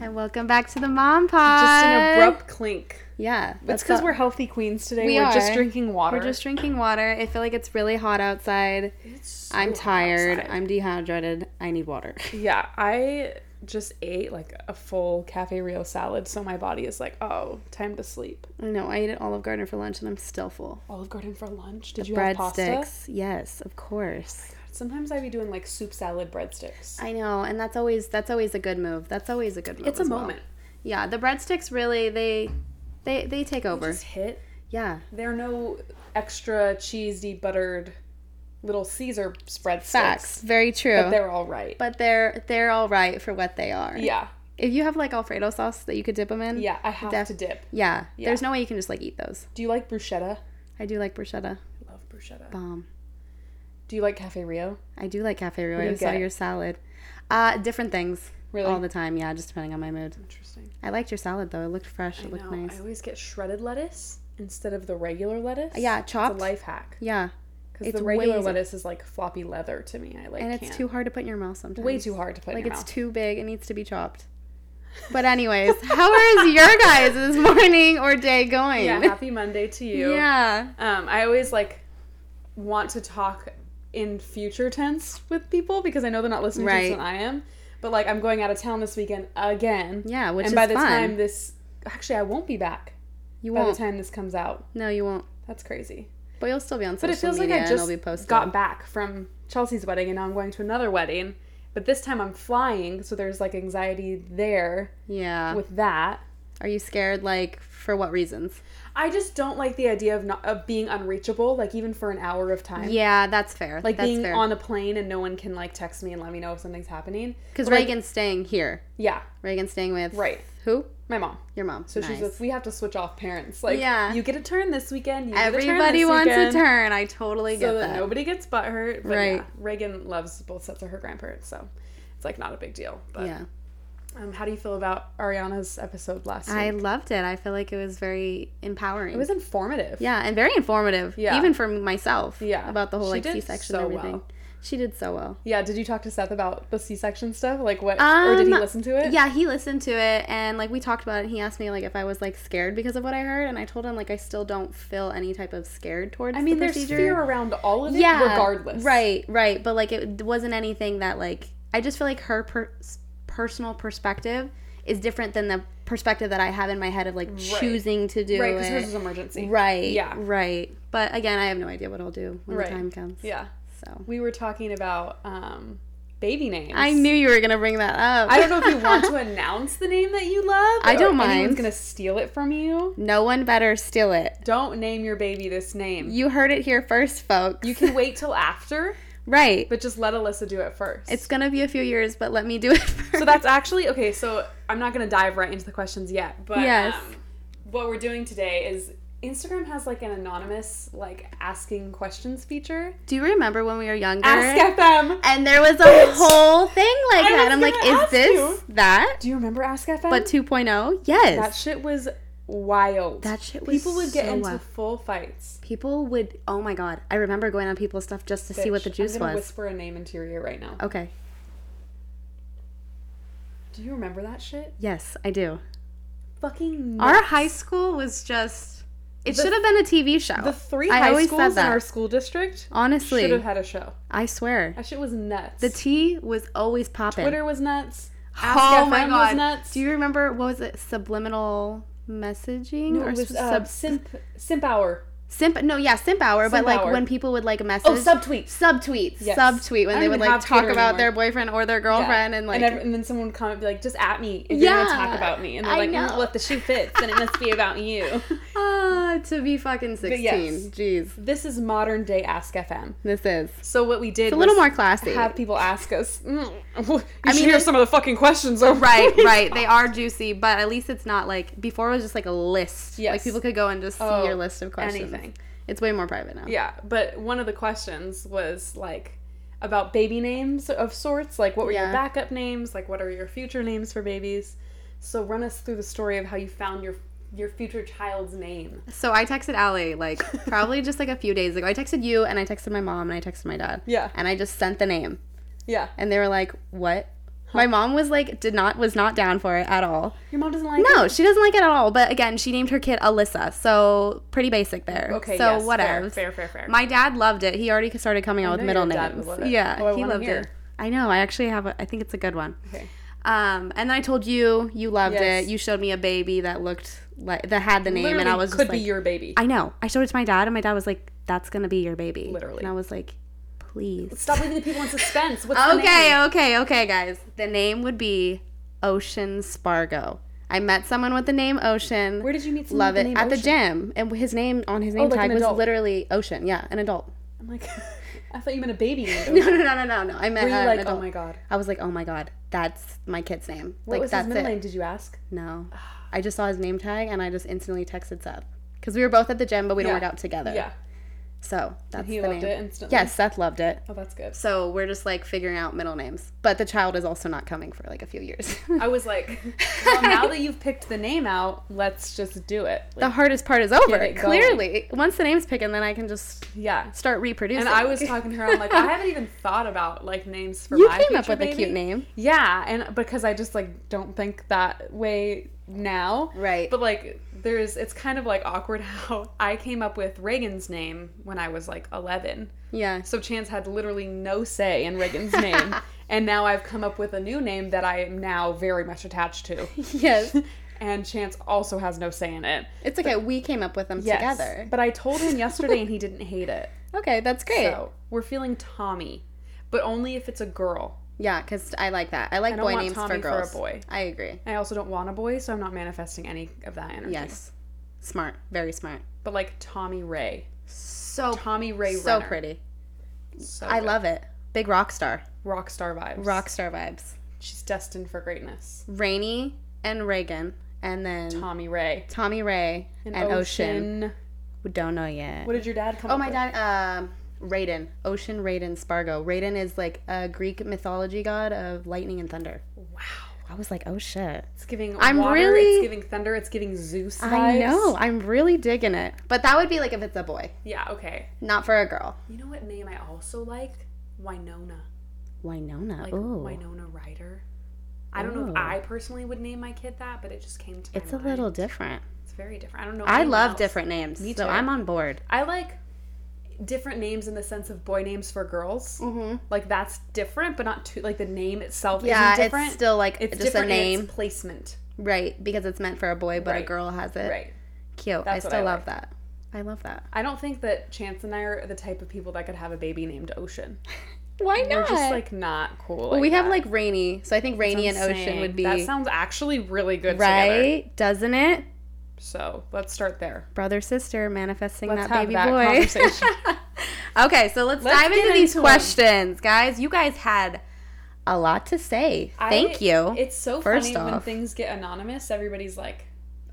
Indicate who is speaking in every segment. Speaker 1: Welcome back to the Mom Pod.
Speaker 2: Just an abrupt clink.
Speaker 1: Yeah.
Speaker 2: It's
Speaker 1: that's
Speaker 2: because
Speaker 1: all-
Speaker 2: we're healthy queens today.
Speaker 1: We
Speaker 2: are just
Speaker 1: are.
Speaker 2: drinking water.
Speaker 1: we're just drinking water. I feel like it's really hot outside.
Speaker 2: It's so
Speaker 1: I'm
Speaker 2: hot
Speaker 1: tired.
Speaker 2: outside.
Speaker 1: I'm dehydrated. I need water.
Speaker 2: Yeah, I just ate like a full cafe rio salad, so my body is like, oh, time to sleep.
Speaker 1: I know. I ate at Olive Garden for lunch and I'm still full.
Speaker 2: Olive Garden for lunch. Did you have pasta?
Speaker 1: Breadsticks. Yes, of course.
Speaker 2: Sometimes I be doing like soup salad breadsticks.
Speaker 1: I know, and that's always that's always a good move. That's always a good move.
Speaker 2: it's a
Speaker 1: as well.
Speaker 2: moment.
Speaker 1: Yeah, the breadsticks really they they they take over.
Speaker 2: Just hit.
Speaker 1: yeah.
Speaker 2: There are no extra cheesy buttered little Caesar spreadsticks.
Speaker 1: Facts. Very true.
Speaker 2: But they're all right.
Speaker 1: but they're they're all right for what they are.
Speaker 2: yeah,
Speaker 1: If you have like Alfredo sauce that you could dip them in,
Speaker 2: yeah. I have
Speaker 1: Def-
Speaker 2: to dip.
Speaker 1: yeah,
Speaker 2: Yeah.
Speaker 1: There's no way you can just like eat those.
Speaker 2: Do you like bruschetta?
Speaker 1: I do like bruschetta.
Speaker 2: I love bruschetta.
Speaker 1: Bomb.
Speaker 2: Do you like cafe rio?
Speaker 1: I do like cafe roux. I
Speaker 2: do you
Speaker 1: just saw
Speaker 2: get?
Speaker 1: your salad. Uh, different things.
Speaker 2: Really?
Speaker 1: All the time. Yeah, just depending on my mood.
Speaker 2: Interesting.
Speaker 1: I liked your salad though. It looked fresh. It
Speaker 2: I
Speaker 1: looked
Speaker 2: know.
Speaker 1: nice.
Speaker 2: I always get shredded lettuce instead of the regular lettuce.
Speaker 1: yeah,
Speaker 2: It's a
Speaker 1: chopped.
Speaker 2: life hack.
Speaker 1: yeah,
Speaker 2: Because
Speaker 1: It's
Speaker 2: the
Speaker 1: way
Speaker 2: regular
Speaker 1: easier.
Speaker 2: lettuce is like floppy leather to me. I like
Speaker 1: and
Speaker 2: can't.
Speaker 1: it's too hard to put in your mouth sometimes.
Speaker 2: way too hard to put
Speaker 1: Like
Speaker 2: in
Speaker 1: it's
Speaker 2: your mouth.
Speaker 1: too big. It needs to be chopped. But anyways, how is your guys' morning or day going?
Speaker 2: yeah, happy Monday to you.
Speaker 1: Yeah.
Speaker 2: Um, I always like want to talk in future tense with people because I know they're not listening to this
Speaker 1: Right.
Speaker 2: when I am. But like I'm going out of town this weekend again.
Speaker 1: Yeah, which
Speaker 2: and
Speaker 1: is
Speaker 2: by the
Speaker 1: fun.
Speaker 2: time this actually I won't be back
Speaker 1: you
Speaker 2: by
Speaker 1: won't.
Speaker 2: the time this comes out.
Speaker 1: no, you won't.
Speaker 2: That's crazy.
Speaker 1: But you'll still be on social
Speaker 2: But it feels like
Speaker 1: media
Speaker 2: I
Speaker 1: and it'll be
Speaker 2: just
Speaker 1: posted.
Speaker 2: got back from Chelsea's wedding and now I'm going to another wedding. But this time I'm flying, so there's like anxiety there
Speaker 1: yeah.
Speaker 2: with that.
Speaker 1: Are you scared? Like for what reasons?
Speaker 2: I just don't like the idea of not of being unreachable, like even for an hour of time.
Speaker 1: Yeah, that's fair.
Speaker 2: Like
Speaker 1: that's
Speaker 2: being
Speaker 1: fair.
Speaker 2: on a plane and no one can like text me and let me know if something's happening.
Speaker 1: because
Speaker 2: But I-
Speaker 1: Reagan's staying here.
Speaker 2: yeah,
Speaker 1: Reagan's staying with
Speaker 2: right.
Speaker 1: Who?
Speaker 2: My mom.
Speaker 1: Your mom.
Speaker 2: So she's like, we have to switch off parents. Like,
Speaker 1: Yeah.
Speaker 2: you get a turn this weekend. You
Speaker 1: everybody
Speaker 2: get a turn this
Speaker 1: wants
Speaker 2: weekend,
Speaker 1: a turn. I totally get
Speaker 2: so that,
Speaker 1: that.
Speaker 2: nobody gets butthurt. But
Speaker 1: Right.
Speaker 2: Yeah, Reagan loves both sets of her grandparents, so it's like not a big deal. But
Speaker 1: yeah,
Speaker 2: um, how do you feel about Ariana's episode last
Speaker 1: I
Speaker 2: week?
Speaker 1: loved it. I feel like it was very empowering.
Speaker 2: It was informative.
Speaker 1: yeah, and very informative.
Speaker 2: Yeah.
Speaker 1: even for myself.
Speaker 2: Yeah.
Speaker 1: about the whole
Speaker 2: She
Speaker 1: like
Speaker 2: did
Speaker 1: C-section
Speaker 2: so
Speaker 1: and everything.
Speaker 2: well.
Speaker 1: She did so well.
Speaker 2: Yeah. Did you talk to Seth about the C-section stuff? Like what? or did he
Speaker 1: Um,
Speaker 2: listen to it?
Speaker 1: Yeah, he listened to it and like we talked about it. And he asked me like if I was like scared because of what I heard, and I told him like I still don't feel any type of scared towards.
Speaker 2: I mean,
Speaker 1: the
Speaker 2: there's
Speaker 1: procedure.
Speaker 2: fear around all of it,
Speaker 1: yeah,
Speaker 2: regardless.
Speaker 1: Right, right, but like it wasn't anything that like I just feel like her per- personal perspective is different than the perspective that I have in my head of like choosing to do
Speaker 2: Right. Because hers
Speaker 1: it.
Speaker 2: is emergency.
Speaker 1: Right.
Speaker 2: Yeah.
Speaker 1: Right. But again, I have no idea what I'll do when
Speaker 2: Right.
Speaker 1: the time comes.
Speaker 2: Yeah.
Speaker 1: So
Speaker 2: We were talking about um, baby names.
Speaker 1: I knew you were gonna bring that up.
Speaker 2: I don't know if you want to announce the name that you love.
Speaker 1: I don't
Speaker 2: or Anyone's
Speaker 1: mind.
Speaker 2: gonna steal it from you.
Speaker 1: no one better steal it.
Speaker 2: Don't name your baby this name.
Speaker 1: You heard it here first, folks.
Speaker 2: You can wait till after,
Speaker 1: right.
Speaker 2: but just let Alyssa do it first.
Speaker 1: It's gonna be a few years, but let me do it first.
Speaker 2: so that's actually okay. So I'm not gonna dive right into the questions yet, but
Speaker 1: Yes.
Speaker 2: um, what we're doing today is Instagram has like an anonymous like asking questions feature.
Speaker 1: Do you remember when we were younger?
Speaker 2: Ask FM.
Speaker 1: and there was a
Speaker 2: Bitch.
Speaker 1: whole thing like
Speaker 2: I
Speaker 1: that.
Speaker 2: was
Speaker 1: I'm like,
Speaker 2: gonna
Speaker 1: is
Speaker 2: ask
Speaker 1: this
Speaker 2: you.
Speaker 1: that?
Speaker 2: Do you remember Ask FM?
Speaker 1: But 2.0? Yes.
Speaker 2: that shit was wild.
Speaker 1: That shit was
Speaker 2: people would get
Speaker 1: so
Speaker 2: into
Speaker 1: wild.
Speaker 2: full fights.
Speaker 1: people would, oh my God. I remember going on people's stuff just to see what the
Speaker 2: Bitch,
Speaker 1: juice
Speaker 2: I'm gonna
Speaker 1: was.
Speaker 2: Whisper a name into your ear right now.
Speaker 1: Okay.
Speaker 2: Do you remember that shit?
Speaker 1: Yes, I do.
Speaker 2: Fucking
Speaker 1: Our
Speaker 2: nuts.
Speaker 1: high school was just, it
Speaker 2: The-
Speaker 1: should have been a TV show.
Speaker 2: the three
Speaker 1: I
Speaker 2: high
Speaker 1: always said
Speaker 2: schools in
Speaker 1: that.
Speaker 2: our school district should
Speaker 1: Honestly,
Speaker 2: have had a show.
Speaker 1: I swear.
Speaker 2: That shit was nuts.
Speaker 1: The tea was always popping.
Speaker 2: Twitter was nuts. Ask
Speaker 1: oh
Speaker 2: FM
Speaker 1: my
Speaker 2: was
Speaker 1: God.
Speaker 2: nuts.
Speaker 1: Do you remember, what was it, subliminal messaging?
Speaker 2: No, it was
Speaker 1: s-
Speaker 2: uh,
Speaker 1: sub-
Speaker 2: simp simp hour.
Speaker 1: Simp, no, yeah, simp hour, but
Speaker 2: Simp
Speaker 1: like
Speaker 2: hour.
Speaker 1: when people would like message.
Speaker 2: Oh, subtweets.
Speaker 1: subtweets,
Speaker 2: Yes.
Speaker 1: subtweet when
Speaker 2: I
Speaker 1: they
Speaker 2: don't
Speaker 1: would
Speaker 2: even
Speaker 1: like
Speaker 2: have
Speaker 1: talk
Speaker 2: Twitter
Speaker 1: about
Speaker 2: anymore.
Speaker 1: their boyfriend or their
Speaker 2: Yeah.
Speaker 1: girlfriend and like
Speaker 2: every- and then someone would comment be like, "Just at me if you're
Speaker 1: Yeah.
Speaker 2: gonna talk about me." And they're
Speaker 1: I
Speaker 2: like,
Speaker 1: know.
Speaker 2: "Well, if the shoe fits, then it must be about you."
Speaker 1: ah to be fucking sixteen.
Speaker 2: yes.
Speaker 1: Jeez,
Speaker 2: this is modern day Ask FM.
Speaker 1: this is
Speaker 2: So what we did
Speaker 1: a little
Speaker 2: was
Speaker 1: more classy.
Speaker 2: have people ask us. Mm, you
Speaker 1: I
Speaker 2: should
Speaker 1: mean,
Speaker 2: hear
Speaker 1: it-
Speaker 2: some of the fucking questions. Over
Speaker 1: right, right. They are juicy, but at least it's not like before. It was just like a list.
Speaker 2: Yes.
Speaker 1: like people could go and just see
Speaker 2: Oh,
Speaker 1: your list of questions.
Speaker 2: anything.
Speaker 1: It's way more private now.
Speaker 2: Yeah, but one of the questions was like about baby names of sorts. Like, what were
Speaker 1: Yeah.
Speaker 2: your backup names? Like, what are your future names for babies? So run us through the story of how you found your your future child's name.
Speaker 1: So I texted Allie like probably just like a few days ago. I texted you and I texted my mom and I texted my dad.
Speaker 2: Yeah.
Speaker 1: And I just sent the name
Speaker 2: Yeah.
Speaker 1: and they were like, "What?" My mom was like did not was not down for it at all.
Speaker 2: Your mom doesn't like
Speaker 1: No,
Speaker 2: it?
Speaker 1: she doesn't like it at all. But again, she named her kid Alyssa, so pretty basic there.
Speaker 2: Okay,
Speaker 1: so
Speaker 2: yes, fair,
Speaker 1: whatever.
Speaker 2: Fair, fair, fair.
Speaker 1: My dad loved it. He already started coming out with
Speaker 2: know
Speaker 1: middle
Speaker 2: your dad
Speaker 1: names.
Speaker 2: would love it.
Speaker 1: Yeah,
Speaker 2: Oh, I
Speaker 1: he
Speaker 2: wanna
Speaker 1: loved
Speaker 2: hear.
Speaker 1: it. I know. I actually have. A, I think it's a good one.
Speaker 2: okay.
Speaker 1: Um, and then I told you you loved
Speaker 2: Yes.
Speaker 1: it. You showed me a baby that looked like that had the name, and I
Speaker 2: Literally
Speaker 1: was just
Speaker 2: could
Speaker 1: like,
Speaker 2: be your baby.
Speaker 1: I know. I showed it to my dad, and my dad was like, "That's gonna be your baby."
Speaker 2: Literally.
Speaker 1: And I was like, "Please."
Speaker 2: Stop leaving the people in suspense. What's the name?
Speaker 1: Okay, okay, okay, guys. The name would be Ocean Spargo. I met someone with the name Ocean.
Speaker 2: Where did you meet someone
Speaker 1: Love
Speaker 2: with
Speaker 1: it
Speaker 2: the name
Speaker 1: at the
Speaker 2: Ocean? Oh,
Speaker 1: gym, and his name on his name
Speaker 2: like
Speaker 1: tag
Speaker 2: an
Speaker 1: was
Speaker 2: adult.
Speaker 1: literally Ocean. Yeah, an adult.
Speaker 2: I'm like, I thought you meant a baby. named Ocean.
Speaker 1: No, no, no, no, no, no. I met
Speaker 2: Were you
Speaker 1: uh,
Speaker 2: like,
Speaker 1: an
Speaker 2: oh
Speaker 1: adult.
Speaker 2: my god?
Speaker 1: I was like, oh my god, that's my kid's name.
Speaker 2: What
Speaker 1: like
Speaker 2: was his
Speaker 1: that's
Speaker 2: middle
Speaker 1: it.
Speaker 2: name? Did you ask?
Speaker 1: No, I just saw his name tag, and I just instantly texted Seth because we were both at the gym, but we don't
Speaker 2: Yeah.
Speaker 1: work out together.
Speaker 2: Yeah.
Speaker 1: So that's
Speaker 2: He
Speaker 1: the
Speaker 2: loved
Speaker 1: name.
Speaker 2: it instantly.
Speaker 1: Yes, Seth loved it.
Speaker 2: Oh, that's good.
Speaker 1: So we're just like figuring out middle names, but the child is also not coming for like a few years.
Speaker 2: I was like, well, now that you've picked the name out, let's just do it.
Speaker 1: the
Speaker 2: Like,
Speaker 1: hardest part is over.
Speaker 2: it going.
Speaker 1: Clearly, once the name's picking, then I can just
Speaker 2: yeah.
Speaker 1: start reproducing.
Speaker 2: And I was talking to her. I'm like, I haven't even thought about like names for
Speaker 1: you
Speaker 2: my
Speaker 1: came up
Speaker 2: future
Speaker 1: with a
Speaker 2: baby.
Speaker 1: cute name,
Speaker 2: Yeah, and because I just like don't think that way now.
Speaker 1: right?
Speaker 2: But like there's it's kind of like awkward how I came up with Reagan's name when I was like 11.
Speaker 1: yeah,
Speaker 2: So Chance had literally no say in Reagan's name. and now I've come up with a new name that I am now very much attached to.
Speaker 1: yes.
Speaker 2: and Chance also has no say in it.
Speaker 1: It's okay. We came up with them
Speaker 2: Yes.
Speaker 1: together.
Speaker 2: But I told him yesterday and he didn't hate it.
Speaker 1: Okay, that's great.
Speaker 2: So we're feeling Tommy, but only if it's a girl.
Speaker 1: Yeah, because I like that. I like
Speaker 2: don't
Speaker 1: boy
Speaker 2: want
Speaker 1: names for
Speaker 2: Tommy for a
Speaker 1: girls.
Speaker 2: boy.
Speaker 1: I agree.
Speaker 2: I also don't want a boy, so I'm not manifesting any of that energy.
Speaker 1: Yes, smart, very smart.
Speaker 2: But like Tommy Ray.
Speaker 1: So
Speaker 2: Tommy Ray
Speaker 1: so
Speaker 2: Renner.
Speaker 1: pretty.
Speaker 2: So
Speaker 1: I
Speaker 2: good.
Speaker 1: love it. Big rock star,
Speaker 2: rock star vibes.
Speaker 1: rock star vibes.
Speaker 2: She's destined for greatness.
Speaker 1: Rainey and Reagan, and then
Speaker 2: Tommy Ray.
Speaker 1: Tommy Ray and, Ocean. We Don't know yet.
Speaker 2: What did your dad come
Speaker 1: oh
Speaker 2: up
Speaker 1: my
Speaker 2: with?
Speaker 1: god, um, Raiden, Ocean Raiden Spargo. Raiden is like a Greek mythology god of lightning and thunder.
Speaker 2: Wow.
Speaker 1: I was like, oh shit.
Speaker 2: It's giving
Speaker 1: I'm
Speaker 2: water,
Speaker 1: really-
Speaker 2: it's giving thunder, it's giving Zeus vibes.
Speaker 1: I know. I'm really digging it. But that would be like if it's a boy,
Speaker 2: Yeah, okay.
Speaker 1: not for a girl.
Speaker 2: You know what name I also like? Winona.
Speaker 1: Winona.
Speaker 2: Like
Speaker 1: Ooh.
Speaker 2: Winona Ryder. I don't know
Speaker 1: Ooh.
Speaker 2: if I personally would name my kid that, but it just came to my
Speaker 1: It's a
Speaker 2: mind.
Speaker 1: little different.
Speaker 2: It's very different. I don't know.
Speaker 1: I
Speaker 2: anyone
Speaker 1: love
Speaker 2: else.
Speaker 1: different names.
Speaker 2: Me
Speaker 1: So
Speaker 2: too.
Speaker 1: I'm on board.
Speaker 2: I like different names in the sense of boy names for girls.
Speaker 1: Mm-hmm.
Speaker 2: Like that's different, but not too. Like the name itself
Speaker 1: Yeah,
Speaker 2: isn't different.
Speaker 1: it's still like
Speaker 2: it's
Speaker 1: just a
Speaker 2: different in its
Speaker 1: name.
Speaker 2: placement.
Speaker 1: Right. Because it's meant for a boy, but a
Speaker 2: Right.
Speaker 1: girl has it.
Speaker 2: Right.
Speaker 1: Cute.
Speaker 2: That's
Speaker 1: I
Speaker 2: what
Speaker 1: still
Speaker 2: I
Speaker 1: love
Speaker 2: like.
Speaker 1: that. I love that.
Speaker 2: I don't think that Chance and I are the type of people that could have a baby named Ocean.
Speaker 1: Why
Speaker 2: We're just like not cool.
Speaker 1: well, we have
Speaker 2: that.
Speaker 1: like rainy, so I think rainy and
Speaker 2: That's what I'm
Speaker 1: ocean would
Speaker 2: saying.
Speaker 1: be
Speaker 2: That sounds actually really good together.
Speaker 1: right, doesn't it?
Speaker 2: So let's start there.
Speaker 1: Brother sister manifesting
Speaker 2: Let's
Speaker 1: that
Speaker 2: have
Speaker 1: baby
Speaker 2: that
Speaker 1: boy.
Speaker 2: conversation.
Speaker 1: okay, so let's,
Speaker 2: Let's
Speaker 1: dive
Speaker 2: get
Speaker 1: into these
Speaker 2: into 'em.
Speaker 1: questions, guys. You guys had a lot to say. Thank
Speaker 2: I-
Speaker 1: you.
Speaker 2: It's so
Speaker 1: First
Speaker 2: funny when
Speaker 1: off.
Speaker 2: things get anonymous. Everybody's like,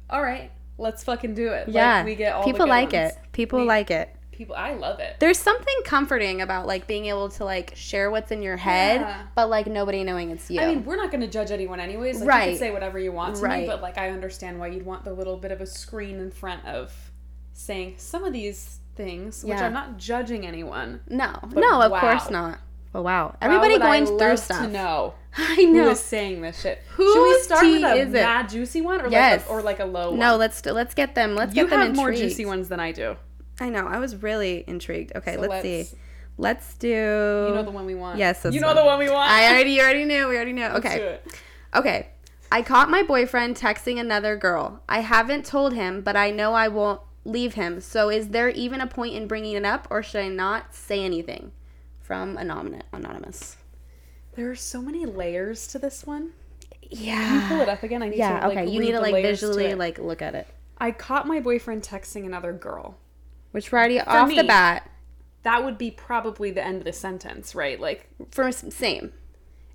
Speaker 2: "All right, let's fucking do it."
Speaker 1: yeah,
Speaker 2: like, we get all the
Speaker 1: people
Speaker 2: good
Speaker 1: like
Speaker 2: ones.
Speaker 1: it. People
Speaker 2: We-
Speaker 1: like it.
Speaker 2: People, I love it.
Speaker 1: There's something comforting about like being able to like share what's in your head,
Speaker 2: Yeah.
Speaker 1: but like nobody knowing it's you.
Speaker 2: I mean, we're not going to judge anyone, anyways. Like, You
Speaker 1: Right.
Speaker 2: can say whatever you want to me,
Speaker 1: Right.
Speaker 2: but like, I understand why you'd want the little bit of a screen in front of saying some of these things, which
Speaker 1: Yeah.
Speaker 2: I'm not judging anyone.
Speaker 1: no,
Speaker 2: but
Speaker 1: no, of
Speaker 2: wow.
Speaker 1: course not. But wow, everybody
Speaker 2: How would I
Speaker 1: going through
Speaker 2: love
Speaker 1: stuff.
Speaker 2: To know
Speaker 1: I
Speaker 2: who
Speaker 1: know.
Speaker 2: is saying this shit. Should we
Speaker 1: Whose
Speaker 2: start
Speaker 1: tea
Speaker 2: with a
Speaker 1: is it?
Speaker 2: mad juicy one, or
Speaker 1: Yes.
Speaker 2: like a, or like a low
Speaker 1: No,
Speaker 2: one?
Speaker 1: let's let's get them. Let's
Speaker 2: you
Speaker 1: get them
Speaker 2: have more
Speaker 1: intrigued.
Speaker 2: juicy ones than I do.
Speaker 1: I know. I was really intrigued. Okay,
Speaker 2: So
Speaker 1: let's,
Speaker 2: let's-
Speaker 1: see. Let's do.
Speaker 2: You know the one we want.
Speaker 1: Yes, this
Speaker 2: you know
Speaker 1: one.
Speaker 2: the one we want.
Speaker 1: I already you already knew. We already knew.
Speaker 2: Let's do
Speaker 1: Okay.
Speaker 2: it.
Speaker 1: Okay. I caught my boyfriend texting another girl. I haven't told him, but I know I won't leave him. So is there even a point in bringing it up or should I not say anything? From anonymous. Anonymous.
Speaker 2: There are so many layers to this one.
Speaker 1: Yeah.
Speaker 2: Pull it up again. I need
Speaker 1: Yeah,
Speaker 2: to like,
Speaker 1: okay. you
Speaker 2: read
Speaker 1: need to
Speaker 2: the
Speaker 1: like
Speaker 2: layers to
Speaker 1: visually
Speaker 2: it.
Speaker 1: like look at it.
Speaker 2: I caught my boyfriend texting another girl.
Speaker 1: Which we're already off
Speaker 2: me.
Speaker 1: the bat.
Speaker 2: That would be probably the end of the sentence, right? Like
Speaker 1: For s- same.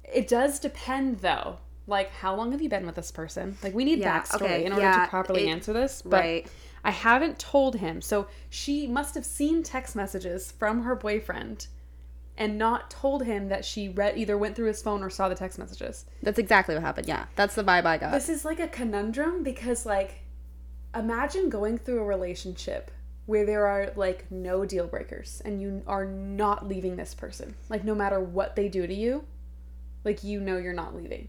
Speaker 2: it does depend though. Like how long have you been with this person? Like we need
Speaker 1: Yeah,
Speaker 2: backstory
Speaker 1: okay,
Speaker 2: in order
Speaker 1: yeah,
Speaker 2: to properly
Speaker 1: it-
Speaker 2: answer this. But
Speaker 1: right.
Speaker 2: I haven't told him. So she must have seen text messages from her boyfriend and not told him that she read either went through his phone or saw the text messages.
Speaker 1: That's exactly what happened. Yeah. That's the vibe I got.
Speaker 2: This is like a conundrum because, like, imagine going through a relationship where there are like no deal breakers and you are not leaving this person, like, no matter what they do to you. Like you know you're not leaving.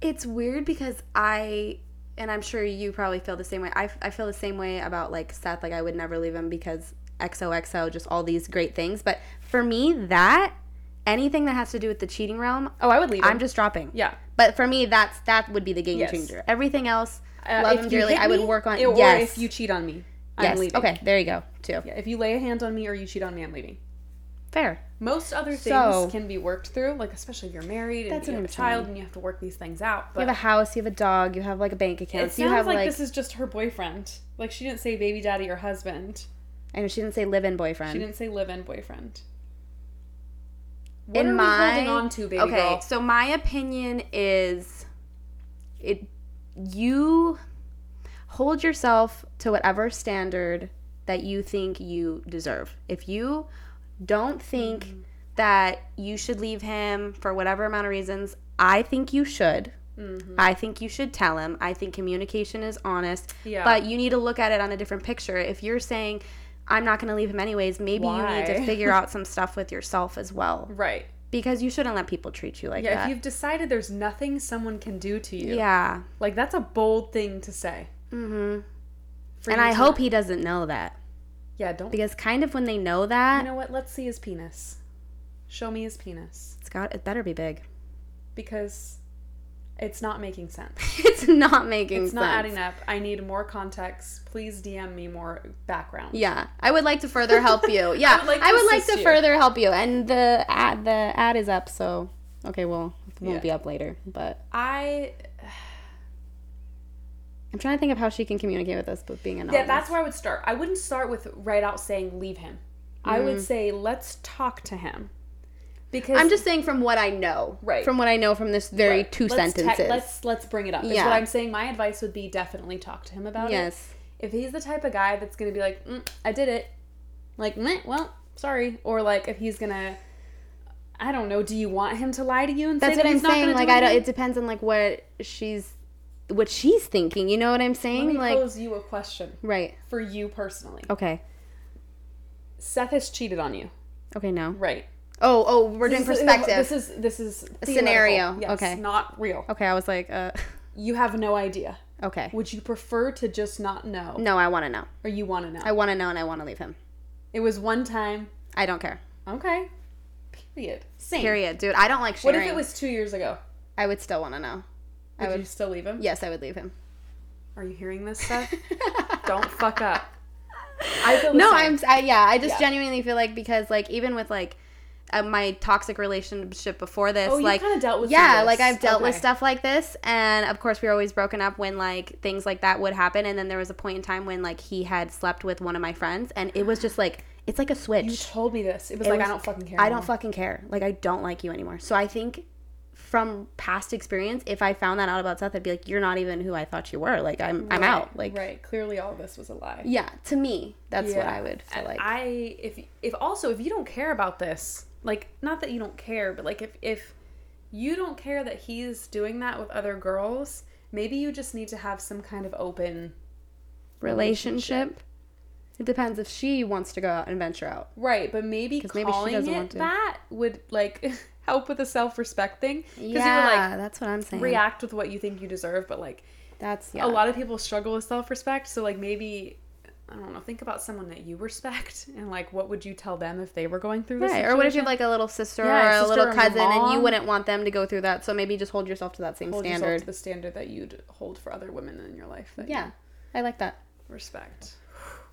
Speaker 1: It's weird because I, and I'm sure you probably feel the same way. I, I feel the same way about like Seth. Like I would never leave him because XOXO, just all these great things. But for me, that anything that has to do with the cheating realm,
Speaker 2: Oh, I would leave.
Speaker 1: I'm
Speaker 2: him.
Speaker 1: just dropping.
Speaker 2: yeah.
Speaker 1: But for me, that's that would be the game
Speaker 2: Yes.
Speaker 1: changer. Everything else,
Speaker 2: Uh,
Speaker 1: love
Speaker 2: if
Speaker 1: him
Speaker 2: you
Speaker 1: dearly.
Speaker 2: hit
Speaker 1: I would
Speaker 2: me,
Speaker 1: work on.
Speaker 2: Or
Speaker 1: yes.
Speaker 2: if you cheat on me, I'm
Speaker 1: yes.
Speaker 2: leaving.
Speaker 1: Okay. There you go. Two.
Speaker 2: Yeah, if you lay a hand on me or you cheat on me, I'm leaving.
Speaker 1: Fair.
Speaker 2: Most other things
Speaker 1: So-
Speaker 2: can be worked through, like especially if you're married and
Speaker 1: That's
Speaker 2: you
Speaker 1: what
Speaker 2: have a
Speaker 1: I'm
Speaker 2: child
Speaker 1: saying.
Speaker 2: and you have to work these things out. But
Speaker 1: You have a house. You have a dog. You have like a bank account.
Speaker 2: it sounds
Speaker 1: you have
Speaker 2: like, this is just her boyfriend. Like she didn't say baby daddy or husband.
Speaker 1: I know she didn't say live-in boyfriend.
Speaker 2: She didn't say live-in boyfriend. What
Speaker 1: In
Speaker 2: are
Speaker 1: my-
Speaker 2: we holding on to, baby
Speaker 1: okay,
Speaker 2: girl?
Speaker 1: so my opinion is it you hold yourself to whatever standard that you think you deserve. If you don't think
Speaker 2: Mm.
Speaker 1: that you should leave him for whatever amount of reasons, I think you should.
Speaker 2: Mm-hmm. Mm.
Speaker 1: I think you should tell him. I think communication is honest.
Speaker 2: Yeah.
Speaker 1: But you need to look at it on a different picture. If you're saying, I'm not going to leave him anyways, maybe you need
Speaker 2: Why?
Speaker 1: to figure out some stuff with yourself as well
Speaker 2: Right.
Speaker 1: because you shouldn't let people treat you like
Speaker 2: Yeah, if
Speaker 1: that.
Speaker 2: you've decided there's nothing someone can do to you,
Speaker 1: yeah.
Speaker 2: like that's a bold thing to say.
Speaker 1: hmm
Speaker 2: for
Speaker 1: And
Speaker 2: you
Speaker 1: I
Speaker 2: to-
Speaker 1: hope he doesn't know that
Speaker 2: Yeah, don't.
Speaker 1: because kind of when they know
Speaker 2: You
Speaker 1: that,
Speaker 2: know what? Let's see his penis. Show me his penis
Speaker 1: it's got it better be big.
Speaker 2: because it's not making sense.
Speaker 1: it's not making
Speaker 2: It's
Speaker 1: sense.
Speaker 2: not adding up. I need more context. Please DM me more background.
Speaker 1: Yeah, I would like to further help you. Yeah, I would like to,
Speaker 2: assist you.
Speaker 1: further help you. And the ad, the ad is up, so okay, well, it won't
Speaker 2: Yeah.
Speaker 1: be up later. But
Speaker 2: I
Speaker 1: I'm trying to think of how she can communicate with us, but being anonymous.
Speaker 2: yeah, that's where I would start. I wouldn't start with right out saying leave him. I would say let's talk to him because
Speaker 1: I'm Mm. just saying from what I know,
Speaker 2: Right.
Speaker 1: From what I know from this very
Speaker 2: Right.
Speaker 1: two
Speaker 2: Let's te-
Speaker 1: sentences.
Speaker 2: let's let's bring it up. Is
Speaker 1: Yeah.
Speaker 2: what I'm saying. My advice would be definitely talk to him about it.
Speaker 1: yes.
Speaker 2: if he's the type of guy that's gonna be like, mm, I did it, like, meh, well, sorry, or like if he's gonna, I don't know, do you want him to lie to you and
Speaker 1: That's
Speaker 2: say
Speaker 1: what
Speaker 2: that
Speaker 1: I'm
Speaker 2: he's not
Speaker 1: saying.
Speaker 2: gonna
Speaker 1: like
Speaker 2: do
Speaker 1: I don't. It
Speaker 2: anything?
Speaker 1: depends on like what she's, what she's thinking. You know what I'm
Speaker 2: Let me
Speaker 1: saying? Like
Speaker 2: pose you a question
Speaker 1: right.
Speaker 2: for you personally.
Speaker 1: Okay.
Speaker 2: Seth has cheated on you,
Speaker 1: Okay. No.
Speaker 2: right?
Speaker 1: Oh. Oh. We're doing
Speaker 2: This is-
Speaker 1: perspective.
Speaker 2: This is this is theoretical.
Speaker 1: scenario,
Speaker 2: Yes,
Speaker 1: okay.
Speaker 2: not real.
Speaker 1: okay. I was like. Uh.
Speaker 2: You have no idea.
Speaker 1: Okay.
Speaker 2: Would you prefer to just not know,
Speaker 1: No. I want to know.
Speaker 2: or you want to know?
Speaker 1: I want to know, and I want to leave him.
Speaker 2: it was one time.
Speaker 1: I don't care.
Speaker 2: Okay. Period. Same.
Speaker 1: Period, dude. I don't like
Speaker 2: What
Speaker 1: sharing.
Speaker 2: if it was two years ago?
Speaker 1: I would still want to know. I
Speaker 2: Would,
Speaker 1: would-
Speaker 2: you still leave him?
Speaker 1: Yes, I would leave him.
Speaker 2: Are you hearing this stuff? Don't fuck up. I feel the
Speaker 1: no,
Speaker 2: same.
Speaker 1: I'm. I, yeah, I just
Speaker 2: Yeah.
Speaker 1: genuinely feel like because like even with like. Uh, my toxic relationship before this,
Speaker 2: Oh, you
Speaker 1: like
Speaker 2: kind of dealt with some of
Speaker 1: yeah
Speaker 2: this.
Speaker 1: like i've dealt with
Speaker 2: Okay.
Speaker 1: stuff like this and of course we were always broken up when like things like that would happen and then there was a point in time when like he had slept with one of my friends and it was just like it's like a
Speaker 2: You
Speaker 1: switch
Speaker 2: told me this. It was
Speaker 1: It
Speaker 2: like I
Speaker 1: was-
Speaker 2: don't fucking care.
Speaker 1: i don't
Speaker 2: anymore.
Speaker 1: fucking care like i don't like you anymore so i think from past experience if i found that out about seth i'd be like you're not even who i thought you were like i'm i'm
Speaker 2: Right,
Speaker 1: out like
Speaker 2: right. Clearly, all of this was a lie.
Speaker 1: yeah to me that's what
Speaker 2: Yeah.
Speaker 1: i would feel
Speaker 2: And
Speaker 1: like
Speaker 2: I if if also if you don't care about this, like not that you don't care, but like if if you don't care that he's doing that with other girls, maybe you just need to have some kind of open
Speaker 1: relationship it depends if she wants to go out and venture out
Speaker 2: right. But maybe
Speaker 1: 'Cause maybe she
Speaker 2: calling
Speaker 1: doesn't
Speaker 2: it
Speaker 1: want to.
Speaker 2: that would like help with the self respect thing because you
Speaker 1: yeah
Speaker 2: would like
Speaker 1: that's what i'm saying
Speaker 2: react with what you think you deserve, but like
Speaker 1: that's yeah.
Speaker 2: a lot of people struggle with self-respect so like maybe i don't know think about someone that you respect and like what would you tell them if they were going through this
Speaker 1: Right. Or what if you have
Speaker 2: situation?
Speaker 1: like a little sister
Speaker 2: Yeah,
Speaker 1: or
Speaker 2: a
Speaker 1: a
Speaker 2: sister or
Speaker 1: little
Speaker 2: a
Speaker 1: cousin and you
Speaker 2: mom.
Speaker 1: wouldn't want them to go through that? So maybe just hold yourself to that same
Speaker 2: hold yourself to
Speaker 1: standard.
Speaker 2: the standard that you'd hold for other women in your life that
Speaker 1: Yeah.
Speaker 2: you
Speaker 1: I like that.
Speaker 2: respect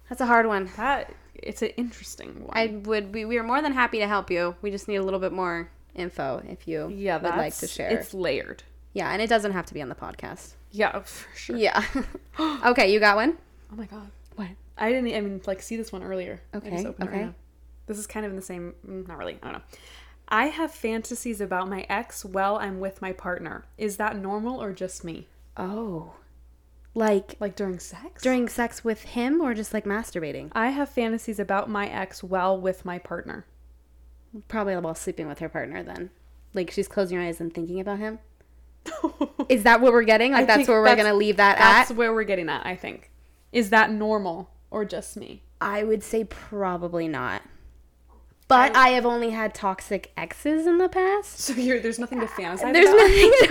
Speaker 1: That's a hard one.
Speaker 2: that it's an interesting one
Speaker 1: I would we, we are more than happy to help you. We just need a little bit more info if you
Speaker 2: yeah
Speaker 1: would like
Speaker 2: that's-
Speaker 1: to share.
Speaker 2: it's layered
Speaker 1: yeah, and it doesn't have to be on the podcast.
Speaker 2: yeah for sure
Speaker 1: Yeah. okay, you got one?
Speaker 2: oh my god
Speaker 1: What?
Speaker 2: i didn't i mean like see this one earlier I
Speaker 1: Okay,
Speaker 2: just opened it right
Speaker 1: okay.
Speaker 2: now. this is kind of in the same mm, not really i don't know i have fantasies about my ex while i'm with my partner is that normal or just me
Speaker 1: Oh. Like
Speaker 2: Like during sex?
Speaker 1: during sex with him or just like masturbating?
Speaker 2: I have fantasies about my ex while with my partner.
Speaker 1: Probably while sleeping with her partner then. Like she's closing her eyes and thinking about him. Is that what we're getting? Like
Speaker 2: think
Speaker 1: that's where we're
Speaker 2: that's-
Speaker 1: going to leave that at?
Speaker 2: That's where we're getting at, I think. Is that normal or just me?
Speaker 1: I would say probably not. But I have only had toxic exes in the past.
Speaker 2: So you're, there's nothing to fantasize
Speaker 1: There's
Speaker 2: about.
Speaker 1: nothing to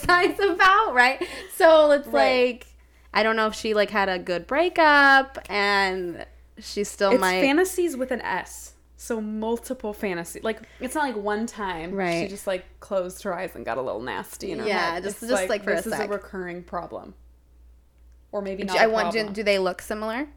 Speaker 1: fantasize about, right? So it's
Speaker 2: Right.
Speaker 1: like I don't know if she like had a good breakup and she still
Speaker 2: it's
Speaker 1: might
Speaker 2: fantasies with an S. So multiple fantasy. Like it's not like one time. She
Speaker 1: Right.
Speaker 2: just like closed her eyes and got a little nasty in her
Speaker 1: Yeah,
Speaker 2: head.
Speaker 1: just-
Speaker 2: It's
Speaker 1: just, like, for a
Speaker 2: this is a
Speaker 1: sec.
Speaker 2: recurring problem. Or maybe not.
Speaker 1: I
Speaker 2: a
Speaker 1: want do,
Speaker 2: problem.
Speaker 1: do they look similar?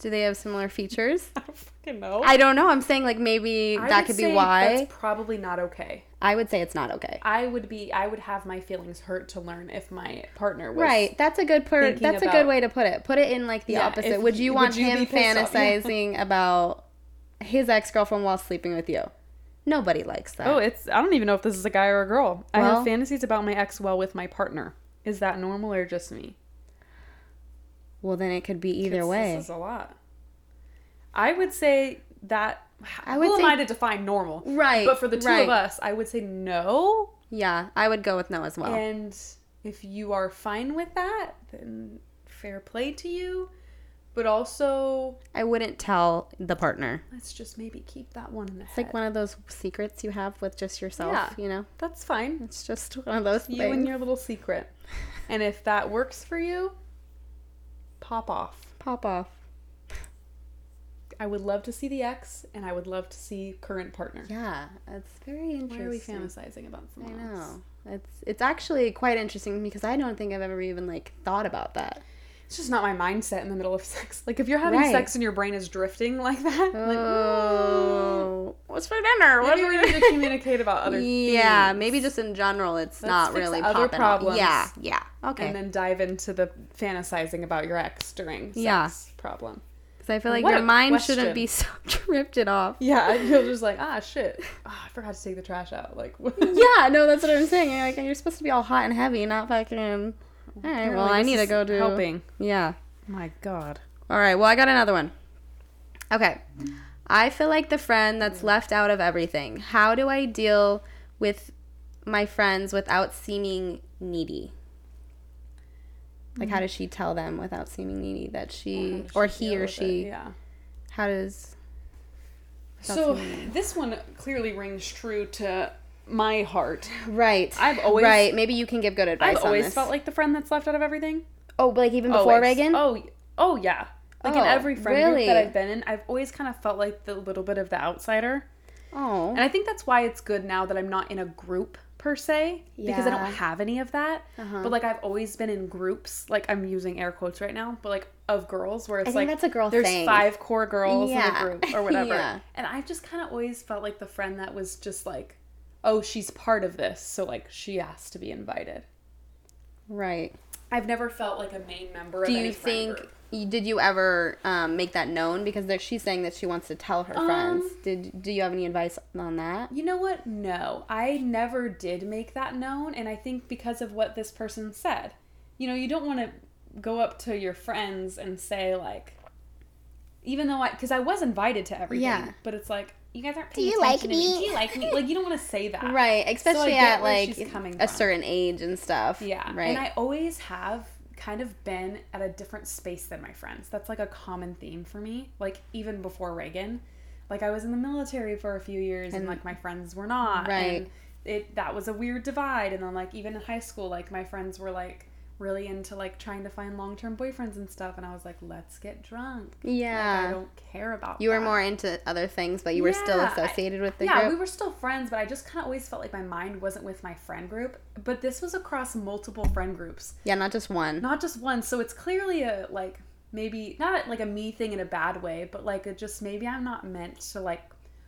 Speaker 1: Do they have similar features?
Speaker 2: I don't fucking know.
Speaker 1: I don't know. I'm saying like maybe
Speaker 2: I
Speaker 1: that
Speaker 2: would
Speaker 1: could
Speaker 2: say
Speaker 1: be why.
Speaker 2: That's probably not okay.
Speaker 1: I would say it's not okay.
Speaker 2: I would be. I would have my feelings hurt to learn if my partner was
Speaker 1: Right. That's a good per-
Speaker 2: thinking
Speaker 1: that's a
Speaker 2: about-
Speaker 1: good way to put it. Put it in like the
Speaker 2: Yeah,
Speaker 1: opposite.
Speaker 2: if
Speaker 1: would
Speaker 2: he-
Speaker 1: you
Speaker 2: would
Speaker 1: want
Speaker 2: you be
Speaker 1: him
Speaker 2: pissed off? Yeah.
Speaker 1: fantasizing about his ex-girlfriend while sleeping with you? Nobody likes that.
Speaker 2: Oh, it's. I don't even know if this is a guy or a girl. I have
Speaker 1: Well-
Speaker 2: fantasies about my ex while with my partner. Is that normal or just me?
Speaker 1: well, then it could be either
Speaker 2: It's-
Speaker 1: way.
Speaker 2: This is a lot. I would say that.
Speaker 1: I would
Speaker 2: who
Speaker 1: say-
Speaker 2: am I to define normal?
Speaker 1: Right,
Speaker 2: But for the two
Speaker 1: right.
Speaker 2: of us, I would say no.
Speaker 1: yeah, I would go with no as well.
Speaker 2: And if you are fine with that, then fair play to you. But also,
Speaker 1: I wouldn't tell the partner.
Speaker 2: let's just maybe keep that one in the
Speaker 1: It's
Speaker 2: head.
Speaker 1: like one of those secrets you have with just yourself,
Speaker 2: Yeah.
Speaker 1: you know?
Speaker 2: That's fine.
Speaker 1: It's just one of those
Speaker 2: You
Speaker 1: things.
Speaker 2: and your little secret. And if that works for you, pop off.
Speaker 1: Pop off.
Speaker 2: I would love to see the ex, and I would love to see current partner.
Speaker 1: Yeah, it's very
Speaker 2: Why
Speaker 1: interesting.
Speaker 2: are we fantasizing about
Speaker 1: I
Speaker 2: someone else?
Speaker 1: know. It's it's actually quite interesting because I don't think I've ever even like thought about that.
Speaker 2: It's just not my mindset in the middle of sex. Like if you're having
Speaker 1: Right.
Speaker 2: sex and your brain is drifting like that, I'm like
Speaker 1: Oh, what's for dinner? What's
Speaker 2: maybe
Speaker 1: for
Speaker 2: we need to
Speaker 1: dinner?
Speaker 2: communicate about other
Speaker 1: yeah,
Speaker 2: things
Speaker 1: maybe just in general, it's
Speaker 2: Let's
Speaker 1: not
Speaker 2: fix
Speaker 1: really
Speaker 2: other
Speaker 1: popping off.
Speaker 2: problems.
Speaker 1: Yeah, yeah. Okay.
Speaker 2: and then dive into the fantasizing about your ex during sex
Speaker 1: Yeah.
Speaker 2: problem.
Speaker 1: Because I feel like
Speaker 2: What
Speaker 1: your
Speaker 2: a
Speaker 1: mind shouldn't be so drifted off.
Speaker 2: Yeah, and you're just like, ah, shit, Ah, I forgot to take the trash out. Like,
Speaker 1: Yeah, no, that's what I'm saying. You're like, you're supposed to be all hot and heavy, not fucking. All right, well, I need to go do. Oh
Speaker 2: helping.
Speaker 1: Yeah.
Speaker 2: My God,
Speaker 1: All right, well, I got another one. Okay. I feel like the friend that's left out of everything. How do I deal with my friends without seeming needy? Like, how does she tell them without seeming needy that she, or he or she,
Speaker 2: yeah.
Speaker 1: how does.
Speaker 2: So this one clearly rings true to my heart.
Speaker 1: Right.
Speaker 2: I've always-
Speaker 1: Right, maybe you can give good advice
Speaker 2: I've
Speaker 1: on
Speaker 2: always
Speaker 1: this.
Speaker 2: felt like the friend that's left out of everything.
Speaker 1: oh, but like even before
Speaker 2: Always.
Speaker 1: Reagan?
Speaker 2: Oh, y- oh yeah. Like in
Speaker 1: Oh,
Speaker 2: every friend group that
Speaker 1: really?
Speaker 2: I've been in, I've always kind of felt like the little bit of the outsider,
Speaker 1: Oh.
Speaker 2: and I think that's why it's good now that I'm not in a group per se because I
Speaker 1: Yeah.
Speaker 2: don't have any of that.
Speaker 1: Uh-huh.
Speaker 2: But like I've always been in groups, like I'm using air quotes right now, but like of girls where it's
Speaker 1: think
Speaker 2: like
Speaker 1: that's a girl
Speaker 2: There's
Speaker 1: thing.
Speaker 2: five core girls
Speaker 1: Yeah.
Speaker 2: in a group or whatever,
Speaker 1: Yeah.
Speaker 2: and I've just kind of always felt like the friend that was just like, oh, she's part of this, so like she has to be invited.
Speaker 1: Right.
Speaker 2: I've never felt like a main member.
Speaker 1: Do
Speaker 2: of any
Speaker 1: you
Speaker 2: friend
Speaker 1: think?
Speaker 2: group.
Speaker 1: y- Did you ever um, make that known? Because there, she's saying that she wants to tell her friends. Did Do you have any advice on that?
Speaker 2: You know what? No, I never did make that known, and I think because of what this person said. You know, you don't want to go up to your friends and say like, even though I, because I was invited to everything,
Speaker 1: Yeah.
Speaker 2: but it's like you guys aren't. Paying
Speaker 1: you like
Speaker 2: attention to
Speaker 1: me?
Speaker 2: Do you like me? Like you don't want to say that,
Speaker 1: Right, especially
Speaker 2: get
Speaker 1: at
Speaker 2: where
Speaker 1: like
Speaker 2: she's coming
Speaker 1: a
Speaker 2: from.
Speaker 1: certain age and stuff.
Speaker 2: Yeah,
Speaker 1: Right.
Speaker 2: And I always have kind of been at a different space than my friends. That's like a common theme for me. Like even before Reagan, like I was in the military for a few years, and,
Speaker 1: And-
Speaker 2: like my friends were not.
Speaker 1: Right.
Speaker 2: And it that was a weird divide, and then like even in high school, like my friends were like really into like trying to find long term boyfriends and stuff, and I was like, let's get drunk. Like, I
Speaker 1: yeah.
Speaker 2: don't care about.
Speaker 1: Uh, you were
Speaker 2: that.
Speaker 1: more into other things, but you were still
Speaker 2: Yeah, I-
Speaker 1: associated with the
Speaker 2: yeah,
Speaker 1: group.
Speaker 2: we were still friends, but I just kind of always felt like my mind wasn't with my friend group. But this was across multiple friend groups
Speaker 1: yeah, not just one.
Speaker 2: not just one so it's clearly a like maybe not like a me thing in a bad way but like a just maybe i'm not meant to like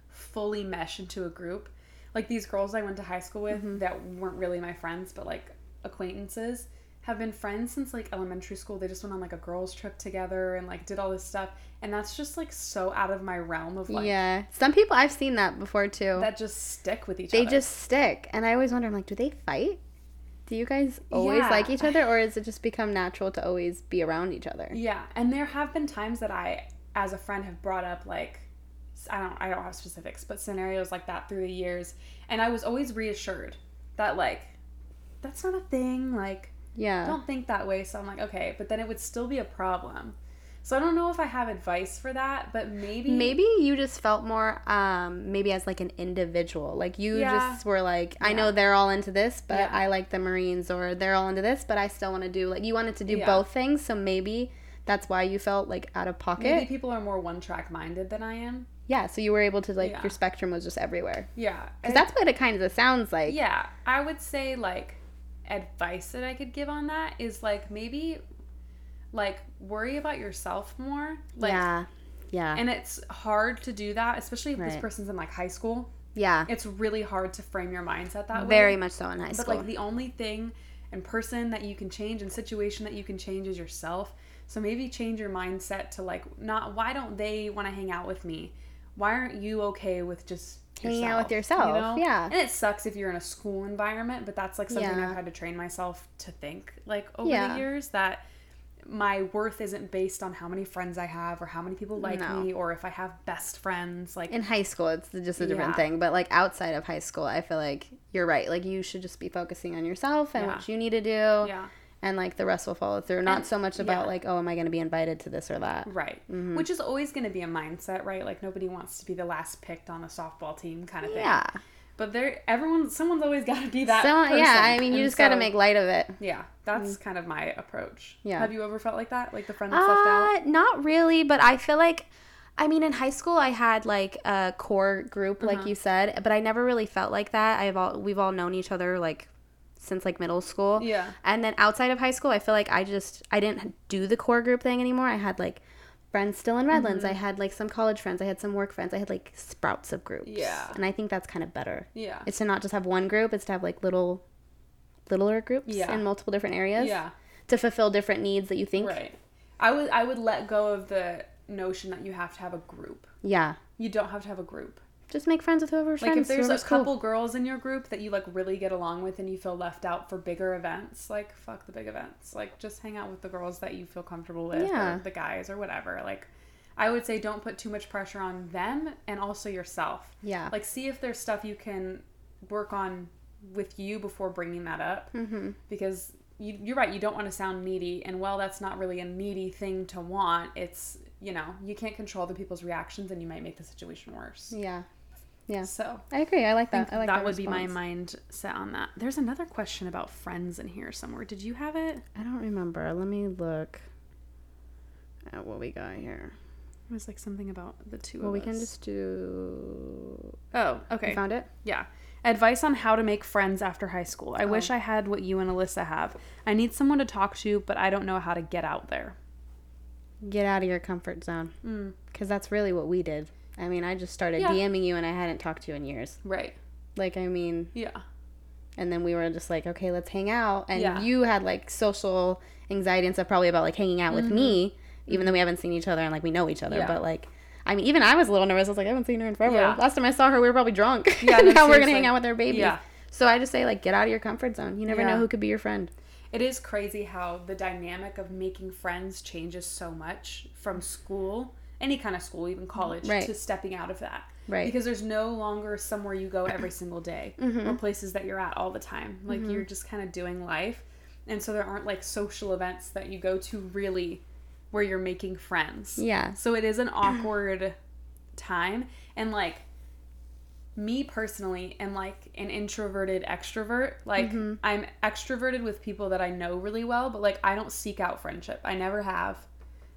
Speaker 2: fully mesh into a group like these girls i went to high school with
Speaker 1: Mm-hmm.
Speaker 2: that weren't really my friends but like acquaintances have been friends since like elementary school they just went on like a girls trip together and like did all this stuff and that's just like so out of my realm of like
Speaker 1: yeah. Some people I've seen that before too.
Speaker 2: that just stick with each
Speaker 1: they
Speaker 2: other
Speaker 1: just stick, and I always wonder, I'm like, do they fight? Do you guys always
Speaker 2: Yeah.
Speaker 1: like each other, or is it just become natural to always be around each other?
Speaker 2: Yeah, and there have been times that I, as a friend, have brought up like, s- I don't, I don't have specifics, but scenarios like that through the years, and I was always reassured that like, that's not a thing. Like,
Speaker 1: Yeah.
Speaker 2: I don't think that way. So I'm like, okay, but then it would still be a problem. So I don't know if I have advice for that, but maybe
Speaker 1: Maybe you just felt more, um, maybe as like an individual. Like you
Speaker 2: Yeah.
Speaker 1: just were like, I
Speaker 2: Yeah.
Speaker 1: know they're all into this, but
Speaker 2: Yeah.
Speaker 1: I like the Marines, or they're all into this, but I still want to do like you wanted to do
Speaker 2: Yeah.
Speaker 1: both things. So maybe that's why you felt like out of pocket.
Speaker 2: maybe people are more one track minded than I am.
Speaker 1: Yeah. So you were able to like
Speaker 2: Yeah.
Speaker 1: your spectrum was just everywhere.
Speaker 2: Yeah.
Speaker 1: Because that's what it kind of sounds like.
Speaker 2: Yeah, I would say like advice that I could give on that is like maybe like worry about yourself more. Like
Speaker 1: yeah. Yeah.
Speaker 2: and it's hard to do that, especially if this
Speaker 1: Right.
Speaker 2: person's in like high school.
Speaker 1: yeah.
Speaker 2: It's really hard to frame your mindset that way.
Speaker 1: Very much so in high
Speaker 2: But
Speaker 1: school.
Speaker 2: like the only thing and person that you can change and situation that you can change is yourself. So maybe change your mindset to like not why don't they want to hang out with me? Why aren't you okay with just
Speaker 1: Hanging out with yourself, yeah.
Speaker 2: And it sucks if you're in a school environment, but that's like something
Speaker 1: Yeah.
Speaker 2: I've had to train myself to think like over
Speaker 1: Yeah.
Speaker 2: the years that my worth isn't based on how many friends I have or how many people like
Speaker 1: No.
Speaker 2: me or if I have best friends. Like
Speaker 1: in high school it's just a different
Speaker 2: Yeah.
Speaker 1: thing but like outside of high school i feel like you're right like you should just be focusing on yourself and
Speaker 2: Yeah.
Speaker 1: what you need to do
Speaker 2: yeah.
Speaker 1: and like the rest will follow through not
Speaker 2: And-
Speaker 1: so much about
Speaker 2: yeah.
Speaker 1: like oh am i going to be invited to this or that
Speaker 2: Right.
Speaker 1: Mm-hmm.
Speaker 2: Which is always going to be a mindset, right? Like nobody wants to be the last picked on the softball team kind of thing.
Speaker 1: yeah
Speaker 2: But there everyone someone's always got to be that
Speaker 1: so
Speaker 2: person.
Speaker 1: yeah i mean you
Speaker 2: And
Speaker 1: just got to
Speaker 2: so-
Speaker 1: make light of it
Speaker 2: Yeah, that's kind of my approach.
Speaker 1: Yeah.
Speaker 2: Have you ever felt like that? Like the friend that's left out?
Speaker 1: Uh, not really, but I feel like, I mean, in high school, I had like a core group, like you said, but I never really felt like that. I've all we've all known each other like since like middle school.
Speaker 2: Yeah.
Speaker 1: And then outside of high school, I feel like I just I didn't do the core group thing anymore. I had like friends still in Redlands. I had like some college friends. I had some work friends. I had like sprouts of groups.
Speaker 2: Yeah.
Speaker 1: And I think that's kind of better.
Speaker 2: Yeah.
Speaker 1: It's to not just have one group. It's to have like little, littler groups
Speaker 2: Yeah.
Speaker 1: in multiple different areas.
Speaker 2: Yeah.
Speaker 1: To fulfill different needs that you think.
Speaker 2: Right. I would I would let go of the notion that you have to have a group.
Speaker 1: Yeah.
Speaker 2: You don't have to have a group.
Speaker 1: just make friends with whoever
Speaker 2: Like
Speaker 1: friends.
Speaker 2: if there's a
Speaker 1: whoever's cool.
Speaker 2: couple girls in your group that you like really get along with and you feel left out for bigger events, like fuck the big events. Like just hang out with the girls that you feel comfortable with
Speaker 1: Yeah.
Speaker 2: or the guys or whatever. Like I would say don't put too much pressure on them and also yourself.
Speaker 1: yeah,
Speaker 2: Like see if there's stuff you can work on with you before bringing that up. Mm-hmm. Because you, you're right, you don't want to sound needy and while that's not really a needy thing to want, it's you know, you can't control other people's reactions and you might make the situation worse.
Speaker 1: yeah,
Speaker 2: So
Speaker 1: I agree. I like that.
Speaker 2: think
Speaker 1: I like
Speaker 2: that would be my
Speaker 1: response.
Speaker 2: mindset on that. There's another question about friends in here somewhere. Did you have it?
Speaker 1: I don't remember. Let me look at what we got here.
Speaker 2: It was like something about the two
Speaker 1: Well,
Speaker 2: of
Speaker 1: we
Speaker 2: us.
Speaker 1: can just do.
Speaker 2: Oh,
Speaker 1: You
Speaker 2: okay.
Speaker 1: found it.
Speaker 2: Yeah. Advice on how to make friends after high school. I
Speaker 1: Oh.
Speaker 2: wish I had what you and Alyssa have. I need someone to talk to, but I don't know how to get out there.
Speaker 1: Get out of your comfort zone,
Speaker 2: Mm.
Speaker 1: because that's really what we did. I mean, I just started
Speaker 2: Yeah.
Speaker 1: DMing you, and I hadn't talked to you in years.
Speaker 2: Right.
Speaker 1: Like, I mean,
Speaker 2: Yeah.
Speaker 1: and then we were just like, okay, let's hang out. And
Speaker 2: Yeah.
Speaker 1: you had like social anxiety and stuff, probably about like hanging out with me, even though we haven't seen each other and like we know each other.
Speaker 2: Mm-hmm. Yeah.
Speaker 1: But like, I mean, even I was a little nervous. I was like, I haven't seen her in forever.
Speaker 2: Yeah.
Speaker 1: Last time I saw her, we were probably drunk.
Speaker 2: Yeah,
Speaker 1: Yeah,
Speaker 2: no,
Speaker 1: now we're gonna
Speaker 2: seriously.
Speaker 1: hang out with our baby.
Speaker 2: Yeah.
Speaker 1: So I just say like, get out of your comfort zone. You never
Speaker 2: Yeah.
Speaker 1: know who could be your friend.
Speaker 2: It is crazy how the dynamic of making friends changes so much from school, any kind of school, even college,
Speaker 1: Right.
Speaker 2: to stepping out of that.
Speaker 1: Right.
Speaker 2: Because there's no longer somewhere you go every single day
Speaker 1: Mm-hmm.
Speaker 2: or places that you're at all the time. Like you're just kind of doing life. And so there aren't like social events that you go to really where you're making friends.
Speaker 1: Yeah.
Speaker 2: So it is an awkward time. And like me personally am like an introverted extrovert. Like
Speaker 1: Mm-hmm.
Speaker 2: I'm extroverted with people that I know really well, but like I don't seek out friendship. I never have.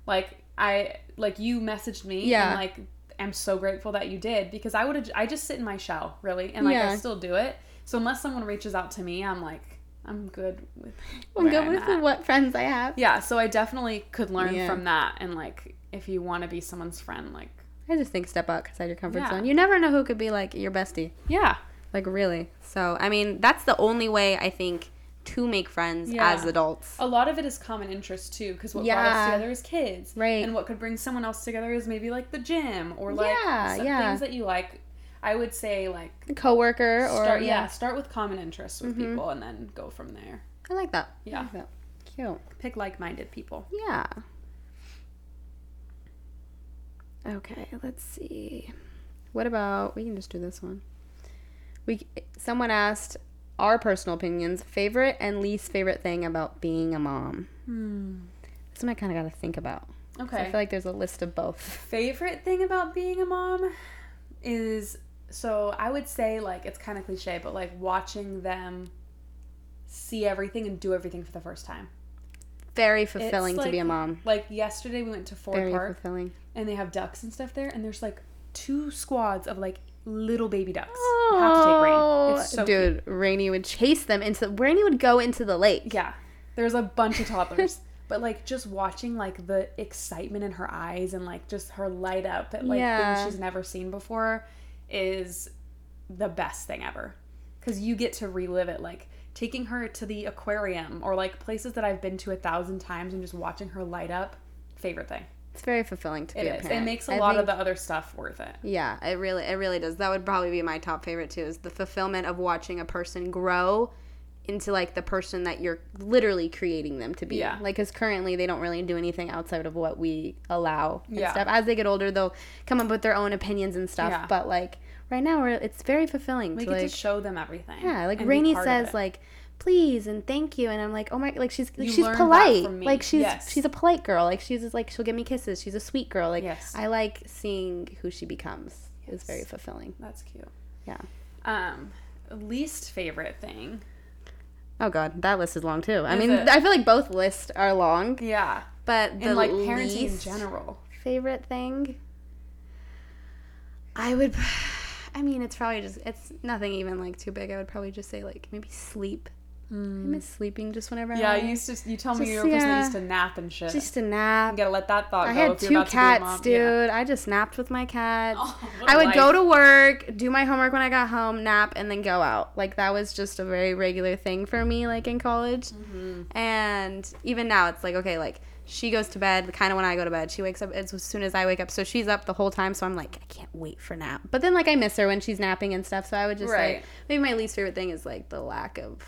Speaker 2: Like I like you messaged me
Speaker 1: Yeah.
Speaker 2: and like I'm so grateful that you did because I would have I just sit in my shell, really. And like
Speaker 1: Yeah.
Speaker 2: I still do it. So unless someone reaches out to me, I'm like I'm good with
Speaker 1: I'm
Speaker 2: where
Speaker 1: good
Speaker 2: I'm
Speaker 1: with
Speaker 2: at.
Speaker 1: what friends I have.
Speaker 2: Yeah, so I definitely could learn
Speaker 1: Yeah.
Speaker 2: from that. And like, if you want to be someone's friend, like,
Speaker 1: I just think step outside your comfort
Speaker 2: Yeah.
Speaker 1: zone. You never know who could be like your bestie.
Speaker 2: yeah,
Speaker 1: Like really. So I mean, that's the only way I think to make friends
Speaker 2: Yeah.
Speaker 1: as adults.
Speaker 2: a lot of it is common interest too, because what brought
Speaker 1: Yeah.
Speaker 2: us together is kids,
Speaker 1: Right.
Speaker 2: And what could bring someone else together is maybe like the gym or like
Speaker 1: Yeah,
Speaker 2: some
Speaker 1: yeah.
Speaker 2: things that you like. I would say like
Speaker 1: Coworker or Mm-hmm.
Speaker 2: start, yeah. start with common interests with people and then go from there.
Speaker 1: I like that. I
Speaker 2: Yeah.
Speaker 1: like that. Cute.
Speaker 2: Pick like-minded people.
Speaker 1: Yeah. Okay, let's see. What about we can just do this one. We c- someone asked our personal opinions, favorite and least favorite thing about being a mom. This one I kind of got to think about. So I
Speaker 2: Hmm. Okay.
Speaker 1: feel like there's a list of both.
Speaker 2: favorite thing about being a mom is so I would say like it's kind of cliche, but like watching them see everything and do everything for the first time.
Speaker 1: Very fulfilling to
Speaker 2: like-
Speaker 1: be a mom.
Speaker 2: Like yesterday, we went to Ford
Speaker 1: Very
Speaker 2: Park
Speaker 1: fulfilling.
Speaker 2: and they have ducks and stuff there, and there's like two squads of like little baby ducks. You have to take
Speaker 1: Oh,
Speaker 2: rain. It's so
Speaker 1: dude, Rainy would chase them into. Rainy would go into the lake.
Speaker 2: cute. yeah. There's a bunch of toddlers. But like just watching like the excitement in her eyes and like just her light up at like
Speaker 1: Yeah.
Speaker 2: things she's never seen before is the best thing ever. Cause you get to relive it like taking her to the aquarium or like places that I've been to a thousand times and just watching her light up, favorite thing.
Speaker 1: It's very fulfilling to
Speaker 2: It
Speaker 1: be
Speaker 2: is.
Speaker 1: a parent.
Speaker 2: It makes a
Speaker 1: a
Speaker 2: lot of the other stuff worth it.
Speaker 1: Yeah, it really, it really does. That would probably be my top favorite too. Is the fulfillment of watching a person grow into like the person that you're literally creating them to be.
Speaker 2: Yeah.
Speaker 1: Like, because currently they don't really do anything outside of what we allow and
Speaker 2: Yeah.
Speaker 1: stuff. As they get older, they'll come up with their own opinions and stuff.
Speaker 2: Yeah.
Speaker 1: But like right now, we're, it's very fulfilling
Speaker 2: We
Speaker 1: to
Speaker 2: get
Speaker 1: like
Speaker 2: to show them everything.
Speaker 1: Yeah, like
Speaker 2: and be
Speaker 1: Rainey
Speaker 2: part of
Speaker 1: says
Speaker 2: it.
Speaker 1: like please and thank you and I'm like, "Oh my like she's like,
Speaker 2: You
Speaker 1: she's
Speaker 2: learned that
Speaker 1: polite.
Speaker 2: from me.
Speaker 1: Like she's
Speaker 2: Yes.
Speaker 1: she's a polite girl. Like she's just, like she'll give me kisses. She's a sweet girl. Like
Speaker 2: Yes.
Speaker 1: I like seeing who she becomes. It's
Speaker 2: Yes.
Speaker 1: very fulfilling.
Speaker 2: That's cute.
Speaker 1: Yeah.
Speaker 2: Um, least favorite thing.
Speaker 1: Oh god, that list is long too. I
Speaker 2: Is
Speaker 1: mean,
Speaker 2: it?
Speaker 1: I feel like both lists are long,
Speaker 2: Yeah.
Speaker 1: but the
Speaker 2: and like parenting in
Speaker 1: least
Speaker 2: general.
Speaker 1: favorite thing I would I mean, it's probably just it's nothing even like too big. I would probably just say like maybe sleep. I miss sleeping just whenever
Speaker 2: Hmm. Yeah,
Speaker 1: I
Speaker 2: you used to. You tell me
Speaker 1: Just-
Speaker 2: you were a person that
Speaker 1: yeah.
Speaker 2: used to nap and shit.
Speaker 1: just a nap.
Speaker 2: you gotta let that thought
Speaker 1: I
Speaker 2: go.
Speaker 1: had
Speaker 2: if you're
Speaker 1: two
Speaker 2: about
Speaker 1: cats,
Speaker 2: to be
Speaker 1: dude.
Speaker 2: a mom. Yeah.
Speaker 1: I just napped with my cats.
Speaker 2: Oh, what
Speaker 1: I
Speaker 2: a
Speaker 1: would go
Speaker 2: life.
Speaker 1: to work, do my homework when I got home, nap, and then go out. Like that was just a very regular thing for me, like in college.
Speaker 2: Mm-hmm.
Speaker 1: And even now, it's like okay, like she goes to bed kind of when I go to bed. She wakes up as soon as I wake up, so she's up the whole time. So I'm like, I can't wait for nap. But then like I miss her when she's napping and stuff. So I would just
Speaker 2: Right.
Speaker 1: like maybe my least favorite thing is like the lack of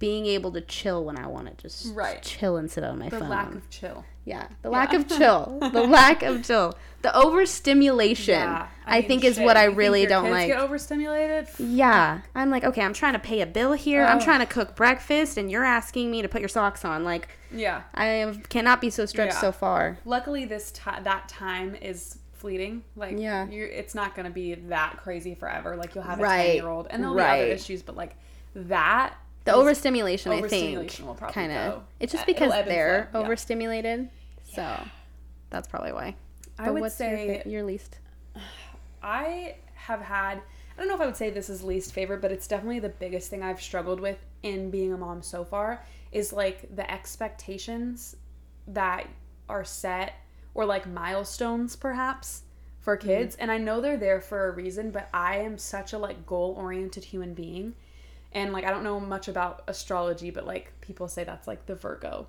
Speaker 1: being able to chill when I want to just
Speaker 2: Right.
Speaker 1: chill and sit on my
Speaker 2: The
Speaker 1: phone.
Speaker 2: lack of chill.
Speaker 1: Yeah, the lack of chill, the lack of chill, the overstimulation. I,
Speaker 2: mean,
Speaker 1: think is
Speaker 2: shit,
Speaker 1: what I
Speaker 2: you think
Speaker 1: really
Speaker 2: your
Speaker 1: don't
Speaker 2: kids
Speaker 1: like.
Speaker 2: Get overstimulated.
Speaker 1: yeah, I'm like, okay, I'm trying to pay a bill here. I'm
Speaker 2: Ugh.
Speaker 1: trying to cook breakfast, and you're asking me to put your socks on. Like,
Speaker 2: Yeah.
Speaker 1: I have- cannot be so stretched
Speaker 2: Yeah.
Speaker 1: so far.
Speaker 2: Luckily, this ti that time is fleeting. Like,
Speaker 1: Yeah.
Speaker 2: you it's not gonna be that crazy forever. Like, you'll have a
Speaker 1: Right.
Speaker 2: ten year old, and there'll be
Speaker 1: Right.
Speaker 2: other issues, but like that.
Speaker 1: The
Speaker 2: is-
Speaker 1: overstimulation, I
Speaker 2: overstimulation will
Speaker 1: think,
Speaker 2: probably
Speaker 1: kind of.
Speaker 2: go-
Speaker 1: It's just
Speaker 2: it'll
Speaker 1: because
Speaker 2: ebb and
Speaker 1: they're
Speaker 2: flow, yeah.
Speaker 1: overstimulated, so that's probably why.
Speaker 2: I would
Speaker 1: your
Speaker 2: say
Speaker 1: fa- your, least?
Speaker 2: I have had I don't know if I would say this is least favorite, but it's definitely the biggest thing I've struggled with in being a mom so far is like the expectations that are set or like milestones perhaps for
Speaker 1: Mm-hmm.
Speaker 2: kids. And I know they're there for a reason, but I am such a like goal-oriented human being. And like I don't know much about astrology, but like people say that's like the Virgo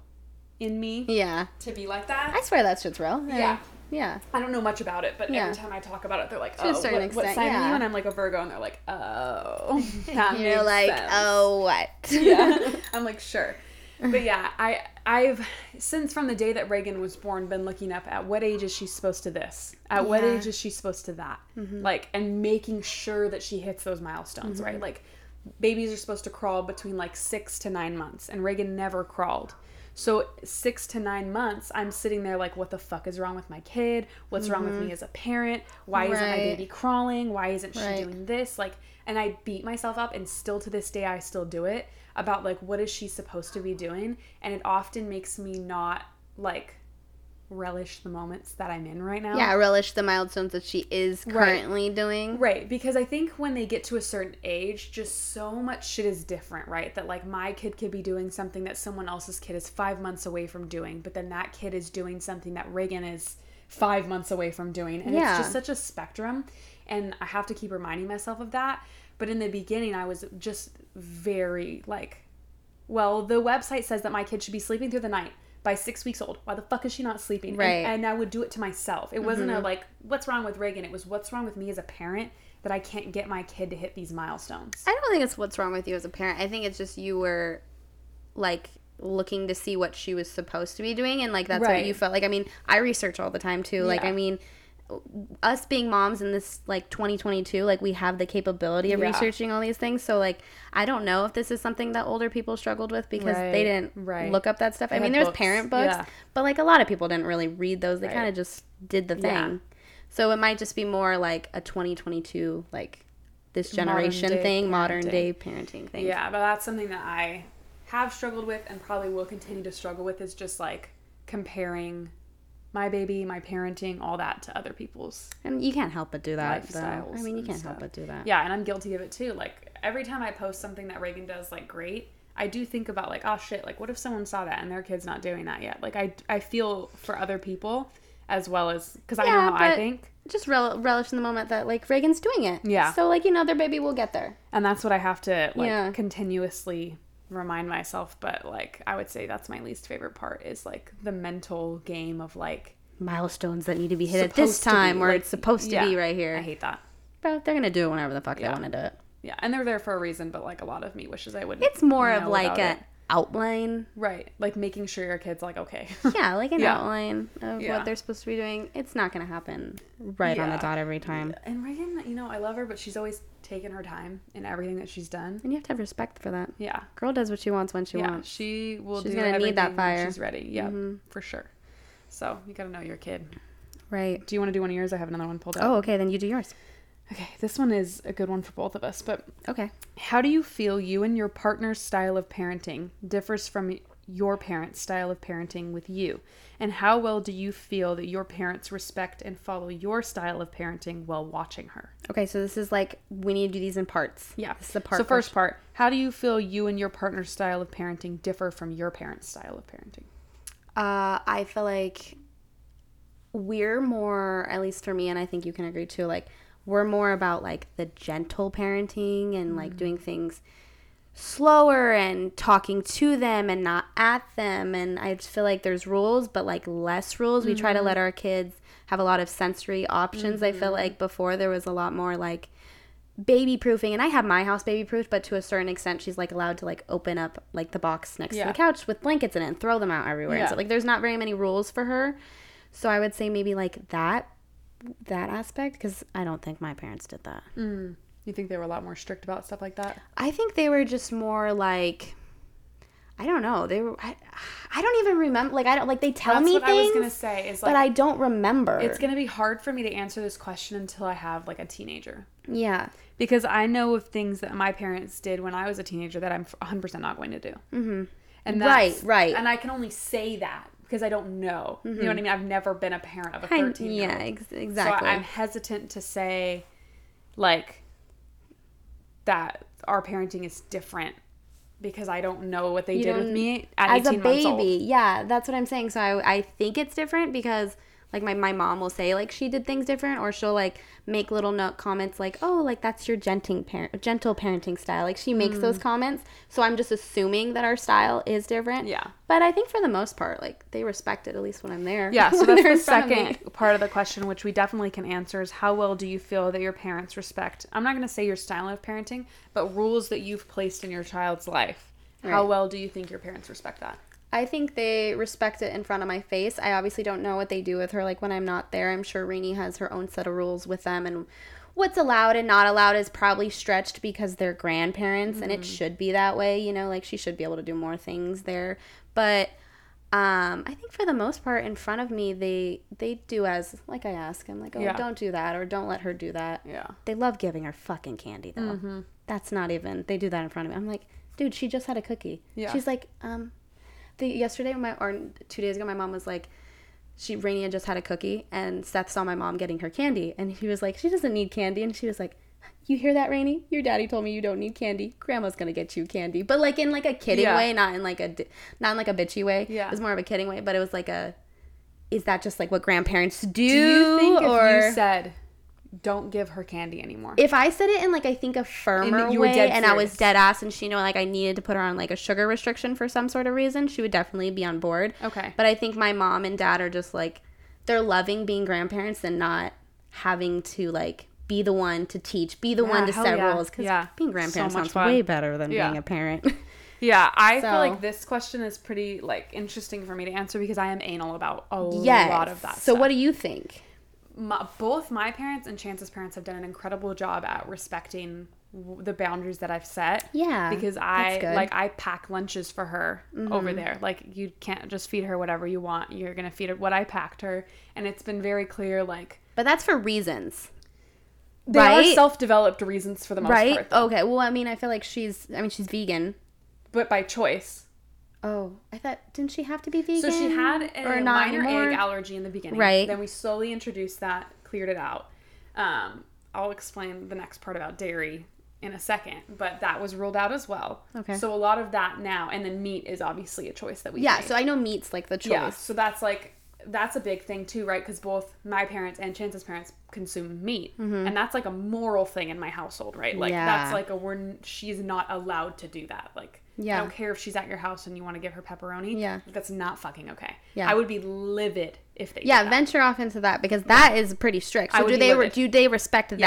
Speaker 2: in me
Speaker 1: Yeah,
Speaker 2: to be like that.
Speaker 1: I swear that shit's real. I-
Speaker 2: Yeah.
Speaker 1: yeah.
Speaker 2: I don't know much about it, but
Speaker 1: Yeah.
Speaker 2: every time I talk about it, they're like,
Speaker 1: a
Speaker 2: "Oh,
Speaker 1: certain
Speaker 2: what, what
Speaker 1: extent,
Speaker 2: sign are
Speaker 1: yeah.
Speaker 2: you?" And I'm like a Virgo, and they're like, "Oh, that
Speaker 1: You're
Speaker 2: makes
Speaker 1: like,
Speaker 2: sense."
Speaker 1: oh, what?
Speaker 2: yeah." I'm like, "Sure," but yeah, I I've since from the day that Reagan was born been looking up at what age is she supposed to this, at what
Speaker 1: Yeah.
Speaker 2: age is she supposed to that, like, and making sure that she hits those milestones, right? Like, babies are supposed to crawl between like six to nine months, and Reagan never crawled. So six to nine months, I'm sitting there like, what the fuck is wrong with my kid? What's wrong with me as a parent? Why isn't my
Speaker 1: Right.
Speaker 2: baby crawling? Why isn't she
Speaker 1: Right.
Speaker 2: doing this? Like, and I beat myself up, and still to this day, I still do it about like, what is she supposed to be doing? And it often makes me not like relish the moments that I'm in right now.
Speaker 1: Yeah, relish the milestones that she is currently doing.
Speaker 2: Right, because I think when they get to a certain age, just so much shit is different, right? That like my kid could be doing something that someone else's kid is five months away from doing, but then that kid is doing something that Reagan is five months away from doing. And
Speaker 1: Yeah.
Speaker 2: it's just such a spectrum. And I have to keep reminding myself of that. But in the beginning, I was just very like, well, the website says that my kid should be sleeping through the night by six weeks old. Why the fuck is she not sleeping? And-
Speaker 1: Right.
Speaker 2: And, I would do it to myself. It wasn't a like, what's wrong with Reagan? It was what's wrong with me as a parent that I can't get my kid to hit these milestones.
Speaker 1: I don't think it's what's wrong with you as a parent. I think it's just you were like looking to see what she was supposed to be doing and like that's what
Speaker 2: Right.
Speaker 1: you felt like. I mean, I research all the time too. Like
Speaker 2: Yeah.
Speaker 1: I mean, us being moms in this like 2022 like we have the capability of
Speaker 2: Yeah.
Speaker 1: researching all these things so like i don't know if this is something that older people struggled with because
Speaker 2: Right,
Speaker 1: they didn't
Speaker 2: right.
Speaker 1: look up that stuff i
Speaker 2: They
Speaker 1: mean
Speaker 2: had
Speaker 1: there's
Speaker 2: books,
Speaker 1: parent books
Speaker 2: yeah.
Speaker 1: but like a lot of people didn't really read those they
Speaker 2: Right.
Speaker 1: kind of just did the thing
Speaker 2: Yeah.
Speaker 1: so it might just be more like a 2022 like this
Speaker 2: Modern
Speaker 1: generation
Speaker 2: day
Speaker 1: thing modern
Speaker 2: parenting.
Speaker 1: day parenting thing
Speaker 2: Yeah, but that's something that I have struggled with and probably will continue to struggle with is just like comparing my baby, my parenting, all that to other people's.
Speaker 1: and you can't help but do that though. i
Speaker 2: Lifestyles
Speaker 1: mean you
Speaker 2: and
Speaker 1: can't help
Speaker 2: stuff.
Speaker 1: but do that
Speaker 2: Yeah, and I'm guilty of it too. Like every time I post something that Reagan does like great, I do think about like, oh shit, like what if someone saw that and their kid's not doing that yet? Like I I feel for other people as well as cuz I know
Speaker 1: Yeah,
Speaker 2: how I
Speaker 1: but-
Speaker 2: think.
Speaker 1: just rel- relish in the moment that like reagan's doing it
Speaker 2: Yeah.
Speaker 1: so like you know their baby will get there
Speaker 2: And that's what I have to like
Speaker 1: Yeah.
Speaker 2: continuously remind myself, but like I would say that's my least favorite part is like the mental game of like
Speaker 1: milestones that need to be hit at this
Speaker 2: supposed to be,
Speaker 1: time or
Speaker 2: like,
Speaker 1: it's supposed to
Speaker 2: yeah,
Speaker 1: be right
Speaker 2: I
Speaker 1: here.
Speaker 2: hate that.
Speaker 1: Bro, they're gonna do it whenever the fuck
Speaker 2: Yeah.
Speaker 1: they want to do it.
Speaker 2: Yeah, and they're there for a reason, but like a lot of me wishes I wouldn't.
Speaker 1: It's more of
Speaker 2: know
Speaker 1: like
Speaker 2: about
Speaker 1: an
Speaker 2: it.
Speaker 1: outline.
Speaker 2: right, like making sure your kid's like okay.
Speaker 1: Yeah, like an
Speaker 2: Yeah.
Speaker 1: outline of
Speaker 2: Yeah.
Speaker 1: what they're supposed to be doing. It's not gonna happen right on the
Speaker 2: Yeah.
Speaker 1: dot every time.
Speaker 2: And Reagan, you know, I love her, but she's always taken her time in everything that she's done.
Speaker 1: And you have to have respect for that.
Speaker 2: Yeah,
Speaker 1: Girl does what she wants when she
Speaker 2: yeah,
Speaker 1: wants.
Speaker 2: she will.
Speaker 1: She's
Speaker 2: do
Speaker 1: gonna need that
Speaker 2: everything when
Speaker 1: fire.
Speaker 2: She's ready. Yeah, for sure. So you gotta know your kid.
Speaker 1: Right.
Speaker 2: Do you want to do one of yours? I have another one pulled up.
Speaker 1: Oh, okay, then you do yours.
Speaker 2: Okay, this one is a good one for both of us. But
Speaker 1: Okay.
Speaker 2: how do you feel you and your partner's style of parenting differs from your parents' style of parenting with you? And how well do you feel that your parents respect and follow your style of parenting while watching her?
Speaker 1: Okay, so this is like we need to do these in parts.
Speaker 2: Yeah.
Speaker 1: This is the part.
Speaker 2: so first part, how do you feel you and your partner's style of parenting differ from your parents' style of parenting?
Speaker 1: Uh, I feel like we're more, at least for me, and I think you can agree too, like we're more about like the gentle parenting and
Speaker 2: Mm.
Speaker 1: like doing things slower and talking to them and not at them. And I just feel like there's rules, but like less rules. We try to
Speaker 2: Mm-hmm.
Speaker 1: let our kids have a lot of sensory options. I feel like before there was a lot more like baby proofing and I have my house baby proofed but to a certain extent she's like allowed to like open up like the box next
Speaker 2: Yeah.
Speaker 1: to the couch with blankets in it and throw them out everywhere and
Speaker 2: Yeah.
Speaker 1: so like there's not very many rules for her so I would say maybe like that that aspect because I don't think my parents did that
Speaker 2: You think they were a lot more strict about stuff like that?
Speaker 1: I think they were just more like I don't know they were I, I don't even remember like I don't like they tell
Speaker 2: That's
Speaker 1: me
Speaker 2: what
Speaker 1: things
Speaker 2: I was gonna say. Is like
Speaker 1: but I don't remember
Speaker 2: it's gonna be hard for me to answer this question until I have like a teenager.
Speaker 1: yeah
Speaker 2: because I know of things that my parents did when I was a teenager that I'm 100% not going to do. Mm-hmm. And
Speaker 1: Right,
Speaker 2: that's,
Speaker 1: right. Mm-hmm.
Speaker 2: And I can only say that because I don't know. You know what I mean? I've never been a parent of a
Speaker 1: I,
Speaker 2: 13 year
Speaker 1: yeah
Speaker 2: old.
Speaker 1: ex-
Speaker 2: So
Speaker 1: exactly
Speaker 2: I- I'm hesitant to say, like, that our parenting is different because I don't know what they
Speaker 1: You
Speaker 2: did with
Speaker 1: don't-
Speaker 2: me at
Speaker 1: as a
Speaker 2: 18 months old.
Speaker 1: baby yeah that's what i'm saying so i, I think it's different because like my, my mom will say like she did things different or she'll like make little note comments like oh like that's your genting parent gentle parenting style like she makes
Speaker 2: Mm.
Speaker 1: those comments so i'm just assuming that our style is different
Speaker 2: Yeah.
Speaker 1: but i think for the most part like they respect it at least when i'm there
Speaker 2: Yeah, so
Speaker 1: When
Speaker 2: that's
Speaker 1: they're
Speaker 2: the
Speaker 1: in front of me.
Speaker 2: second part of the question, which we definitely can answer, is how well do you feel that your parents respect? I'm not going to say your style of parenting, but rules that you've placed in your child's life. How
Speaker 1: Right.
Speaker 2: well do you think your parents respect that?
Speaker 1: I think they respect it in front of my face. I obviously don't know what they do with her. Like when I'm not there, I'm sure Rini has her own set of rules with them, and what's allowed and not allowed is probably stretched because they're grandparents, and it should be that way. You know, like she should be able to do more things there. But um, I think for the most part, in front of me, they they do as like I ask. I'm like, oh,
Speaker 2: Yeah.
Speaker 1: don't do that, or don't let her do that.
Speaker 2: Yeah. Mm-hmm.
Speaker 1: They love giving her fucking candy though. That's not even. They do that in front of me. I'm like, dude, she just had a cookie.
Speaker 2: Yeah.
Speaker 1: She's like, um, the yesterday my or two days ago my mom was like, she Rainia just had a cookie and Seth saw my mom getting her candy and he was like, she doesn't need candy and she was like. You hear that, Rainy? Your daddy told me you don't need candy. Grandma's gonna get you candy, but like in like a kidding
Speaker 2: Yeah.
Speaker 1: way, not in like a di- not in like a bitchy way.
Speaker 2: Yeah.
Speaker 1: it was more of a kidding way, but it was like a. Is that just like what grandparents do?
Speaker 2: Do you think
Speaker 1: or
Speaker 2: if you said, don't give her candy anymore?
Speaker 1: if I said it in like I think a firmer
Speaker 2: And you were
Speaker 1: way,
Speaker 2: dead
Speaker 1: and I was
Speaker 2: serious.
Speaker 1: dead ass, and she knew like I needed to put her on like a sugar restriction for some sort of reason, she would definitely be on board.
Speaker 2: okay.
Speaker 1: But I think my mom and dad are just like they're loving being grandparents and not having to like be the one to teach, be the one to
Speaker 2: hell
Speaker 1: set
Speaker 2: yeah.
Speaker 1: rules. Because
Speaker 2: Yeah.
Speaker 1: being
Speaker 2: So
Speaker 1: grandparents
Speaker 2: much
Speaker 1: sounds
Speaker 2: fun.
Speaker 1: way better than
Speaker 2: Yeah.
Speaker 1: being a parent.
Speaker 2: yeah, I feel
Speaker 1: So-
Speaker 2: like this question is pretty like interesting for me to answer because I am anal about a
Speaker 1: yes.
Speaker 2: lot of that.
Speaker 1: So
Speaker 2: stuff.
Speaker 1: what do you think?
Speaker 2: my, both my parents and Chance's parents have done an incredible job at respecting w- the boundaries that I've set.
Speaker 1: Yeah,
Speaker 2: Because I
Speaker 1: that's good. Mm-hmm.
Speaker 2: like I pack lunches for her over there. Like you can't just feed her whatever you want. You're gonna feed her what I packed her, and it's been very clear. Like
Speaker 1: But that's for reasons,
Speaker 2: they are
Speaker 1: Right?
Speaker 2: self-developed reasons for the most
Speaker 1: right?
Speaker 2: part, though.
Speaker 1: Okay. Well, I mean, I feel like she's. I mean, she's vegan.
Speaker 2: but by choice.
Speaker 1: Oh, I thought didn't she have to be vegan?
Speaker 2: So she had a
Speaker 1: not
Speaker 2: minor
Speaker 1: anymore?
Speaker 2: egg allergy in the beginning.
Speaker 1: Right.
Speaker 2: Then we slowly introduced that, cleared it out. Um, I'll explain the next part about dairy in a second, but that was ruled out as well.
Speaker 1: Okay.
Speaker 2: So a lot of that now, and then meat is obviously a choice that we
Speaker 1: Yeah.
Speaker 2: made.
Speaker 1: So I know meat's like the choice.
Speaker 2: yeah. So that's like that's a big thing too, right? Because both my parents and Chance's parents consume meat, and that's like a moral thing in my household, right? Like
Speaker 1: Mm-hmm. Yeah.
Speaker 2: that's like a we're n- she's not allowed to do that. Like I
Speaker 1: Yeah.
Speaker 2: don't care if she's at your house and you want to give her pepperoni.
Speaker 1: Yeah.
Speaker 2: that's not fucking okay.
Speaker 1: Yeah.
Speaker 2: I would be livid if they.
Speaker 1: Yeah,
Speaker 2: did that.
Speaker 1: venture off into that because that is pretty strict.
Speaker 2: I
Speaker 1: So
Speaker 2: would
Speaker 1: do
Speaker 2: be
Speaker 1: they re-
Speaker 2: livid.
Speaker 1: do they respect that?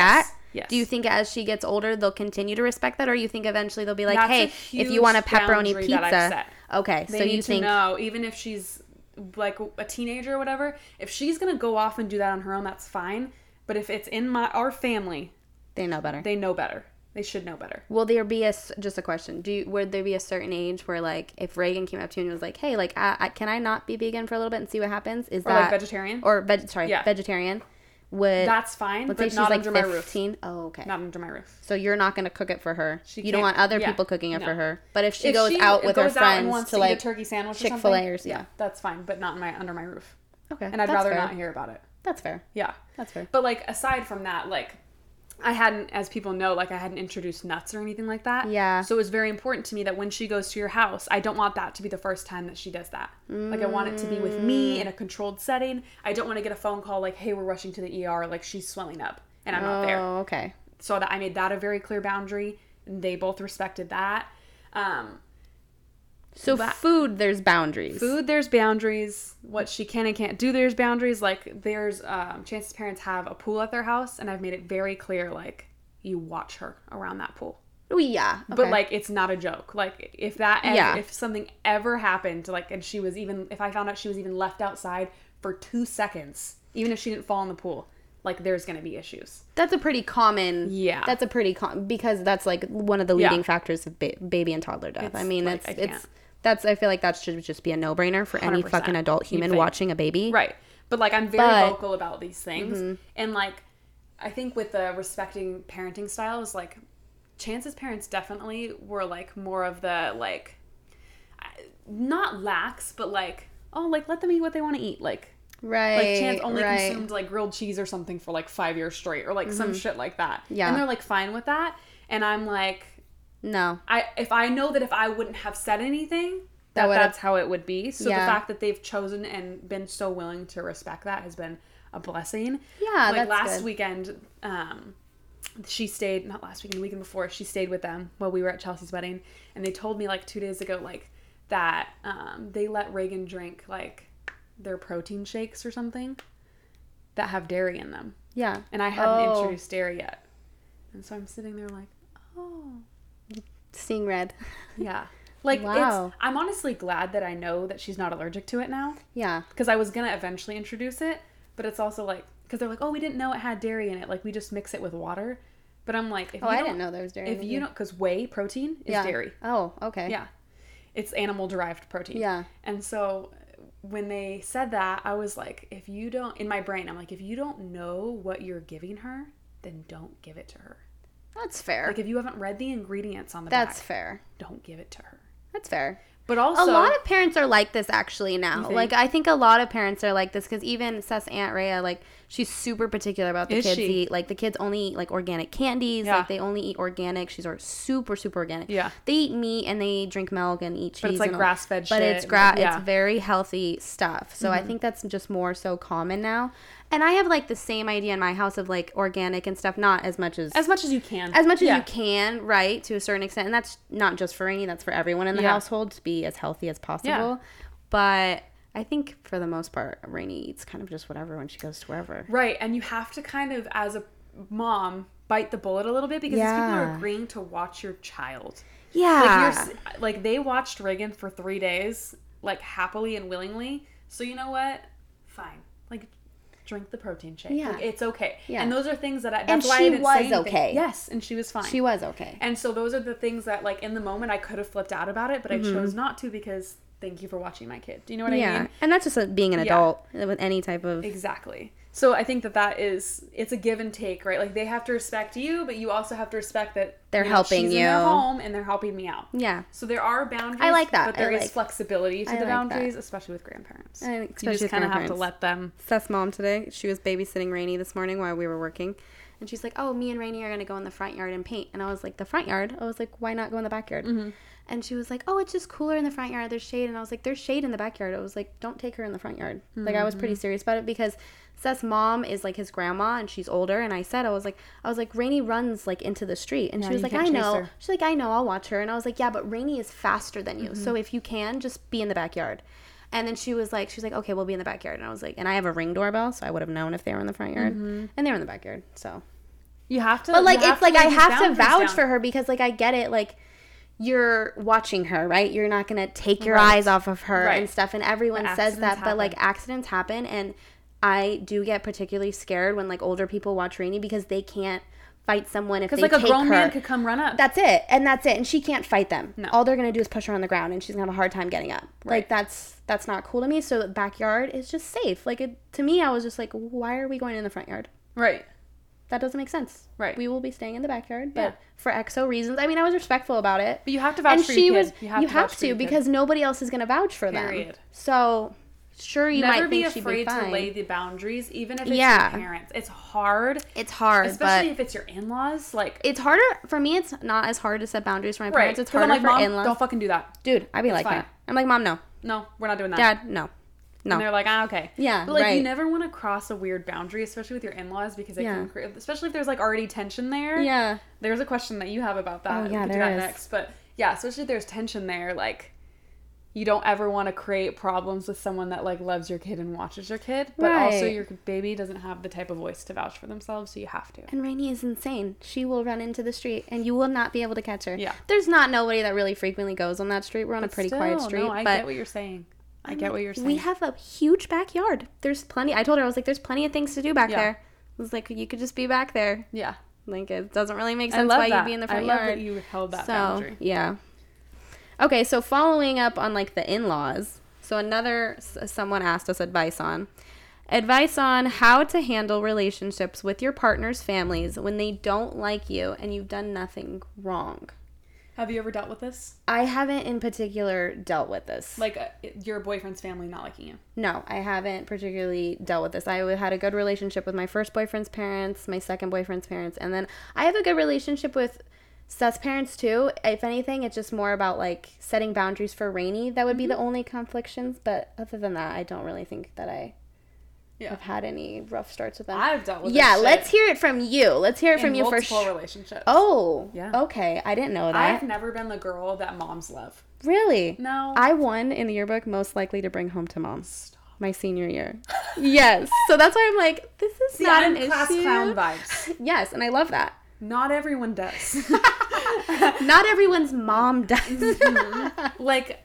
Speaker 2: yes.
Speaker 1: Do you think as she gets older they'll continue to respect that, or you think eventually they'll be like,
Speaker 2: That's a
Speaker 1: "Hey, if
Speaker 2: huge
Speaker 1: you want a pepperoni
Speaker 2: boundary that I've
Speaker 1: pizza,
Speaker 2: set.
Speaker 1: okay."
Speaker 2: They
Speaker 1: so
Speaker 2: need
Speaker 1: you
Speaker 2: to
Speaker 1: think
Speaker 2: know, even if she's like a teenager or whatever, if she's gonna go off and do that on her own, that's fine. But if it's in my our family,
Speaker 1: they know better?
Speaker 2: they know better. They should know better.
Speaker 1: Will there be a s- just a question? Do you, would there be a certain age where like if Reagan came up to you and was like, "Hey, like I, I, can I not be vegan for a little bit and see what happens?" Is
Speaker 2: Or
Speaker 1: that
Speaker 2: like vegetarian.
Speaker 1: or veg- sorry
Speaker 2: Yeah.
Speaker 1: vegetarian? Would
Speaker 2: That's fine,
Speaker 1: let's say
Speaker 2: but
Speaker 1: she's
Speaker 2: not
Speaker 1: like
Speaker 2: under my roof.
Speaker 1: fifteen? Oh, okay.
Speaker 2: Not under my roof.
Speaker 1: So you're not going to cook it for her.
Speaker 2: She
Speaker 1: you don't want
Speaker 2: can't-
Speaker 1: other
Speaker 2: yeah,
Speaker 1: people cooking it
Speaker 2: no.
Speaker 1: for her. But if she
Speaker 2: If
Speaker 1: goes out with her
Speaker 2: goes out and
Speaker 1: friends
Speaker 2: wants
Speaker 1: to
Speaker 2: eat
Speaker 1: like
Speaker 2: a turkey sandwich, or
Speaker 1: Chick Fil
Speaker 2: something,
Speaker 1: A or yeah,
Speaker 2: that's fine, but not in my under my roof.
Speaker 1: okay,
Speaker 2: And I'd
Speaker 1: that's
Speaker 2: rather
Speaker 1: fair.
Speaker 2: not hear about it.
Speaker 1: That's fair.
Speaker 2: Yeah,
Speaker 1: That's fair.
Speaker 2: but like aside from that, like I hadn't, as people know, like I hadn't introduced nuts or anything like that.
Speaker 1: Yeah.
Speaker 2: So it was very important to me that when she goes to your house, I don't want that to be the first time that she does that. Like I want it to be with
Speaker 1: Mm.
Speaker 2: me in a controlled setting. I don't want to get a phone call like, "Hey, we're rushing to the ER," like she's swelling up and I'm not there.
Speaker 1: Oh, okay.
Speaker 2: so that I made that a very clear boundary. And they both respected that. Um,
Speaker 1: So food, there's boundaries.
Speaker 2: food, there's boundaries. What she can and can't do, there's boundaries. Like there's um, Chance's parents have a pool at their house, and I've made it very clear like you watch her around that pool.
Speaker 1: Oh yeah,
Speaker 2: But
Speaker 1: okay.
Speaker 2: like it's not a joke. Like if that ever,
Speaker 1: Yeah.
Speaker 2: if something ever happened, like and she was even if I found out she was even left outside for two seconds, even if she didn't fall in the pool, like there's gonna be issues.
Speaker 1: that's a pretty common.
Speaker 2: Yeah.
Speaker 1: that's a pretty com because that's like one of the
Speaker 2: Yeah.
Speaker 1: leading factors of ba- baby and toddler death. I mean,
Speaker 2: like,
Speaker 1: it's
Speaker 2: I can't.
Speaker 1: it's that's I feel like that should just be a no brainer for any
Speaker 2: 100%.
Speaker 1: fucking adult human
Speaker 2: think.
Speaker 1: watching a baby.
Speaker 2: Right. But like I'm very
Speaker 1: But- Mm-hmm.
Speaker 2: vocal about these things. And like I think with the respecting parenting styles, like Chance's parents definitely were like more of the like I- not lax, but like, oh, like let them eat what they want to eat. Like
Speaker 1: right.
Speaker 2: like Chance only
Speaker 1: Eh, right. Mm-hmm.
Speaker 2: consumed like grilled cheese or something for like five years straight or like some shit like that.
Speaker 1: Yeah.
Speaker 2: And they're like fine with that. And I'm like
Speaker 1: No,
Speaker 2: I if I know that if I wouldn't have said anything,
Speaker 1: That
Speaker 2: that,
Speaker 1: would've-
Speaker 2: that's how it would be. So
Speaker 1: Yeah.
Speaker 2: the fact that they've chosen and been so willing to respect that has been a blessing.
Speaker 1: Yeah,
Speaker 2: like
Speaker 1: that's
Speaker 2: last
Speaker 1: good.
Speaker 2: weekend, um, she stayed not last weekend, the weekend before she stayed with them while we were at Chelsea's wedding, and they told me like two days ago like that um, they let Reagan drink like their protein shakes or something that have dairy in them,
Speaker 1: yeah,
Speaker 2: and I hadn't
Speaker 1: Oh.
Speaker 2: introduced dairy yet, and so I'm sitting there like, oh.
Speaker 1: seeing red.
Speaker 2: Yeah. Like
Speaker 1: Wow.
Speaker 2: it's I'm honestly glad that I know that she's not allergic to it now
Speaker 1: Yeah,
Speaker 2: because I was going to eventually introduce it, but it's also like cuz they're like, "Oh, we didn't know it had dairy in it. Like we just mix it with water." But I'm like, if
Speaker 1: Oh,
Speaker 2: you
Speaker 1: I
Speaker 2: don't,
Speaker 1: didn't know there was dairy. in
Speaker 2: If
Speaker 1: the
Speaker 2: you
Speaker 1: beer.
Speaker 2: don't cuz whey protein is
Speaker 1: yeah.
Speaker 2: dairy.
Speaker 1: Oh, okay.
Speaker 2: Yeah. It's animal derived protein.
Speaker 1: Yeah.
Speaker 2: And so when they said that, I was like, if you don't in my brain, I'm like, if you don't know what you're giving her, then don't give it to her.
Speaker 1: That's fair.
Speaker 2: Like if you haven't read the ingredients on the
Speaker 1: That's
Speaker 2: back,
Speaker 1: fair.
Speaker 2: don't give it to her.
Speaker 1: That's fair.
Speaker 2: But also
Speaker 1: a lot of parents are like this actually now.
Speaker 2: think?
Speaker 1: Like I think a lot of parents are like this because even Seth's aunt Rhea, like she's super particular about the
Speaker 2: Is
Speaker 1: kids
Speaker 2: she?
Speaker 1: eat. Like the kids only eat like organic candies.
Speaker 2: Yeah.
Speaker 1: Like they only eat organic. She's or super super organic.
Speaker 2: Yeah.
Speaker 1: they eat meat and they drink milk and eat cheese.
Speaker 2: it's, like,
Speaker 1: and all-
Speaker 2: grass-fed
Speaker 1: But
Speaker 2: shit
Speaker 1: it's
Speaker 2: and,
Speaker 1: gra-
Speaker 2: like, yeah. Mm-hmm.
Speaker 1: It's very healthy stuff. So I think that's just more so common now. And I have like the same idea in my house of like organic and stuff. Not as much as
Speaker 2: as much as you can
Speaker 1: as much as
Speaker 2: Yeah.
Speaker 1: you can, right? To a certain extent, and that's not just for Rainy; that's for everyone in the
Speaker 2: Yeah.
Speaker 1: household to be as healthy as possible. But I think for the most part, Rainy eats kind of just whatever when she goes to wherever.
Speaker 2: right and you have to kind of as a mom bite the bullet a little bit because these people
Speaker 1: Yeah.
Speaker 2: are agreeing to watch your child like, you're,
Speaker 1: Yeah,
Speaker 2: s- like they watched reagan for three days like happily and willingly so you know what fine like drink the protein shake.
Speaker 1: Yeah.
Speaker 2: Like, it's okay.
Speaker 1: Yeah.
Speaker 2: And those are things that I, that's
Speaker 1: And
Speaker 2: why I
Speaker 1: she
Speaker 2: didn't
Speaker 1: was
Speaker 2: say anything.
Speaker 1: okay.
Speaker 2: Yes, and she was fine.
Speaker 1: She was okay.
Speaker 2: and so those are the things that like in the moment I could have flipped out about it, but I chose not to because thank you for watching my kid. Do you know what I
Speaker 1: Mm-hmm. yeah.
Speaker 2: mean?
Speaker 1: And that's just uh, being an
Speaker 2: Yeah.
Speaker 1: adult with any type of.
Speaker 2: Exactly. So I think that that is it's a give and take, right? Like they have to respect you, but you also have to respect that
Speaker 1: They're
Speaker 2: you
Speaker 1: helping
Speaker 2: she's in their
Speaker 1: you.
Speaker 2: home and they're helping me out.
Speaker 1: Yeah.
Speaker 2: So there are boundaries.
Speaker 1: I like that.
Speaker 2: But there
Speaker 1: I
Speaker 2: is
Speaker 1: like-
Speaker 2: flexibility to
Speaker 1: I
Speaker 2: the
Speaker 1: like that.
Speaker 2: boundaries, especially with grandparents.
Speaker 1: I-
Speaker 2: you
Speaker 1: especially
Speaker 2: just
Speaker 1: with
Speaker 2: kind of have to
Speaker 1: grandparents.
Speaker 2: let them.
Speaker 1: Seth's mom today. She was babysitting Rainey this morning while we were working. And she's like, Oh, me and Rainey are going to go in the front yard and paint. And I was like, The front yard? I was like, Why not go in the backyard?
Speaker 2: Mm-hmm.
Speaker 1: And she was like, Oh, it's just cooler in the front yard. There's shade. And I was like, There's shade in the backyard. I was like, Don't take her in the front yard. Like, I was pretty
Speaker 2: Mm-hmm.
Speaker 1: serious about it because Seth's mom is like his grandma and she's older. And I said, I was like, I was like, Rainey runs like into the street. And she
Speaker 2: Yeah,
Speaker 1: was
Speaker 2: you
Speaker 1: like,
Speaker 2: can't
Speaker 1: I
Speaker 2: chase
Speaker 1: know.
Speaker 2: her.
Speaker 1: She's like, I know, I'll watch her. And I was like, Yeah, but Rainey is faster than you.
Speaker 2: Mm-hmm.
Speaker 1: So if you can, just be in the backyard. And then she was like, She's like, Okay, we'll be in the backyard. And I was like, And I have a ring doorbell, so I would have known if they were in the front yard. And they were in the backyard. So
Speaker 2: You have to.
Speaker 1: But like
Speaker 2: Mm-hmm. you have
Speaker 1: it's like
Speaker 2: to
Speaker 1: I
Speaker 2: lay these
Speaker 1: have to
Speaker 2: boundaries
Speaker 1: vouch
Speaker 2: down.
Speaker 1: for her because like I get it, like you're watching her, right? You're not gonna take your
Speaker 2: Right.
Speaker 1: eyes off of her
Speaker 2: Right.
Speaker 1: and stuff. And everyone
Speaker 2: But
Speaker 1: says that,
Speaker 2: accidents
Speaker 1: but like accidents happen and I do get particularly scared when like older people watch Rainy because they can't fight someone if they
Speaker 2: Because like a
Speaker 1: take
Speaker 2: grown
Speaker 1: her.
Speaker 2: man could come run up.
Speaker 1: That's it. And that's it. And she can't fight them.
Speaker 2: No.
Speaker 1: All they're gonna do is push her on the ground and she's gonna have a hard time getting up. Like
Speaker 2: Right.
Speaker 1: that's that's not cool to me. So the backyard is just safe. Like it, to me I was just like, why are we going in the front yard?
Speaker 2: right.
Speaker 1: That doesn't make sense.
Speaker 2: Right.
Speaker 1: We will be staying in the backyard, but
Speaker 2: Yeah.
Speaker 1: for XO reasons. I mean I was respectful about it.
Speaker 2: But you have to vouch
Speaker 1: And
Speaker 2: for
Speaker 1: she
Speaker 2: your
Speaker 1: was
Speaker 2: kid.
Speaker 1: you have,
Speaker 2: vouch for
Speaker 1: to
Speaker 2: your kid.
Speaker 1: because nobody else is gonna vouch for them.
Speaker 2: Period.
Speaker 1: So sure you
Speaker 2: never
Speaker 1: might
Speaker 2: be
Speaker 1: think
Speaker 2: afraid
Speaker 1: she'd be fine.
Speaker 2: to lay the boundaries, even if it's
Speaker 1: Yeah.
Speaker 2: your parents. It's hard,
Speaker 1: it's hard,
Speaker 2: especially
Speaker 1: but
Speaker 2: if it's your in-laws. Like
Speaker 1: it's harder for me. It's not as hard to set boundaries for my
Speaker 2: right.
Speaker 1: parents. It's
Speaker 2: 'Cause I'm
Speaker 1: harder
Speaker 2: like,
Speaker 1: for
Speaker 2: Mom,
Speaker 1: in-laws.
Speaker 2: Don't fucking do that.
Speaker 1: Dude, I'd be like
Speaker 2: fine.
Speaker 1: that. I'm like, mom, no.
Speaker 2: No, we're not doing that.
Speaker 1: Dad, no. No.
Speaker 2: And they're like, ah, okay.
Speaker 1: Yeah,
Speaker 2: But like,
Speaker 1: right.
Speaker 2: you never want to cross a weird boundary, especially with your in-laws, because it
Speaker 1: Yeah.
Speaker 2: can create, especially if there's like already tension there.
Speaker 1: Yeah.
Speaker 2: There's a question that you have about that.
Speaker 1: Oh, yeah,
Speaker 2: we could do
Speaker 1: there
Speaker 2: that
Speaker 1: is.
Speaker 2: next. But yeah, especially if there's tension there, like you don't ever want to create problems with someone that like loves your kid and watches your kid, but also
Speaker 1: Right.
Speaker 2: your baby doesn't have the type of voice to vouch for themselves, so you have to.
Speaker 1: And Rainey is insane. She will run into the street and you will not be able to catch her.
Speaker 2: Yeah.
Speaker 1: There's not nobody that really frequently goes on that street. We're on a pretty quiet
Speaker 2: Still,
Speaker 1: street.
Speaker 2: No, I
Speaker 1: but
Speaker 2: get what you're saying. I get what you're saying.
Speaker 1: we have a huge backyard. There's plenty I told her I was like, there's plenty of things to do back
Speaker 2: Yeah.
Speaker 1: there. I was like, you could just be back there.
Speaker 2: yeah.
Speaker 1: Like it doesn't really make
Speaker 2: I
Speaker 1: sense
Speaker 2: love
Speaker 1: why
Speaker 2: that.
Speaker 1: you'd be in the front
Speaker 2: I love
Speaker 1: yard.
Speaker 2: that you held that
Speaker 1: so
Speaker 2: boundary.
Speaker 1: yeah. Okay, so following up on like the in-laws. So another s- someone asked us advice on advice on how to handle relationships with your partner's families when they don't like you and you've done nothing wrong.
Speaker 2: Have you ever dealt with this?
Speaker 1: I haven't in particular dealt with this.
Speaker 2: Like uh, your boyfriend's family not liking you.
Speaker 1: No, I haven't particularly dealt with this. I had a good relationship with my first boyfriend's parents, my second boyfriend's parents, and then I have a good relationship with Seth's parents too. If anything, it's just more about like setting boundaries for Rainy. That would be
Speaker 2: Mm-hmm.
Speaker 1: the only conflictions, but other than that, I don't really think that I
Speaker 2: Yeah.
Speaker 1: have had any rough starts with them.
Speaker 2: I've dealt with
Speaker 1: yeah,
Speaker 2: this
Speaker 1: let's
Speaker 2: shit
Speaker 1: hear it from you. Let's hear it
Speaker 2: in
Speaker 1: from you first.
Speaker 2: multiple relationships.
Speaker 1: oh,
Speaker 2: Yeah.
Speaker 1: Okay, I didn't know that.
Speaker 2: I've never been the girl that moms love.
Speaker 1: really?
Speaker 2: No.
Speaker 1: I won in the yearbook most likely to bring home to mom.
Speaker 2: Stop.
Speaker 1: my senior year. yes. So that's why I'm like, this is not
Speaker 2: I'm
Speaker 1: an
Speaker 2: class
Speaker 1: issue.
Speaker 2: clown vibes.
Speaker 1: Yes, and I love that.
Speaker 2: Not everyone does.
Speaker 1: Not everyone's mom does.
Speaker 2: Mm-hmm. like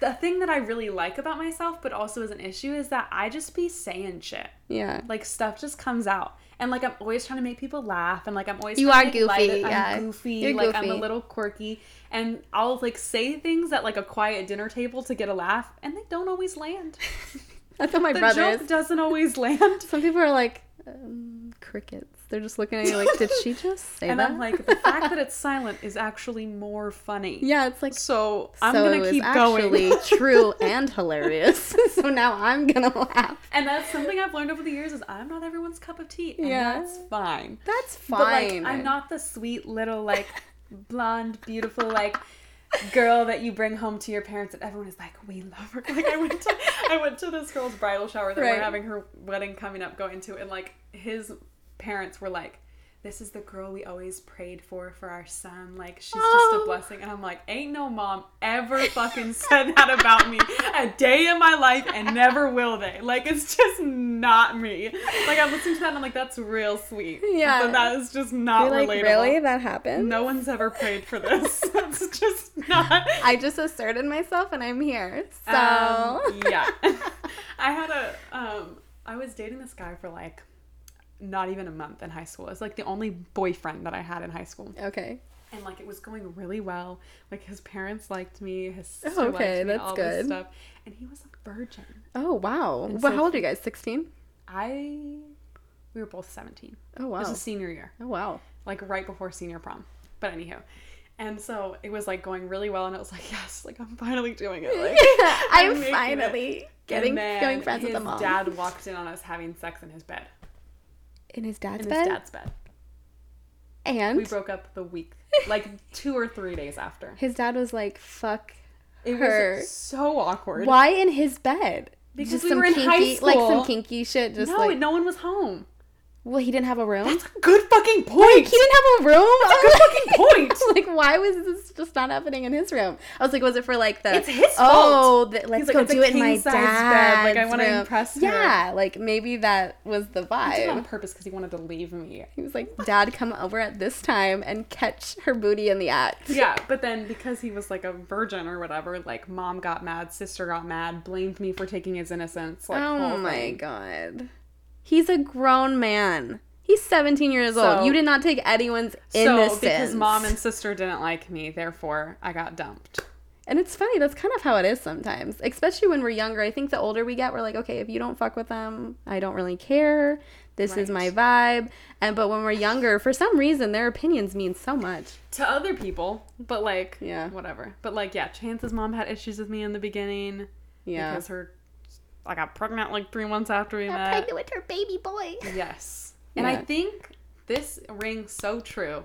Speaker 2: the thing that I really like about myself, but also is an issue, is that I just be saying shit.
Speaker 1: yeah.
Speaker 2: Like stuff just comes out. And like I'm always trying to make people laugh and like I'm always
Speaker 1: You
Speaker 2: trying
Speaker 1: are
Speaker 2: to make light
Speaker 1: goofy,
Speaker 2: of- I'm
Speaker 1: yeah.
Speaker 2: goofy.
Speaker 1: You're
Speaker 2: like I'm a
Speaker 1: goofy.
Speaker 2: little quirky and I'll like say things at like a quiet dinner table to get a laugh and they don't always land.
Speaker 1: That's how my
Speaker 2: The
Speaker 1: brother
Speaker 2: joke
Speaker 1: is.
Speaker 2: doesn't always land.
Speaker 1: Some people are like, um, crickets. They're just looking at you like, did she just say
Speaker 2: And
Speaker 1: that?
Speaker 2: I'm like, the fact that it's silent is actually more funny.
Speaker 1: yeah, it's like,
Speaker 2: So I'm
Speaker 1: so it
Speaker 2: gonna
Speaker 1: was
Speaker 2: keep
Speaker 1: actually
Speaker 2: going.
Speaker 1: true and hilarious. so now I'm gonna laugh.
Speaker 2: and that's something I've learned over the years is I'm not everyone's cup of tea. And
Speaker 1: Yeah.
Speaker 2: that's fine.
Speaker 1: That's fine.
Speaker 2: But like I'm not the sweet little like blonde, beautiful, like girl that you bring home to your parents and everyone is like, We love her. Like I went to I went to this girl's bridal shower that
Speaker 1: Right.
Speaker 2: we're having her wedding coming up going to and like his parents were like this is the girl we always prayed for for our son. Like she's just
Speaker 1: Oh.
Speaker 2: a blessing, and I'm like, ain't no mom ever fucking said that about me a day in my life, and never will they. Like it's just not me. Like I'm listening to that, and I'm like, that's real sweet.
Speaker 1: Yeah.
Speaker 2: but that is just not
Speaker 1: You're like,
Speaker 2: relatable.
Speaker 1: really? That happened?
Speaker 2: No one's ever prayed for this. it's just not.
Speaker 1: I just asserted myself and I'm here. So.
Speaker 2: Um, yeah. I had a um I was dating this guy for like not even a month in high school. It was like the only boyfriend that I had in high school.
Speaker 1: Okay.
Speaker 2: And like it was going really well. Like his parents liked me, his sister
Speaker 1: Oh,
Speaker 2: liked
Speaker 1: okay,
Speaker 2: me,
Speaker 1: that's
Speaker 2: all this
Speaker 1: good.
Speaker 2: stuff. And he was a virgin.
Speaker 1: Oh wow.
Speaker 2: And
Speaker 1: Well,
Speaker 2: so-
Speaker 1: how old are you guys? Sixteen.
Speaker 2: I we were both seventeen.
Speaker 1: Oh
Speaker 2: It was
Speaker 1: wow.
Speaker 2: a senior year.
Speaker 1: Oh wow.
Speaker 2: like right before senior prom. But anyhow, and so it was like going really well, and I was like, yes, like I'm finally doing it. Like, I'm
Speaker 1: I'm
Speaker 2: making it.
Speaker 1: finally getting
Speaker 2: And then
Speaker 1: going friends with
Speaker 2: his
Speaker 1: the mom
Speaker 2: Dad walked in on us having sex in his bed,
Speaker 1: in his dad's
Speaker 2: in
Speaker 1: bed.
Speaker 2: his dad's bed.
Speaker 1: and
Speaker 2: We broke up the week, like two or three days after.
Speaker 1: his dad was like, "Fuck
Speaker 2: It
Speaker 1: Her.
Speaker 2: was so awkward.
Speaker 1: Why in his bed?
Speaker 2: Because we were in
Speaker 1: kinky,
Speaker 2: high
Speaker 1: like some
Speaker 2: school.
Speaker 1: kinky shit. Just
Speaker 2: No,
Speaker 1: like,
Speaker 2: no one was home.
Speaker 1: well, he didn't have a room.
Speaker 2: That's a good fucking point.
Speaker 1: he didn't have a room.
Speaker 2: That's a good fucking point.
Speaker 1: like, why was this just not happening in his room? I was like, was it for like the?
Speaker 2: It's his
Speaker 1: Oh, the, let's
Speaker 2: like,
Speaker 1: go
Speaker 2: it's a
Speaker 1: do it in my dad's
Speaker 2: king-size bed. Like, I wanna
Speaker 1: room.
Speaker 2: impress her.
Speaker 1: Yeah, like maybe that was the
Speaker 2: He did it on
Speaker 1: vibe.
Speaker 2: purpose because he wanted to leave me.
Speaker 1: He was like, Dad, come over at this time and catch her booty in the act.
Speaker 2: yeah, but then because he was like a virgin or whatever, like mom got mad, sister got mad, blamed me for taking his innocence. Like,
Speaker 1: oh
Speaker 2: whole
Speaker 1: my
Speaker 2: thing.
Speaker 1: god. He's a grown man. He's 17 years
Speaker 2: So-
Speaker 1: old. You did not take anyone's innocence.
Speaker 2: So because mom and sister didn't like me, therefore I got dumped.
Speaker 1: And it's funny, that's kind of how it is sometimes, especially when we're younger. I think the older we get, we're like, okay, if you don't fuck with them, I don't really care. This is my
Speaker 2: Right.
Speaker 1: vibe. And but when we're younger, for some reason, their opinions mean so much.
Speaker 2: To other people, but like
Speaker 1: Yeah.
Speaker 2: whatever. But like yeah, chances mom had issues with me in the beginning
Speaker 1: Yeah.
Speaker 2: because her I got pregnant like three months after we met.
Speaker 1: with her baby boy.
Speaker 2: Yes. And I
Speaker 1: Yeah.
Speaker 2: think this rings so true.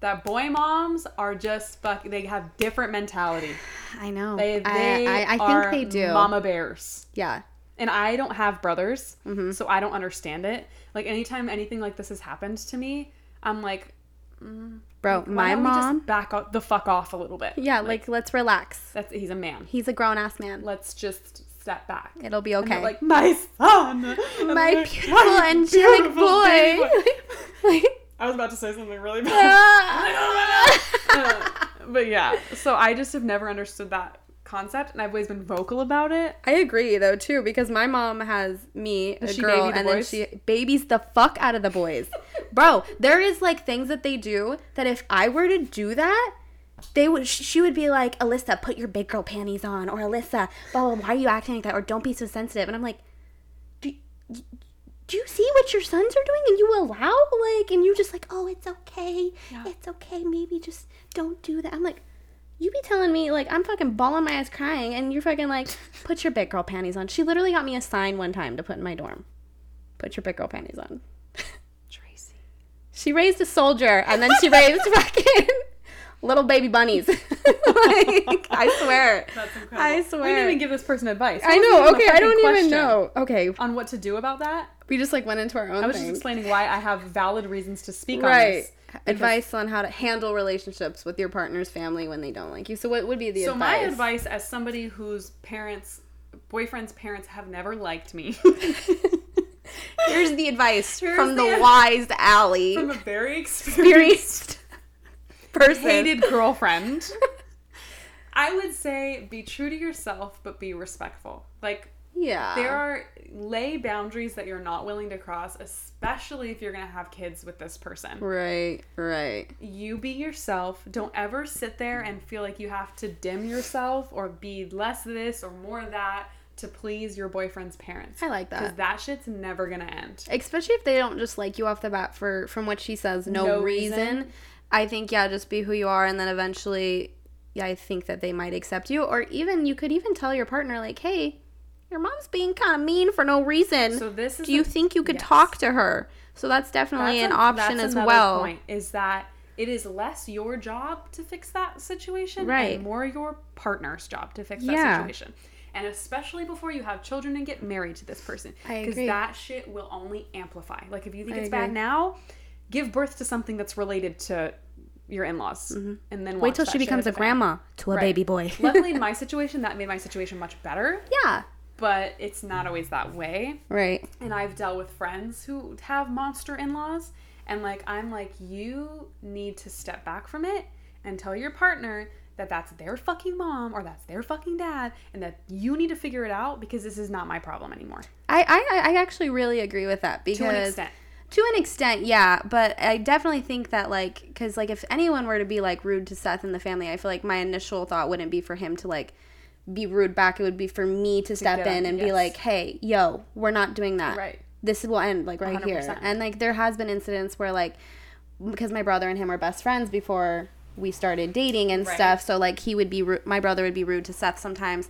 Speaker 2: That boy moms are just fuck they have different mentality.
Speaker 1: I know.
Speaker 2: They, they
Speaker 1: I, I, I think
Speaker 2: are
Speaker 1: they do.
Speaker 2: mama bears.
Speaker 1: Yeah.
Speaker 2: And I don't have brothers,
Speaker 1: Mm-hmm.
Speaker 2: so I don't understand it. Like anytime anything like this has happened to me, I'm like,
Speaker 1: Bro,
Speaker 2: why
Speaker 1: my
Speaker 2: don't we
Speaker 1: mom.
Speaker 2: just back o- the fuck off a little bit?
Speaker 1: yeah, like, let's relax.
Speaker 2: that's he's a man.
Speaker 1: He's a grown ass man.
Speaker 2: Let's just step back.
Speaker 1: It'll be
Speaker 2: And they're
Speaker 1: okay.
Speaker 2: like my son, And I'm
Speaker 1: my
Speaker 2: like,
Speaker 1: beautiful
Speaker 2: "My
Speaker 1: angelic
Speaker 2: beautiful
Speaker 1: boy.
Speaker 2: baby
Speaker 1: like,
Speaker 2: I was about to say something really bad. oh
Speaker 1: ah.
Speaker 2: but yeah, so I just have never understood that concept, and I've always been vocal about it.
Speaker 1: I agree though too because my mom has me a
Speaker 2: Does she
Speaker 1: girl
Speaker 2: baby the
Speaker 1: and
Speaker 2: boys?
Speaker 1: then she babies the fuck out of the boys. Bro, there is like things that they do that if I were to do that, they would sh- she would be like, "Alyssa, put your big girl panties on," or "Alyssa, blah blah, why are you acting like that?" or "Don't be so sensitive." And I'm like, "Do y- do you see what your sons are doing and you allow like and you just like, "Oh, it's okay.
Speaker 2: Yeah.
Speaker 1: It's okay. Maybe just don't do that." I'm like, you be telling me like I'm fucking bawling my eyes crying, and you're fucking like, put your big girl panties on. She literally got me a sign one time to put in my dorm. Put your big girl panties on.
Speaker 2: Tracy.
Speaker 1: She raised a soldier, and then she raised fucking little baby bunnies. like I swear,
Speaker 2: That's incredible.
Speaker 1: I
Speaker 2: We didn't
Speaker 1: swear.
Speaker 2: even give this person advice.
Speaker 1: I
Speaker 2: That wasn't
Speaker 1: know.
Speaker 2: even a
Speaker 1: Okay, I
Speaker 2: fucking
Speaker 1: don't even
Speaker 2: question
Speaker 1: know. Okay,
Speaker 2: on what to do about that.
Speaker 1: we just like went into our own
Speaker 2: I was just
Speaker 1: thing.
Speaker 2: explaining why I have valid reasons to speak on
Speaker 1: right.
Speaker 2: this.
Speaker 1: Advice on how to handle relationships with your partner's family when they don't like you. So what would be the
Speaker 2: So my
Speaker 1: advice?
Speaker 2: advice as somebody whose parents boyfriend's parents have never liked me
Speaker 1: Here's the advice
Speaker 2: Here's
Speaker 1: from the,
Speaker 2: the ad-
Speaker 1: wise alley.
Speaker 2: from a very experienced
Speaker 1: experienced person.
Speaker 2: hated girlfriend. I would say be true to yourself but be respectful. Like
Speaker 1: Yeah.
Speaker 2: there are lay boundaries that you're not willing to cross, especially if you're going to have kids with this person.
Speaker 1: right, right.
Speaker 2: you be yourself. Don't ever sit there and feel like you have to dim yourself or be less this or more that to please your boyfriend's parents.
Speaker 1: I like
Speaker 2: Because
Speaker 1: that.
Speaker 2: that shit's never gonna end.
Speaker 1: Especially if they don't just like you off the bat for from what she says, no,
Speaker 2: No
Speaker 1: reason.
Speaker 2: reason.
Speaker 1: I think yeah, just be who you are and then eventually yeah, I think that they might accept you or even you could even tell your partner like, "Hey, your mom's being kind of mean for no reason.
Speaker 2: So this is
Speaker 1: Do you
Speaker 2: a-
Speaker 1: think you could
Speaker 2: yes.
Speaker 1: talk to her?" So that's definitely an
Speaker 2: a-
Speaker 1: option
Speaker 2: that's
Speaker 1: as
Speaker 2: another
Speaker 1: well.
Speaker 2: Point is that it is less your job to fix that situation,
Speaker 1: Right.
Speaker 2: And more your partner's job to fix
Speaker 1: Yeah.
Speaker 2: that situation. And especially before you have children and get married to this person,
Speaker 1: I agree.
Speaker 2: that shit will only amplify. Like if you think
Speaker 1: I
Speaker 2: it's
Speaker 1: agree.
Speaker 2: bad now, give birth to something that's related to your in-laws, and then
Speaker 1: Mm-hmm. Wait
Speaker 2: watch
Speaker 1: till
Speaker 2: that
Speaker 1: she
Speaker 2: shit
Speaker 1: becomes a
Speaker 2: hit the fan.
Speaker 1: grandma to a baby boy.
Speaker 2: Luckily, in my situation, that made my situation much better,
Speaker 1: yeah.
Speaker 2: but it's not always that way
Speaker 1: Right.
Speaker 2: and I've dealt with friends who have monster in laws, and like I'm like, you need to step back from it and tell your partner that that's their fucking mom or that's their fucking dad and that you need to figure it out because this is not my problem anymore
Speaker 1: I, I, I actually really agree with that because
Speaker 2: to an extent.
Speaker 1: To an extent, yeah, but I definitely think that like cuz like if anyone were to be like rude to Seth and the family, I feel like my initial thought wouldn't be for him to like be rude back. It would be for me to step
Speaker 2: get
Speaker 1: in
Speaker 2: up,
Speaker 1: and be
Speaker 2: yes.
Speaker 1: like, "Hey, yo, we're not doing that."
Speaker 2: Right.
Speaker 1: This will end like right here.
Speaker 2: 100%.
Speaker 1: And like there has been incidents where like because my brother and him were best friends before we started dating and
Speaker 2: Right.
Speaker 1: stuff, so like he would be ru- my brother would be rude to Seth sometimes.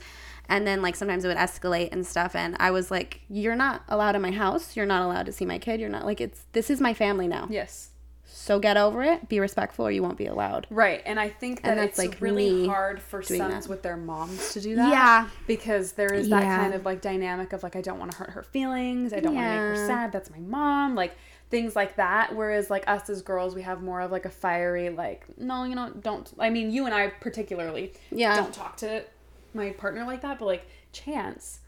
Speaker 1: And then like sometimes it would escalate and stuff and I was like, "You're not allowed in my house. You're not allowed to see my kid. You're not like it's this is my family now.
Speaker 2: Yes.
Speaker 1: So get over it. Be respectful or you won't be allowed."
Speaker 2: Right. And I think that
Speaker 1: And
Speaker 2: it's
Speaker 1: that's, like,
Speaker 2: really
Speaker 1: me
Speaker 2: hard for
Speaker 1: doing
Speaker 2: sons
Speaker 1: that.
Speaker 2: with their moms to do that.
Speaker 1: Yeah.
Speaker 2: Because there is that
Speaker 1: Yeah.
Speaker 2: kind of like dynamic of like, I don't want to hurt her feelings. I don't want to make her
Speaker 1: Yeah.
Speaker 2: sad. That's my mom. Like things like that. Whereas like us as girls, we have more of like a fiery, like, no, you know, don't. I mean, you and I particularly
Speaker 1: Yeah.
Speaker 2: don't talk to my partner like that. But like Chance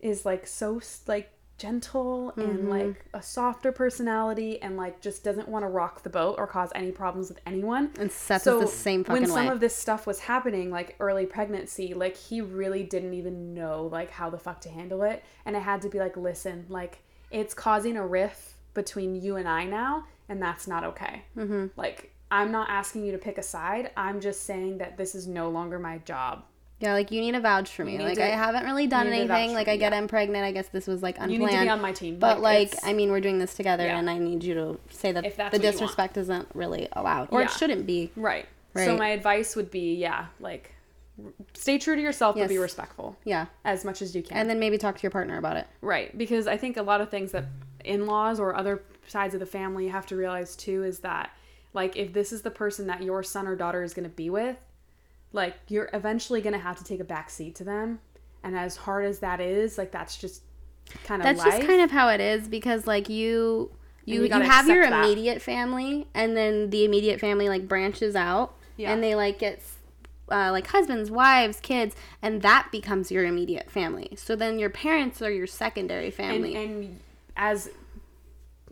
Speaker 2: is like so like gentle
Speaker 1: Mm-hmm.
Speaker 2: and like a softer personality and like just doesn't want to rock the boat or cause any problems with anyone.
Speaker 1: And Seth
Speaker 2: So
Speaker 1: is the same fucking
Speaker 2: when some
Speaker 1: way.
Speaker 2: of this stuff was happening, like early pregnancy, like he really didn't even know like how the fuck to handle it, and I had to be like, listen, like it's causing a rift between you and I now, and that's not okay. Mm-hmm. Like I'm not asking you to pick a side. I'm just saying that this is no longer my job.
Speaker 1: Yeah, like you need a vouch for me.
Speaker 2: need
Speaker 1: Like
Speaker 2: to-
Speaker 1: I haven't really done
Speaker 2: you need to vouch
Speaker 1: anything.
Speaker 2: for
Speaker 1: Like
Speaker 2: me,
Speaker 1: I get I'm pregnant. I guess this was like unplanned.
Speaker 2: You need to be on my team.
Speaker 1: but like,
Speaker 2: it's-
Speaker 1: I mean, we're doing this together,
Speaker 2: Yeah.
Speaker 1: and I need you to say that
Speaker 2: If that's
Speaker 1: the
Speaker 2: what you want.
Speaker 1: disrespect isn't really allowed, or
Speaker 2: Yeah.
Speaker 1: it shouldn't be.
Speaker 2: Right. So
Speaker 1: Right.
Speaker 2: my advice would be, yeah, like r- stay true to yourself but be
Speaker 1: Yes.
Speaker 2: respectful
Speaker 1: Yeah,
Speaker 2: as much as you can.
Speaker 1: and then maybe talk to your partner about it.
Speaker 2: right, because I think a lot of things that in-laws or other sides of the family have to realize too is that like if this is the person that your son or daughter is going to be with, like you're eventually going to have to take a back seat to them. And as hard as that is, like that's just kind of
Speaker 1: That's
Speaker 2: life.
Speaker 1: just kind of how it is because like you. You,
Speaker 2: you
Speaker 1: you,
Speaker 2: gotta
Speaker 1: have your
Speaker 2: accept that.
Speaker 1: immediate family and then the immediate family like branches out
Speaker 2: Yeah.
Speaker 1: and they like get s- uh, like husbands wives kids and that becomes your immediate family so then your parents are your secondary
Speaker 2: and,
Speaker 1: family
Speaker 2: and as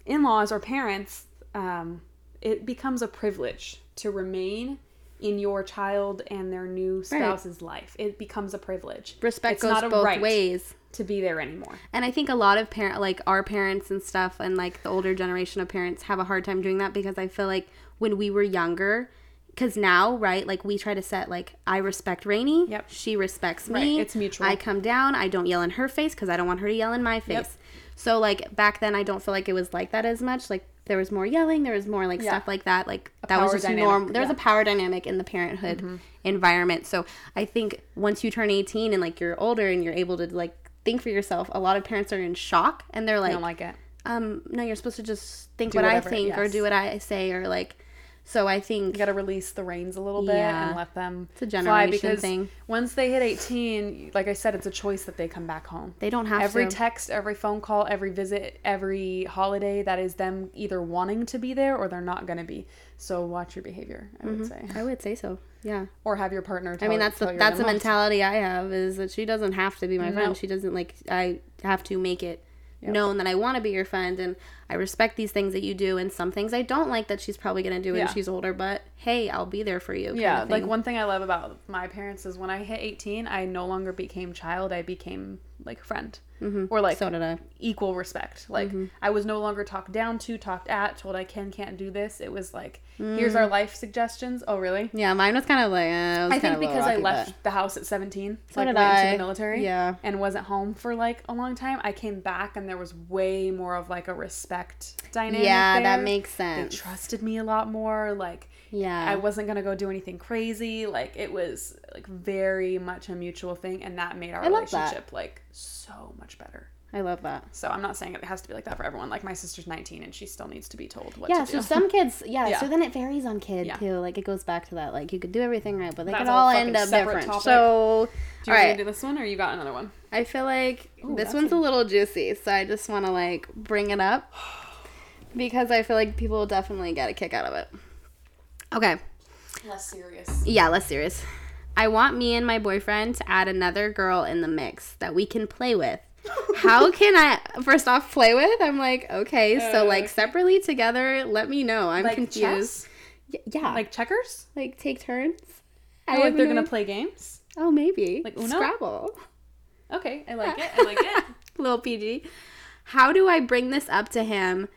Speaker 2: in-laws or parents um, it becomes a privilege to remain in your child and their new spouse's life it becomes a privilege
Speaker 1: respect
Speaker 2: It's
Speaker 1: goes
Speaker 2: not a
Speaker 1: both
Speaker 2: right
Speaker 1: ways
Speaker 2: to be there anymore
Speaker 1: and i think a lot of parent like our parents and stuff and like the older generation of parents have a hard time doing that because i feel like when we were younger because now right like we try to set like i respect rainey
Speaker 2: Yep.
Speaker 1: she respects me
Speaker 2: Right, it's mutual.
Speaker 1: i come down i don't yell in her face because i don't want her to yell in my face so like back then i don't feel like it was like that as much like there was more yelling there was more like
Speaker 2: Yeah.
Speaker 1: stuff like that like that was
Speaker 2: power
Speaker 1: just
Speaker 2: dynamic,
Speaker 1: normal there was
Speaker 2: yeah. Mm-hmm.
Speaker 1: a power dynamic in the parenthood environment so i think once you turn 18 and like you're older and you're able to like think for yourself a lot of parents are in shock and they're
Speaker 2: i
Speaker 1: like,
Speaker 2: don't like it
Speaker 1: um no you're supposed to just think
Speaker 2: Do
Speaker 1: what
Speaker 2: whatever,
Speaker 1: i think or
Speaker 2: yes.
Speaker 1: do what i say or like so i think
Speaker 2: you got to release the reins a little bit
Speaker 1: Yeah.
Speaker 2: and let them it's
Speaker 1: a
Speaker 2: fly
Speaker 1: generation
Speaker 2: because
Speaker 1: thing.
Speaker 2: once they hit 18 like i said it's a choice that they come back home
Speaker 1: they don't have
Speaker 2: every
Speaker 1: to
Speaker 2: text, every phone call, every visit, every holiday that is them either wanting to be there or they're not going to be. So watch your behavior, I would say,
Speaker 1: I would say so yeah
Speaker 2: or have your partner. Tell,
Speaker 1: Mm-hmm. I mean that's
Speaker 2: tell
Speaker 1: the
Speaker 2: your
Speaker 1: that's the
Speaker 2: in-laws.
Speaker 1: mentality I have is that she doesn't have to be my
Speaker 2: No.
Speaker 1: friend. She doesn't like I have to make it known that I want to be your friend and I respect these things that you do and some things I don't like that she's probably gonna do when
Speaker 2: Yeah.
Speaker 1: she's older. But hey, I'll be there for you. kind
Speaker 2: Yeah,
Speaker 1: of
Speaker 2: like
Speaker 1: thing.
Speaker 2: one thing I love about my parents is when I hit eighteen, I no longer became child. I became like friend, or like
Speaker 1: Mm-hmm. so did I.
Speaker 2: equal respect. Like I was no longer talked down to, talked at, told I can can't do this. It was like, here's our life suggestions. Oh really?
Speaker 1: Yeah, mine was kind of like uh, it was
Speaker 2: Mm. I
Speaker 1: kind
Speaker 2: think
Speaker 1: of low
Speaker 2: because I
Speaker 1: rocky,
Speaker 2: left
Speaker 1: but-
Speaker 2: the house at 17, like
Speaker 1: did
Speaker 2: went into
Speaker 1: I.
Speaker 2: the military,
Speaker 1: Yeah.
Speaker 2: and wasn't home for like a long time. I came back and there was way more of like a respect dynamic.
Speaker 1: Yeah, that
Speaker 2: there.
Speaker 1: makes
Speaker 2: They
Speaker 1: sense.
Speaker 2: trusted me a lot more. Like
Speaker 1: Yeah,
Speaker 2: I wasn't gonna go do anything crazy. Like it was like very much a mutual thing, and that made our
Speaker 1: love that.
Speaker 2: relationship like so much better.
Speaker 1: I love that.
Speaker 2: So I'm not saying it has to be like that for everyone. Like my sister's 19 and she still needs to be told what
Speaker 1: Yeah,
Speaker 2: to
Speaker 1: so
Speaker 2: do.
Speaker 1: some kids, yeah,
Speaker 2: Yeah.
Speaker 1: so then it varies on kid
Speaker 2: Yeah.
Speaker 1: too. Like it goes back to that, like you could do everything right, but they
Speaker 2: That's
Speaker 1: could
Speaker 2: a
Speaker 1: all
Speaker 2: fucking
Speaker 1: end up
Speaker 2: separate
Speaker 1: different.
Speaker 2: topic.
Speaker 1: So,
Speaker 2: do you
Speaker 1: all
Speaker 2: want me
Speaker 1: right,
Speaker 2: to do this one or you got another one?
Speaker 1: I feel like this
Speaker 2: that's
Speaker 1: one's a little juicy, so I just want to like bring it up because I feel like people will definitely get a kick out of it. Okay.
Speaker 2: Less serious.
Speaker 1: Yeah, less serious. I want me and my boyfriend to add another girl in the mix that we can play with. How can I first off play with? I'm like, okay, so
Speaker 2: Uh,
Speaker 1: like
Speaker 2: okay.
Speaker 1: separately together, let me know. I'm
Speaker 2: Like
Speaker 1: confused.
Speaker 2: chess?
Speaker 1: Y- yeah. Like
Speaker 2: Like checkers?
Speaker 1: like take turns. I
Speaker 2: Oh, like
Speaker 1: have
Speaker 2: they're
Speaker 1: no
Speaker 2: gonna
Speaker 1: idea.
Speaker 2: play games.
Speaker 1: Oh, maybe.
Speaker 2: Like Uno?
Speaker 1: Scrabble.
Speaker 2: Okay, I like it. I like it.
Speaker 1: Little PG. How do I bring this up to him?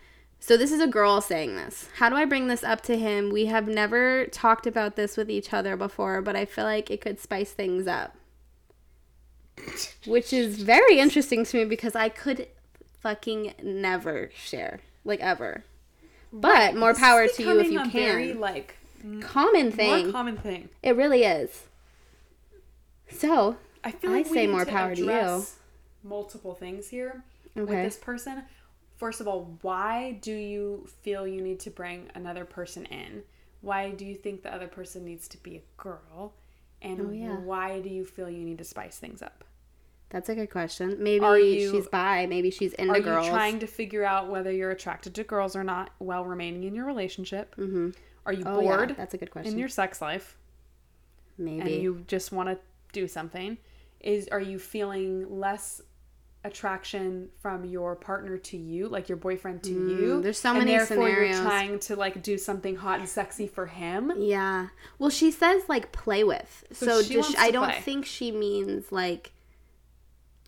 Speaker 1: So this is a girl saying this. How do I bring this up to him? We have never talked about this with each other before, but I feel like it could spice things up. Which is very interesting to me because I could fucking never share, like ever. But more
Speaker 2: This is
Speaker 1: power to you if
Speaker 2: becoming
Speaker 1: you
Speaker 2: a
Speaker 1: can.
Speaker 2: Very like m-
Speaker 1: common
Speaker 2: more
Speaker 1: thing.
Speaker 2: common thing.
Speaker 1: it really is. So,
Speaker 2: I feel
Speaker 1: I
Speaker 2: like we
Speaker 1: say
Speaker 2: need
Speaker 1: more power to you.
Speaker 2: address Multiple things here with
Speaker 1: Okay.
Speaker 2: this person. First of all, why do you feel you need to bring another person in? Why do you think the other person needs to be a girl? And
Speaker 1: Oh, yeah.
Speaker 2: why do you feel you need to spice things up?
Speaker 1: that's a good question. Maybe
Speaker 2: Are you-
Speaker 1: she's bi, maybe she's into
Speaker 2: Are
Speaker 1: girls.
Speaker 2: you trying to figure out whether you're attracted to girls or not while remaining in your relationship? Mm-hmm. Are you
Speaker 1: Oh, yeah,
Speaker 2: bored
Speaker 1: that's a good question.
Speaker 2: in your sex life?
Speaker 1: Maybe.
Speaker 2: and you just want to do something is are you feeling less attraction from your partner to you like your boyfriend to you
Speaker 1: Mm, there's so
Speaker 2: and
Speaker 1: many
Speaker 2: therefore
Speaker 1: scenarios.
Speaker 2: you're trying to like do something hot and sexy for him
Speaker 1: yeah. Well, she says like play with. So,
Speaker 2: So she
Speaker 1: does she-
Speaker 2: wants
Speaker 1: I
Speaker 2: to
Speaker 1: don't
Speaker 2: play.
Speaker 1: think she means like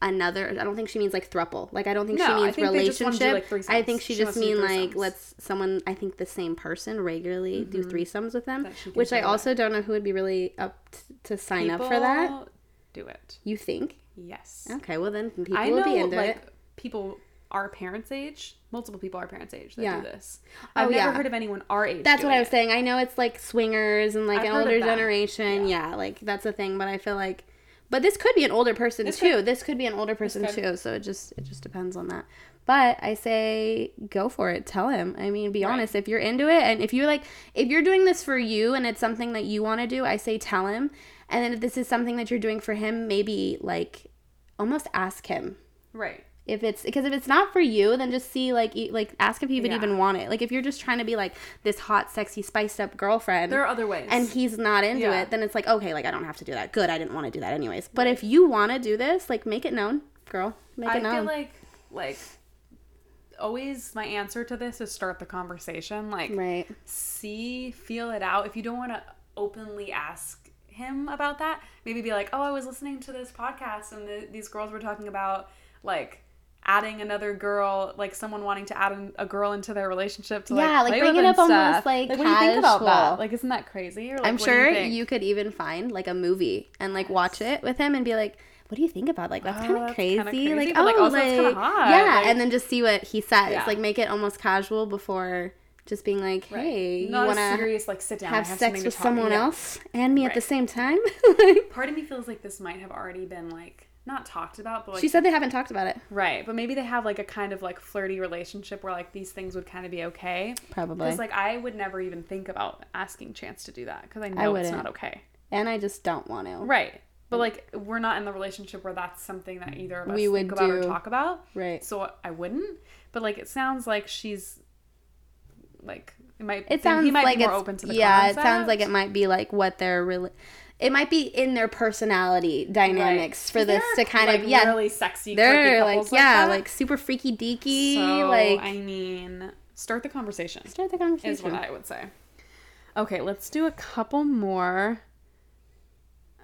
Speaker 1: another. I don't think she means like thruple. Like I don't think
Speaker 2: No, I
Speaker 1: she means
Speaker 2: think they just wanna do,
Speaker 1: relationship.
Speaker 2: like,
Speaker 1: I think
Speaker 2: threesomes.
Speaker 1: she,
Speaker 2: She
Speaker 1: just
Speaker 2: wants to do
Speaker 1: mean like
Speaker 2: threesomes.
Speaker 1: let's someone. I think the same person regularly do threesomes with them,
Speaker 2: Mm-hmm. That she can
Speaker 1: which I
Speaker 2: play with.
Speaker 1: also don't know who would be really up t- to sign up for that.
Speaker 2: People do it
Speaker 1: You think?
Speaker 2: yes
Speaker 1: Okay, well then people
Speaker 2: i
Speaker 1: will
Speaker 2: know
Speaker 1: be into
Speaker 2: like
Speaker 1: it.
Speaker 2: people our parents age multiple people our parents age that
Speaker 1: Yeah.
Speaker 2: do this i've
Speaker 1: Oh,
Speaker 2: never
Speaker 1: yeah.
Speaker 2: heard of anyone our age
Speaker 1: That's what
Speaker 2: doing
Speaker 1: I was saying. I know it's like swingers and like
Speaker 2: I've
Speaker 1: an
Speaker 2: heard of
Speaker 1: older
Speaker 2: that.
Speaker 1: generation. Yeah. like that's a thing. But I feel like, but this could be an older person
Speaker 2: This
Speaker 1: too. this could be an older person
Speaker 2: could.
Speaker 1: too. So it just it just depends on that. But I say go for it. Tell him. I mean, be honest. If you're into it and if you're like if you're doing this for you and it's something that you want to do, I say tell him. And then if this is something that you're doing for him, maybe like almost ask him
Speaker 2: it. right
Speaker 1: if it's because if it's not for you then just see like e- like ask if he would
Speaker 2: Yeah.
Speaker 1: even want it like if you're just trying to be like this hot sexy spiced up girlfriend
Speaker 2: there are other ways
Speaker 1: and he's not into
Speaker 2: Yeah.
Speaker 1: it then it's like okay like i don't have to do that good i didn't want to do that anyways but if you want to do this like make it known girl make
Speaker 2: I
Speaker 1: it known
Speaker 2: feel like like always my answer to this is start the conversation. Like
Speaker 1: right
Speaker 2: see, feel it out. If you don't want to openly ask him about that, maybe be like, "Oh, I was listening to this podcast and the, these girls were talking about like adding another girl, like someone wanting to add an, a girl into their relationship to like
Speaker 1: Yeah, like,
Speaker 2: play
Speaker 1: bring it
Speaker 2: with and
Speaker 1: up almost,
Speaker 2: stuff."
Speaker 1: like,
Speaker 2: what do you think about
Speaker 1: casual.
Speaker 2: that? Like isn't that crazy? Or, like,
Speaker 1: i'm
Speaker 2: what do
Speaker 1: sure
Speaker 2: think?
Speaker 1: you, could even find like a movie and like watch it with him and be like what do you think about like that's
Speaker 2: Oh,
Speaker 1: kind of
Speaker 2: that's
Speaker 1: crazy.
Speaker 2: kinda crazy,
Speaker 1: like oh
Speaker 2: but, like, also it's
Speaker 1: like
Speaker 2: kinda hot.
Speaker 1: yeah
Speaker 2: Like-
Speaker 1: and then just see what he says
Speaker 2: Yeah.
Speaker 1: like make it almost casual before just being like
Speaker 2: Right.
Speaker 1: hey
Speaker 2: Not
Speaker 1: you
Speaker 2: a
Speaker 1: want to
Speaker 2: serious like sit down I
Speaker 1: have sex
Speaker 2: something to
Speaker 1: with
Speaker 2: talk-
Speaker 1: someone
Speaker 2: Yeah.
Speaker 1: else and me at the
Speaker 2: Right.
Speaker 1: same time.
Speaker 2: Part of me feels like this might have already been like not talked about, but like
Speaker 1: she said they haven't talked about it.
Speaker 2: Right, but maybe they have like a kind of like flirty relationship where like these things would kind of be okay.
Speaker 1: Probably.
Speaker 2: Because like I would never even think about asking Chance to do that because I know it's
Speaker 1: wouldn't.
Speaker 2: not okay.
Speaker 1: and I just don't want to. Right.
Speaker 2: Right, but like we're not in the relationship where that's something that either of us
Speaker 1: We
Speaker 2: think
Speaker 1: would
Speaker 2: about or
Speaker 1: do.
Speaker 2: talk about. So I wouldn't. But like it sounds like she's like it might.
Speaker 1: It
Speaker 2: then
Speaker 1: sounds
Speaker 2: he might
Speaker 1: like
Speaker 2: be more
Speaker 1: it's
Speaker 2: open to the
Speaker 1: yeah. It
Speaker 2: concept.
Speaker 1: sounds like it might be like what their really. It might be in their personality dynamics for
Speaker 2: There
Speaker 1: this
Speaker 2: are,
Speaker 1: to kind
Speaker 2: like,
Speaker 1: of yeah.
Speaker 2: really sexy. quirky
Speaker 1: they're like
Speaker 2: couples
Speaker 1: yeah,
Speaker 2: that.
Speaker 1: like super freaky deaky.
Speaker 2: so.
Speaker 1: like
Speaker 2: I mean, start the conversation.
Speaker 1: start the
Speaker 2: is what
Speaker 1: conversation.
Speaker 2: I would say. Okay, let's do a couple more.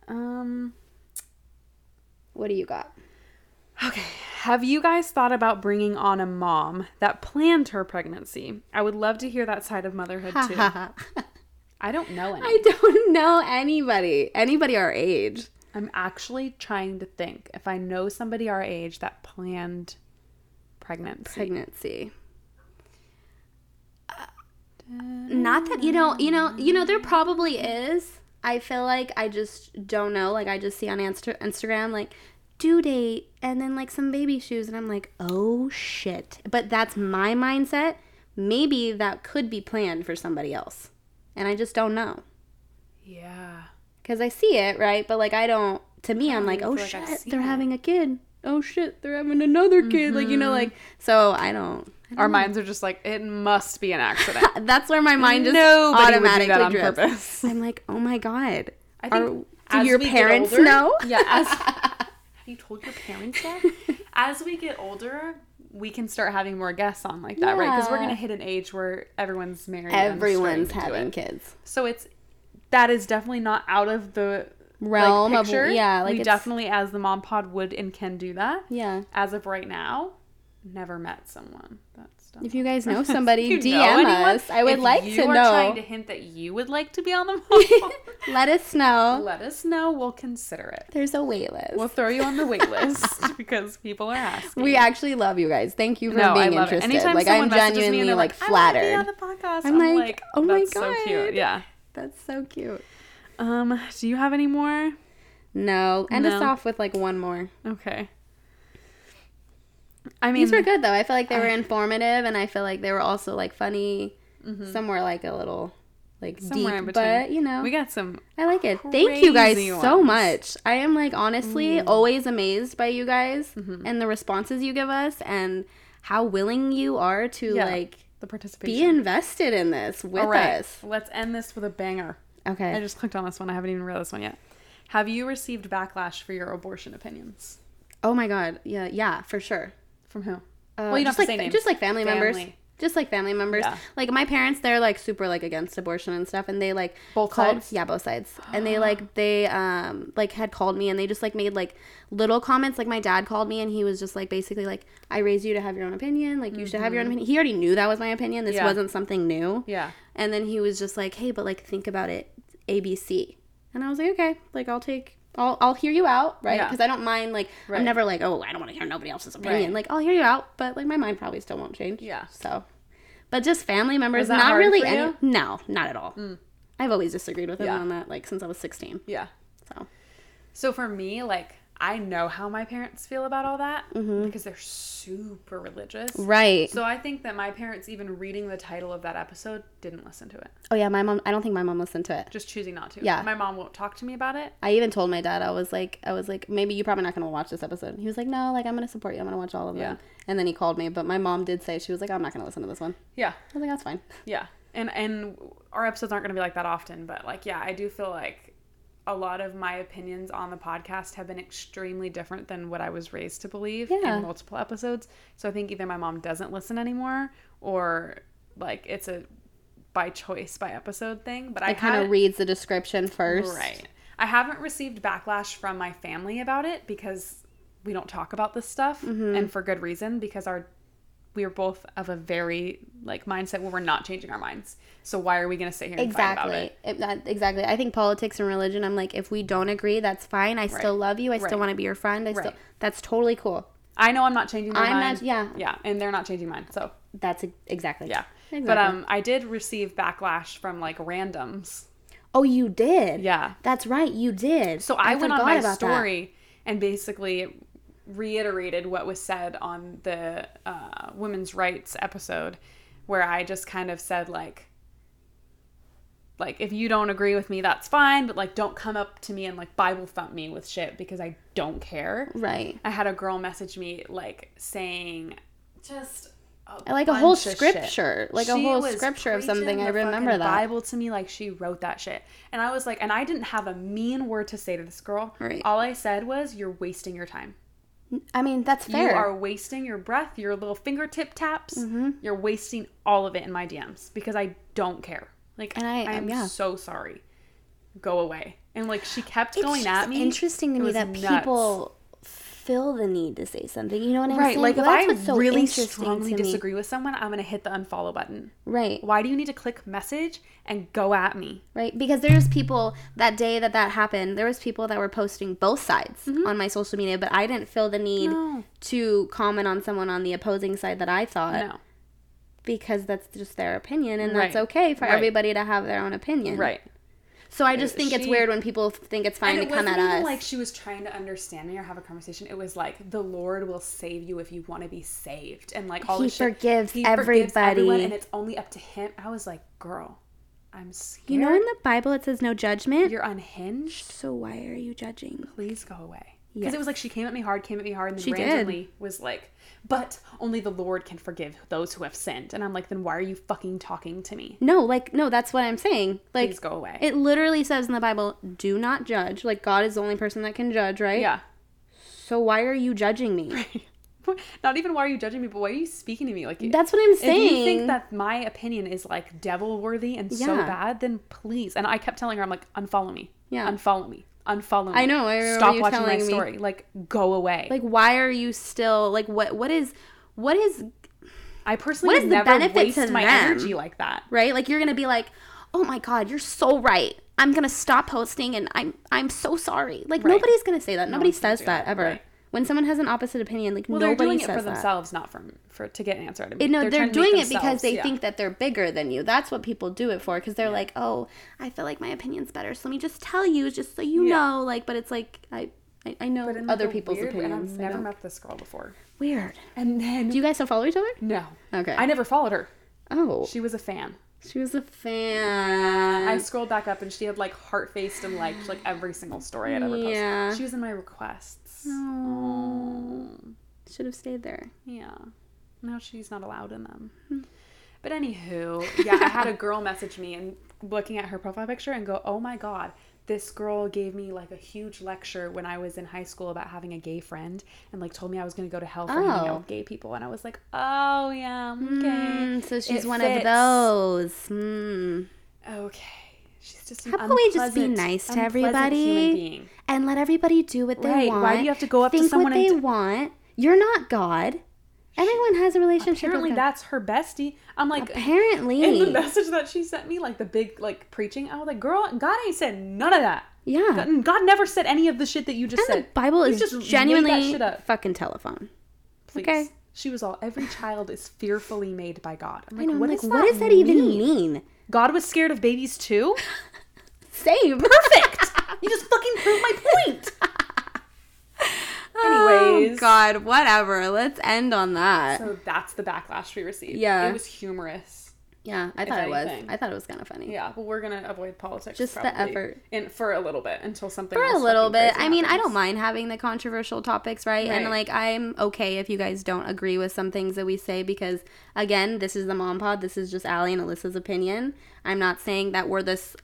Speaker 2: Um,
Speaker 1: What do you got?
Speaker 2: okay. Have you guys thought about bringing on a mom that planned her pregnancy? I would love to hear that side of motherhood too. I don't know any.
Speaker 1: I don't know anybody. Anybody our age.
Speaker 2: I'm actually trying to think if I know somebody our age that planned pregnancy.
Speaker 1: pregnancy. Not that you know, you know, you know. There probably is. I feel like I just don't know. Like I just see on Insta- Instagram like due date and then like some baby shoes, and I'm like, oh shit. But that's my mindset. Maybe that could be planned for somebody else, and I just don't know
Speaker 2: yeah.
Speaker 1: because I see it right, but like I don't. To me, I'm like,
Speaker 2: even
Speaker 1: oh
Speaker 2: feel like I've
Speaker 1: shit,
Speaker 2: seen
Speaker 1: they're
Speaker 2: it."
Speaker 1: having a kid. Oh shit, they're having another kid. Like you know,
Speaker 2: Mm-hmm.
Speaker 1: like so I don't. I don't
Speaker 2: Our minds are just like it must be an accident.
Speaker 1: That's where my mind just
Speaker 2: Nobody would do
Speaker 1: automatically
Speaker 2: that on
Speaker 1: drifts.
Speaker 2: purpose.
Speaker 1: I'm like, oh my god.
Speaker 2: I
Speaker 1: Are-
Speaker 2: think
Speaker 1: do
Speaker 2: as
Speaker 1: your
Speaker 2: we get
Speaker 1: parents
Speaker 2: older-
Speaker 1: know?
Speaker 2: Yeah. As, have you told your parents that? as we get older, we can start having more guests on like that, right? Because we're
Speaker 1: Yeah.
Speaker 2: gonna hit an age where everyone's married. and starting
Speaker 1: Everyone's
Speaker 2: to do
Speaker 1: having
Speaker 2: it.
Speaker 1: kids.
Speaker 2: So it's that is definitely not out of the like,
Speaker 1: realm
Speaker 2: picture.
Speaker 1: of yeah, like
Speaker 2: we
Speaker 1: it's,
Speaker 2: definitely, as the mom pod, would and can do that.
Speaker 1: yeah.
Speaker 2: As of right now, never met someone that's done.
Speaker 1: If you guys
Speaker 2: that.
Speaker 1: know somebody,
Speaker 2: If you
Speaker 1: DM
Speaker 2: know anyone,
Speaker 1: us. I would
Speaker 2: if
Speaker 1: like
Speaker 2: you
Speaker 1: to
Speaker 2: are
Speaker 1: know.
Speaker 2: Trying to hint that you would like to be on the mom
Speaker 1: Let us
Speaker 2: pod,
Speaker 1: know.
Speaker 2: let us know. We'll consider it.
Speaker 1: There's a wait list.
Speaker 2: We'll throw you on the wait list because people are asking.
Speaker 1: we actually love you guys. Thank you for
Speaker 2: no, I
Speaker 1: being
Speaker 2: love
Speaker 1: interested.
Speaker 2: it. Anytime
Speaker 1: like
Speaker 2: someone
Speaker 1: I'm
Speaker 2: messages
Speaker 1: genuinely
Speaker 2: me and they're
Speaker 1: like
Speaker 2: I
Speaker 1: flattered.
Speaker 2: wanna be on the podcast.
Speaker 1: I'm
Speaker 2: I'm,
Speaker 1: like,
Speaker 2: like,
Speaker 1: "Oh my
Speaker 2: that's so
Speaker 1: God."
Speaker 2: cute. Yeah.
Speaker 1: That's so cute.
Speaker 2: Um, do you have any more?
Speaker 1: No, end us
Speaker 2: No.
Speaker 1: off with like one more.
Speaker 2: Okay. I mean,
Speaker 1: These were good though. I feel like they were informative, and I feel like they were also like funny. Somewhere like a little like
Speaker 2: Mm-hmm. Somewhere
Speaker 1: deep,
Speaker 2: in between.
Speaker 1: but you know,
Speaker 2: we got some.
Speaker 1: I like it. Thank you guys
Speaker 2: crazy
Speaker 1: so
Speaker 2: ones. Mm-hmm.
Speaker 1: much. I am like honestly always amazed by you guys and the responses you give us and how willing you are to
Speaker 2: Yeah.
Speaker 1: like
Speaker 2: The participation.
Speaker 1: be invested in this with
Speaker 2: All right,
Speaker 1: us.
Speaker 2: let's end this with a banger.
Speaker 1: Okay.
Speaker 2: I just clicked on this one. I haven't even read this one yet. Have you received backlash for your abortion opinions?
Speaker 1: oh my god. Yeah, yeah, for sure.
Speaker 2: From who?
Speaker 1: Uh,
Speaker 2: well, you don't
Speaker 1: just
Speaker 2: have to
Speaker 1: like
Speaker 2: say names.
Speaker 1: just like family, members.
Speaker 2: Family.
Speaker 1: Just like family members.
Speaker 2: Yeah.
Speaker 1: Like my parents, they're like super like against abortion and stuff and they like
Speaker 2: Both
Speaker 1: called,
Speaker 2: sides?
Speaker 1: Yeah, both sides. And they like they um like had called me and they just like made like little comments. Like my dad called me and he was just like basically like, I raised you to have your own opinion, like you should have your own opinion. He already knew that was my opinion. This
Speaker 2: Mm-hmm. Yeah.
Speaker 1: wasn't something new.
Speaker 2: yeah.
Speaker 1: And then he was just like, Hey, but like think about it A B C and I was like, Okay, like I'll take I'll, I'll hear you out, right?
Speaker 2: Yeah.
Speaker 1: Because I don't mind, like,
Speaker 2: Right.
Speaker 1: I'm never like, oh, I don't want to hear nobody else's opinion.
Speaker 2: Right.
Speaker 1: Like, I'll hear you out, but, like, my mind probably still won't change.
Speaker 2: Yeah.
Speaker 1: So, but just family members,
Speaker 2: Was that
Speaker 1: not
Speaker 2: hard
Speaker 1: really
Speaker 2: for
Speaker 1: any.
Speaker 2: you? Mm.
Speaker 1: No, not at all. I've always disagreed with him
Speaker 2: Yeah.
Speaker 1: on that, like, since I was 16.
Speaker 2: Yeah.
Speaker 1: So,
Speaker 2: So for me, like I know how my parents feel about all that
Speaker 1: Mm-hmm.
Speaker 2: because they're super religious.
Speaker 1: right.
Speaker 2: So I think that my parents, even reading the title of that episode, didn't listen to it.
Speaker 1: oh, yeah, my mom, I don't think my mom listened to it.
Speaker 2: Just choosing not to.
Speaker 1: Yeah.
Speaker 2: My mom won't talk to me about it.
Speaker 1: I even told my dad, I was like, I was like, maybe you're probably not going to watch this episode. And He was like, no, like, I'm going to support you. I'm going to watch all of them. And then he called me, but my mom did say, she was like, I'm not going to listen to this one.
Speaker 2: Yeah.
Speaker 1: I was like, that's fine.
Speaker 2: Yeah. And and our episodes aren't going to be like that often, but like yeah, I do feel like a lot of my opinions on the podcast have been extremely different than what I was raised to believe
Speaker 1: Yeah.
Speaker 2: in multiple episodes. So I think either my mom doesn't listen anymore or like it's a by choice by episode thing, but I,
Speaker 1: I kind
Speaker 2: had-
Speaker 1: of reads the description first.
Speaker 2: Right. I haven't received backlash from my family about it because we don't talk about this stuff
Speaker 1: Mm-hmm.
Speaker 2: and for good reason because our we are both of a very like mindset where we're not changing our minds. So why are we going to sit here and fight about
Speaker 1: exactly
Speaker 2: it?
Speaker 1: If not- exactly i think politics and religion i'm like if we don't agree that's fine i still love you i still
Speaker 2: Right.
Speaker 1: want to be your friend i still
Speaker 2: Right.
Speaker 1: that's totally cool
Speaker 2: I know I'm not changing my
Speaker 1: I'm not-
Speaker 2: mind.
Speaker 1: yeah.
Speaker 2: Yeah, and they're not changing mine. So,
Speaker 1: that's e- exactly
Speaker 2: yeah.
Speaker 1: exactly.
Speaker 2: But um I did receive backlash from like randoms.
Speaker 1: oh you did
Speaker 2: Yeah.
Speaker 1: that's right you did
Speaker 2: So I, went on
Speaker 1: forgot
Speaker 2: my
Speaker 1: about that.
Speaker 2: story and basically reiterated what was said on the uh, women's rights episode, where I just kind of said like, like if you don't agree with me, that's fine, but like don't come up to me and like Bible thump me with shit because I don't care.
Speaker 1: right
Speaker 2: I had a girl message me like saying just a
Speaker 1: like a whole
Speaker 2: bunch of shit.
Speaker 1: scripture, like a
Speaker 2: She
Speaker 1: whole
Speaker 2: was
Speaker 1: scripture of something.
Speaker 2: preaching
Speaker 1: I
Speaker 2: the
Speaker 1: remember
Speaker 2: fucking
Speaker 1: that.
Speaker 2: Bible to me like she wrote that shit. And I was like and I didn't have a mean word to say to this girl.
Speaker 1: Right.
Speaker 2: All I said was you're wasting your time.
Speaker 1: i mean that's fair
Speaker 2: You are wasting your breath, your little fingertip taps.
Speaker 1: Mm-hmm.
Speaker 2: You're wasting all of it in my DMs because I don't care. Like
Speaker 1: And I-
Speaker 2: am
Speaker 1: um, yeah.
Speaker 2: so sorry. Go away. And like she kept
Speaker 1: It's
Speaker 2: going
Speaker 1: just
Speaker 2: at me.
Speaker 1: interesting to
Speaker 2: It
Speaker 1: me
Speaker 2: was
Speaker 1: that
Speaker 2: nuts.
Speaker 1: people feel the need to say something you know what i'm
Speaker 2: Right,
Speaker 1: saying
Speaker 2: like if
Speaker 1: Well, that's
Speaker 2: I
Speaker 1: what's so
Speaker 2: really
Speaker 1: interesting
Speaker 2: strongly
Speaker 1: to me.
Speaker 2: disagree with someone, I'm gonna hit the unfollow button.
Speaker 1: right
Speaker 2: Why do you need to click message and go at me?
Speaker 1: right because there's people that day that that happened there was people that were posting both sides on my social media but i didn't feel the need
Speaker 2: Mm-hmm. No.
Speaker 1: to comment on someone on the opposing side that i thought
Speaker 2: No.
Speaker 1: because that's just their opinion and that's
Speaker 2: Right.
Speaker 1: okay for
Speaker 2: Right.
Speaker 1: everybody to have their own opinion
Speaker 2: Right. Uh,
Speaker 1: so i just think it's
Speaker 2: She-
Speaker 1: weird when people think it's fine to
Speaker 2: And it
Speaker 1: come
Speaker 2: wasn't
Speaker 1: at
Speaker 2: even
Speaker 1: us
Speaker 2: like she was trying to understand me or have a conversation. It was like the Lord will save you if you want to be saved, and like all
Speaker 1: He
Speaker 2: this shit.
Speaker 1: forgives everybody.
Speaker 2: everyone, and it's only up to Him. I was like, girl, I'm scared.
Speaker 1: you know in the bible it says no judgment
Speaker 2: you're unhinged.
Speaker 1: so why are you judging
Speaker 2: Please go away. Because
Speaker 1: Yes.
Speaker 2: it was like she came at me hard, came at me hard, and then
Speaker 1: She did.
Speaker 2: randomly was like, "But only the Lord can forgive those who have sinned." And I'm like, "Then why are you fucking talking to me?
Speaker 1: no like no that's what i'm saying like
Speaker 2: Please go away."
Speaker 1: it literally says in the bible do not judge like god is the only person that can judge right
Speaker 2: yeah,
Speaker 1: so why are you judging me
Speaker 2: Not even why are you judging me, but why are you speaking to me like you?
Speaker 1: That's what I'm
Speaker 2: if
Speaker 1: saying.
Speaker 2: you think that my opinion is like devil worthy and so
Speaker 1: Yeah.
Speaker 2: bad, then please. And I kept telling her, I'm like, unfollow me.
Speaker 1: Yeah.
Speaker 2: Unfollow me. Unfollow me.
Speaker 1: I know, I remember
Speaker 2: Stop
Speaker 1: you
Speaker 2: watching my
Speaker 1: telling me.
Speaker 2: story. Like, go away.
Speaker 1: like why are you still like what what is what is
Speaker 2: I personally
Speaker 1: what is
Speaker 2: would
Speaker 1: the
Speaker 2: never
Speaker 1: benefit
Speaker 2: waste
Speaker 1: to
Speaker 2: my
Speaker 1: them?
Speaker 2: energy like that.
Speaker 1: right? Like you're gonna be like, oh my god, you're so right. I'm gonna stop posting, and I'm I'm so sorry. Like
Speaker 2: Right.
Speaker 1: nobody's gonna say that. Nobody
Speaker 2: one's gonna
Speaker 1: says
Speaker 2: do
Speaker 1: that,
Speaker 2: that,
Speaker 1: ever.
Speaker 2: right.
Speaker 1: When someone has an opposite opinion, like
Speaker 2: Well,
Speaker 1: nobody
Speaker 2: they're doing it
Speaker 1: says
Speaker 2: for
Speaker 1: that.
Speaker 2: themselves, not for for to get an answer out of me.
Speaker 1: It- no, they're,
Speaker 2: trying to make
Speaker 1: doing it because
Speaker 2: themselves-
Speaker 1: they
Speaker 2: yeah.
Speaker 1: think that they're bigger than you. That's what people do it for because they're like, oh, I feel like my opinion's better, so let me just tell you, just so you
Speaker 2: Yeah.
Speaker 1: know. Like, but it's like I I, I know
Speaker 2: in, like,
Speaker 1: other
Speaker 2: a
Speaker 1: people's
Speaker 2: weird way, and
Speaker 1: opinions.
Speaker 2: I've
Speaker 1: I
Speaker 2: never
Speaker 1: don't-
Speaker 2: met this girl before.
Speaker 1: weird.
Speaker 2: And then
Speaker 1: Do you guys still follow each other?
Speaker 2: no,
Speaker 1: Okay.
Speaker 2: I never followed her.
Speaker 1: oh,
Speaker 2: She was a fan.
Speaker 1: she was a fan.
Speaker 2: I scrolled back up and she had like heart faced and liked like every single story I'd ever
Speaker 1: Yeah.
Speaker 2: posted. She was in my requests. Aw.
Speaker 1: Should have stayed there.
Speaker 2: Yeah. Now she's not allowed in them.
Speaker 1: Hmm.
Speaker 2: But anywho, yeah, I had a girl message me and looking at her profile picture and go, oh my God, this girl gave me like a huge lecture when I was in high school about having a gay friend and like told me I was going to go to hell for hanging
Speaker 1: Oh.
Speaker 2: out with gay people. And I was like, oh yeah, okay.
Speaker 1: Mm, so she's
Speaker 2: It
Speaker 1: one
Speaker 2: fits.
Speaker 1: of those. Mm.
Speaker 2: Okay. She's just an
Speaker 1: How about we just be
Speaker 2: unpleasant-
Speaker 1: nice to
Speaker 2: unpleasant
Speaker 1: everybody?
Speaker 2: Human being.
Speaker 1: And let everybody do what they
Speaker 2: Right, why
Speaker 1: want.
Speaker 2: do you have to go up to
Speaker 1: think
Speaker 2: someone
Speaker 1: what they
Speaker 2: and t-
Speaker 1: want? You're not God. Everyone has a relationship.
Speaker 2: Apparently,
Speaker 1: with God.
Speaker 2: that's her bestie. I'm like, in the
Speaker 1: apparently,
Speaker 2: message that she sent me, like the big like preaching, I was like, girl, God ain't said none of that.
Speaker 1: yeah.
Speaker 2: God, God never said any of the shit that you just
Speaker 1: and the
Speaker 2: said.
Speaker 1: Bible
Speaker 2: You
Speaker 1: is
Speaker 2: just made that
Speaker 1: genuinely
Speaker 2: shit up.
Speaker 1: fucking telephone.
Speaker 2: Please.
Speaker 1: okay.
Speaker 2: She was all, every child is fearfully made by God. I'm
Speaker 1: I
Speaker 2: like,
Speaker 1: know. I'm
Speaker 2: what,
Speaker 1: like,
Speaker 2: does
Speaker 1: what
Speaker 2: that
Speaker 1: does that even
Speaker 2: mean?
Speaker 1: mean?
Speaker 2: God was scared of babies too?
Speaker 1: Same.
Speaker 2: Perfect. you just fucking proved my point. Anyways.
Speaker 1: Oh, God, whatever. Let's end on that.
Speaker 2: So that's the backlash we received.
Speaker 1: Yeah.
Speaker 2: It was humorous.
Speaker 1: yeah, I thought it was.
Speaker 2: anything.
Speaker 1: I thought it was kind of funny.
Speaker 2: Yeah, but we're gonna avoid politics.
Speaker 1: Just the
Speaker 2: probably
Speaker 1: effort.
Speaker 2: in for a little bit until something.
Speaker 1: for a
Speaker 2: else
Speaker 1: little
Speaker 2: fucking
Speaker 1: bit.
Speaker 2: crazy
Speaker 1: I mean, I
Speaker 2: happens.
Speaker 1: don't mind having the controversial topics, right? And
Speaker 2: Right.
Speaker 1: like, I'm okay if you guys don't agree with some things that we say because, again, this is the mom pod. This is just Allie and Alyssa's opinion. I'm not saying that we're this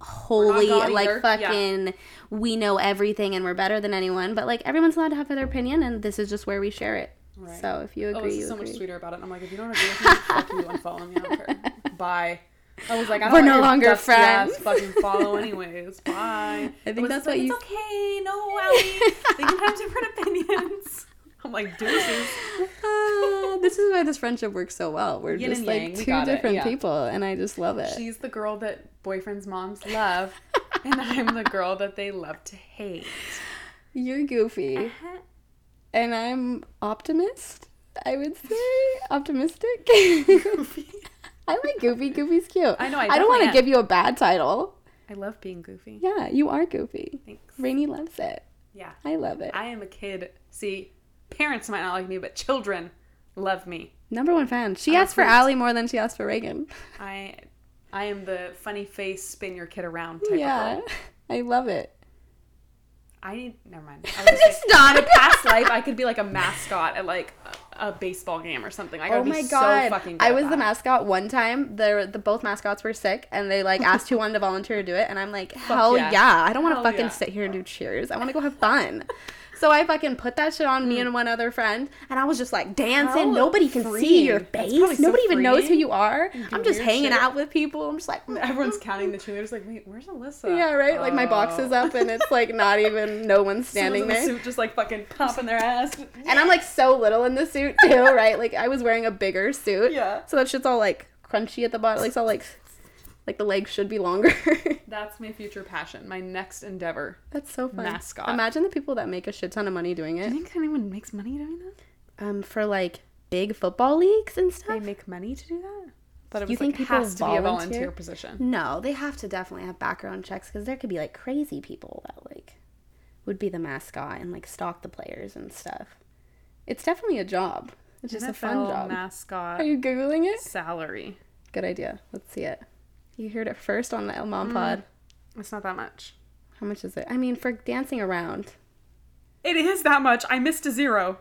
Speaker 1: holy,
Speaker 2: God
Speaker 1: like,
Speaker 2: either. Yeah.
Speaker 1: fucking, we know everything and we're better than anyone. But like, everyone's allowed to have their opinion, and this is just where we share it.
Speaker 2: Right.
Speaker 1: So if you
Speaker 2: Oh,
Speaker 1: agree,
Speaker 2: this is
Speaker 1: you
Speaker 2: so
Speaker 1: agree.
Speaker 2: much sweeter about it. And I'm like, if you don't agree with me, fuck you, unfollow me. I don't care. Bye. I was like, I don't
Speaker 1: We're
Speaker 2: want
Speaker 1: no
Speaker 2: your
Speaker 1: longer
Speaker 2: dusty ass
Speaker 1: friends.
Speaker 2: fucking follow anyways. Bye.
Speaker 1: I think
Speaker 2: Melissa's
Speaker 1: that's
Speaker 2: like,
Speaker 1: what you-
Speaker 2: It's okay. No, Allie. they can have different opinions. I'm like, deuces.
Speaker 1: Ah, this is why this friendship works so well. We're
Speaker 2: Yin
Speaker 1: just
Speaker 2: and yang,
Speaker 1: like
Speaker 2: we
Speaker 1: two
Speaker 2: got it,
Speaker 1: different
Speaker 2: yeah.
Speaker 1: people, and I just love it.
Speaker 2: She's the girl that boyfriends' moms love, and I'm the girl that they love to hate.
Speaker 1: You're
Speaker 2: Ah.
Speaker 1: goofy. and I'm optimist. I would say optimistic.
Speaker 2: Goofy.
Speaker 1: I like goofy. Goofy's cute.
Speaker 2: I know, I
Speaker 1: I don't want to
Speaker 2: definitely am.
Speaker 1: give you a bad title.
Speaker 2: I love being goofy.
Speaker 1: Yeah, you are goofy.
Speaker 2: Thanks.
Speaker 1: Rainy loves it.
Speaker 2: Yeah.
Speaker 1: I love it.
Speaker 2: I am a kid. See, parents might not like me, but children love me.
Speaker 1: Number one fan. She
Speaker 2: I'm
Speaker 1: asked for
Speaker 2: hooked.
Speaker 1: Allie more than she asked for Reagan.
Speaker 2: I I am the funny face spin your kid around type of
Speaker 1: yeah,
Speaker 2: girl.
Speaker 1: I love it.
Speaker 2: I need never mind. I was just
Speaker 1: Stop.
Speaker 2: in a past life I could be like a mascot at like a, a baseball game or something. I gotta
Speaker 1: Oh my
Speaker 2: be so
Speaker 1: god!
Speaker 2: fucking good
Speaker 1: I
Speaker 2: at
Speaker 1: was the
Speaker 2: that.
Speaker 1: mascot one time. The the both mascots were sick, and they like asked who wanted to volunteer to do it, and I'm like, hell
Speaker 2: yeah.
Speaker 1: yeah! I don't want to
Speaker 2: Hell
Speaker 1: fucking
Speaker 2: yeah.
Speaker 1: sit here and do cheers. I want to go have fun. so I fucking put that shit on me and one other friend, and I was just like dancing.
Speaker 2: Hmm. How
Speaker 1: Nobody can see
Speaker 2: freeing.
Speaker 1: your
Speaker 2: That's
Speaker 1: face.
Speaker 2: probably so
Speaker 1: Nobody even knows who
Speaker 2: freeing.
Speaker 1: you are. I'm just
Speaker 2: weird
Speaker 1: hanging
Speaker 2: shit.
Speaker 1: out with people. I'm just like. mm,
Speaker 2: Everyone's counting the cheerleaders like, wait, where's Alyssa?
Speaker 1: Yeah, right? Like my box
Speaker 2: Oh.
Speaker 1: is up and it's like not even no one's
Speaker 2: Someone's
Speaker 1: standing
Speaker 2: in the
Speaker 1: there.
Speaker 2: suit just like fucking popping their ass.
Speaker 1: And I'm like so little in the suit too, right? Like I was wearing a bigger suit.
Speaker 2: Yeah.
Speaker 1: So that shit's all like crunchy at the bottom. Like it's all like like the legs should be longer.
Speaker 2: That's my future passion, my next endeavor.
Speaker 1: That's so fun.
Speaker 2: Mascot.
Speaker 1: Imagine the people that make a shit ton of money doing
Speaker 2: Do
Speaker 1: it.
Speaker 2: you think anyone makes money doing that?
Speaker 1: Um for like big football leagues and
Speaker 2: They
Speaker 1: stuff.
Speaker 2: make money to do that? But it was
Speaker 1: You think
Speaker 2: like,
Speaker 1: people
Speaker 2: has to be a volunteer
Speaker 1: volunteer?
Speaker 2: position.
Speaker 1: No, they have to definitely have background checks because there could be like crazy people that like would be the mascot and like stalk the players and stuff. It's definitely a job. It's just a fun
Speaker 2: NFL
Speaker 1: job.
Speaker 2: mascot
Speaker 1: Are you googling it?
Speaker 2: salary.
Speaker 1: Good idea. Let's see it. You heard it first on the El Mom
Speaker 2: Mm.
Speaker 1: Pod.
Speaker 2: It's not that much.
Speaker 1: How much is it? I mean, for dancing around.
Speaker 2: It is that much. I missed a zero.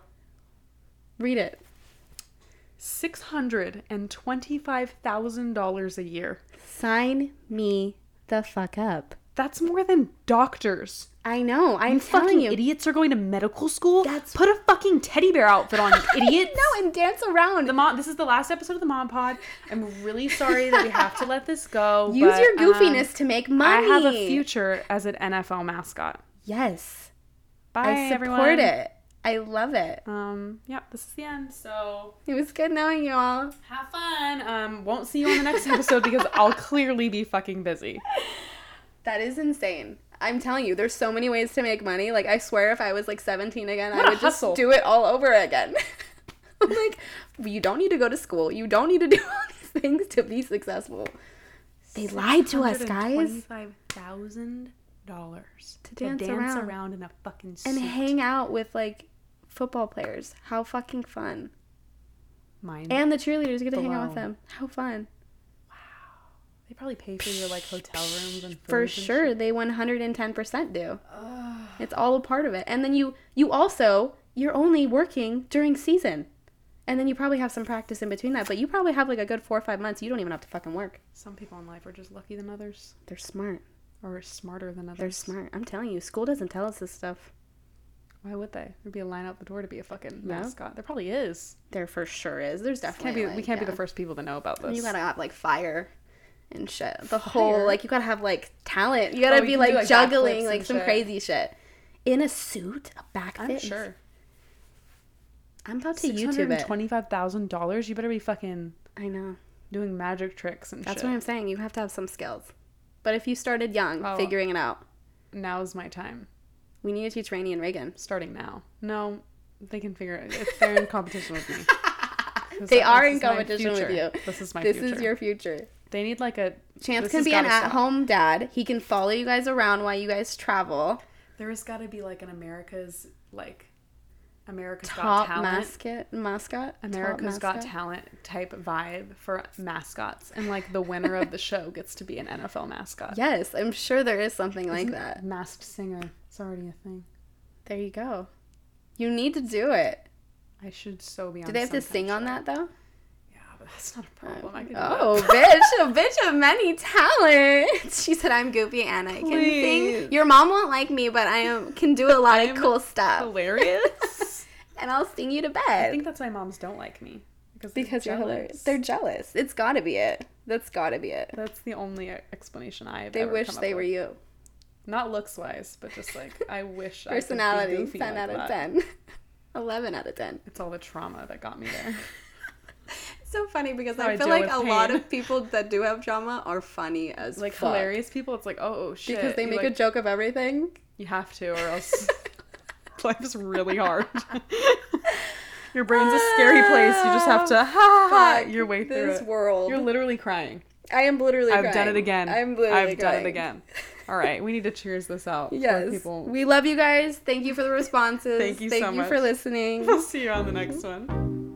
Speaker 1: Read it.
Speaker 2: Six hundred and twenty-five thousand dollars a year.
Speaker 1: Sign me the fuck up.
Speaker 2: That's more than doctors.
Speaker 1: I know. I'm telling
Speaker 2: fucking
Speaker 1: you.
Speaker 2: idiots are going to medical school.
Speaker 1: That's-
Speaker 2: Put a fucking teddy bear outfit on, you idiots.
Speaker 1: no, and dance around.
Speaker 2: The mom. This is the last episode of the Mom Pod. I'm really sorry that we have to let this go.
Speaker 1: Use
Speaker 2: but,
Speaker 1: your
Speaker 2: um,
Speaker 1: goofiness to make
Speaker 2: I
Speaker 1: money.
Speaker 2: have a future as an NFL mascot.
Speaker 1: Yes.
Speaker 2: Bye,
Speaker 1: I support
Speaker 2: everyone.
Speaker 1: it. I love it.
Speaker 2: Um, yep, this is the end. So
Speaker 1: It was good knowing you all.
Speaker 2: have fun. Um, won't see you on the next episode because I'll clearly be fucking busy.
Speaker 1: That is insane. I'm telling you, there's so many ways to make money. Like I swear if I was like 17 again,
Speaker 2: What
Speaker 1: I
Speaker 2: a
Speaker 1: would
Speaker 2: hustle.
Speaker 1: just do it all over again. I'm like, you don't need to go to school. You don't need to do all these things to be successful. They lied to us, guys.
Speaker 2: Twenty-five thousand dollars
Speaker 1: To dance around.
Speaker 2: in a fucking suit.
Speaker 1: And hang out with like football players. How fucking fun.
Speaker 2: Mine.
Speaker 1: And the cheerleaders get to hang out with
Speaker 2: Blown.
Speaker 1: them. How fun.
Speaker 2: they probably pay for your like hotel rooms and
Speaker 1: For
Speaker 2: food and
Speaker 1: sure,
Speaker 2: shit.
Speaker 1: they 110% do.
Speaker 2: Ugh.
Speaker 1: It's all a part of it. And then you you also you're only working during season. And then you probably have some practice in between that, but you probably have like a good 4 or 5 months you don't even have to fucking work.
Speaker 2: Some people in life are just lucky than others,
Speaker 1: They're smart.
Speaker 2: or smarter than others.
Speaker 1: They're smart. I'm telling you, school doesn't tell us this stuff.
Speaker 2: Why would they? There'd be a line out the door to be a fucking
Speaker 1: No.
Speaker 2: mascot. There probably is.
Speaker 1: There for sure is. There's
Speaker 2: Can't
Speaker 1: definitely
Speaker 2: be, we
Speaker 1: like,
Speaker 2: can't be
Speaker 1: yeah.
Speaker 2: the first people to know about this.
Speaker 1: You got to have like fire and shit. The whole
Speaker 2: Fire?
Speaker 1: like you got to have like talent. You got to
Speaker 2: Oh, you
Speaker 1: be
Speaker 2: can do,
Speaker 1: like,
Speaker 2: like, backflips
Speaker 1: juggling
Speaker 2: and
Speaker 1: like some
Speaker 2: shit.
Speaker 1: crazy shit. In a suit, a backflip.
Speaker 2: I'm
Speaker 1: is-
Speaker 2: sure.
Speaker 1: I'm about to
Speaker 2: Six
Speaker 1: YouTube
Speaker 2: hundred
Speaker 1: it.
Speaker 2: twenty-five thousand dollars. You better be fucking
Speaker 1: I know.
Speaker 2: doing magic tricks and
Speaker 1: That's
Speaker 2: shit.
Speaker 1: what I'm saying. You have to have some skills. But if you started young,
Speaker 2: Oh.
Speaker 1: figuring it out,
Speaker 2: Now's my time.
Speaker 1: we need to teach Rainey and Reagan.
Speaker 2: Starting now. No, they can figure it. If they're in competition with me. 'Cause
Speaker 1: They
Speaker 2: that-
Speaker 1: are
Speaker 2: this
Speaker 1: in
Speaker 2: is my
Speaker 1: competition with
Speaker 2: future.
Speaker 1: you.
Speaker 2: This is my
Speaker 1: this
Speaker 2: future.
Speaker 1: is your future.
Speaker 2: They need like a
Speaker 1: Chance
Speaker 2: This
Speaker 1: can
Speaker 2: has
Speaker 1: be an
Speaker 2: gotta stop.
Speaker 1: at-home dad. He can follow you guys around while you guys travel.
Speaker 2: There's got to be like an America's like America's
Speaker 1: Top
Speaker 2: Got Talent.
Speaker 1: mascot, mascot. Top
Speaker 2: America's Got
Speaker 1: mascot?
Speaker 2: Talent type vibe for mascots, and like the winner of the show gets to be an NFL mascot.
Speaker 1: Yes, I'm sure there is something like that.
Speaker 2: Masked singer. It's already a thing.
Speaker 1: There you go. You need to do it.
Speaker 2: I should so be on.
Speaker 1: Do they have to
Speaker 2: some
Speaker 1: sing on
Speaker 2: kind
Speaker 1: that though?
Speaker 2: of- Yeah, but that's not a problem. I can.
Speaker 1: Oh, bitch, a bitch of many talents. She said, "I'm goofy and I can
Speaker 2: Please.
Speaker 1: sing. Your mom won't like me, but I am, can do a lot of
Speaker 2: I'm
Speaker 1: cool stuff,
Speaker 2: hilarious.
Speaker 1: and I'll sing you to
Speaker 2: I
Speaker 1: bed."
Speaker 2: think that's why moms don't like me because they're
Speaker 1: because you're hilarious.
Speaker 2: jealous.
Speaker 1: They're jealous. It's got to be it. That's got to be it.
Speaker 2: That's the only explanation I have.
Speaker 1: They
Speaker 2: ever
Speaker 1: wish
Speaker 2: come up
Speaker 1: they were
Speaker 2: with.
Speaker 1: you.
Speaker 2: Not looks wise, but just like I wish I
Speaker 1: Personality,
Speaker 2: could be goofy
Speaker 1: 10
Speaker 2: like
Speaker 1: out of
Speaker 2: that.
Speaker 1: 10. 11 out of 10.
Speaker 2: It's all the trauma that got me there.
Speaker 1: It's so funny because
Speaker 2: How
Speaker 1: I
Speaker 2: I
Speaker 1: feel
Speaker 2: deal
Speaker 1: like a
Speaker 2: with
Speaker 1: lot
Speaker 2: pain.
Speaker 1: of people that do have trauma are funny as
Speaker 2: like
Speaker 1: fuck.
Speaker 2: hilarious people, it's like oh, oh, shit.
Speaker 1: Because they
Speaker 2: You,
Speaker 1: make
Speaker 2: like,
Speaker 1: a joke of everything.
Speaker 2: You have to, or else life's really hard. Your brain's a scary place. You just have to ha ha, ha
Speaker 1: Ah, Fuck
Speaker 2: your way through
Speaker 1: this
Speaker 2: it.
Speaker 1: world.
Speaker 2: You're literally crying.
Speaker 1: I am literally
Speaker 2: I've done
Speaker 1: crying.
Speaker 2: it again.
Speaker 1: I'm literally
Speaker 2: I've done
Speaker 1: crying.
Speaker 2: it again. All right, we need to cheers this out. for
Speaker 1: Yes.
Speaker 2: people.
Speaker 1: We love you guys. Thank you for the responses.
Speaker 2: Thank you so
Speaker 1: for
Speaker 2: much.
Speaker 1: listening. Mm-hmm.
Speaker 2: We'll see you on the next one.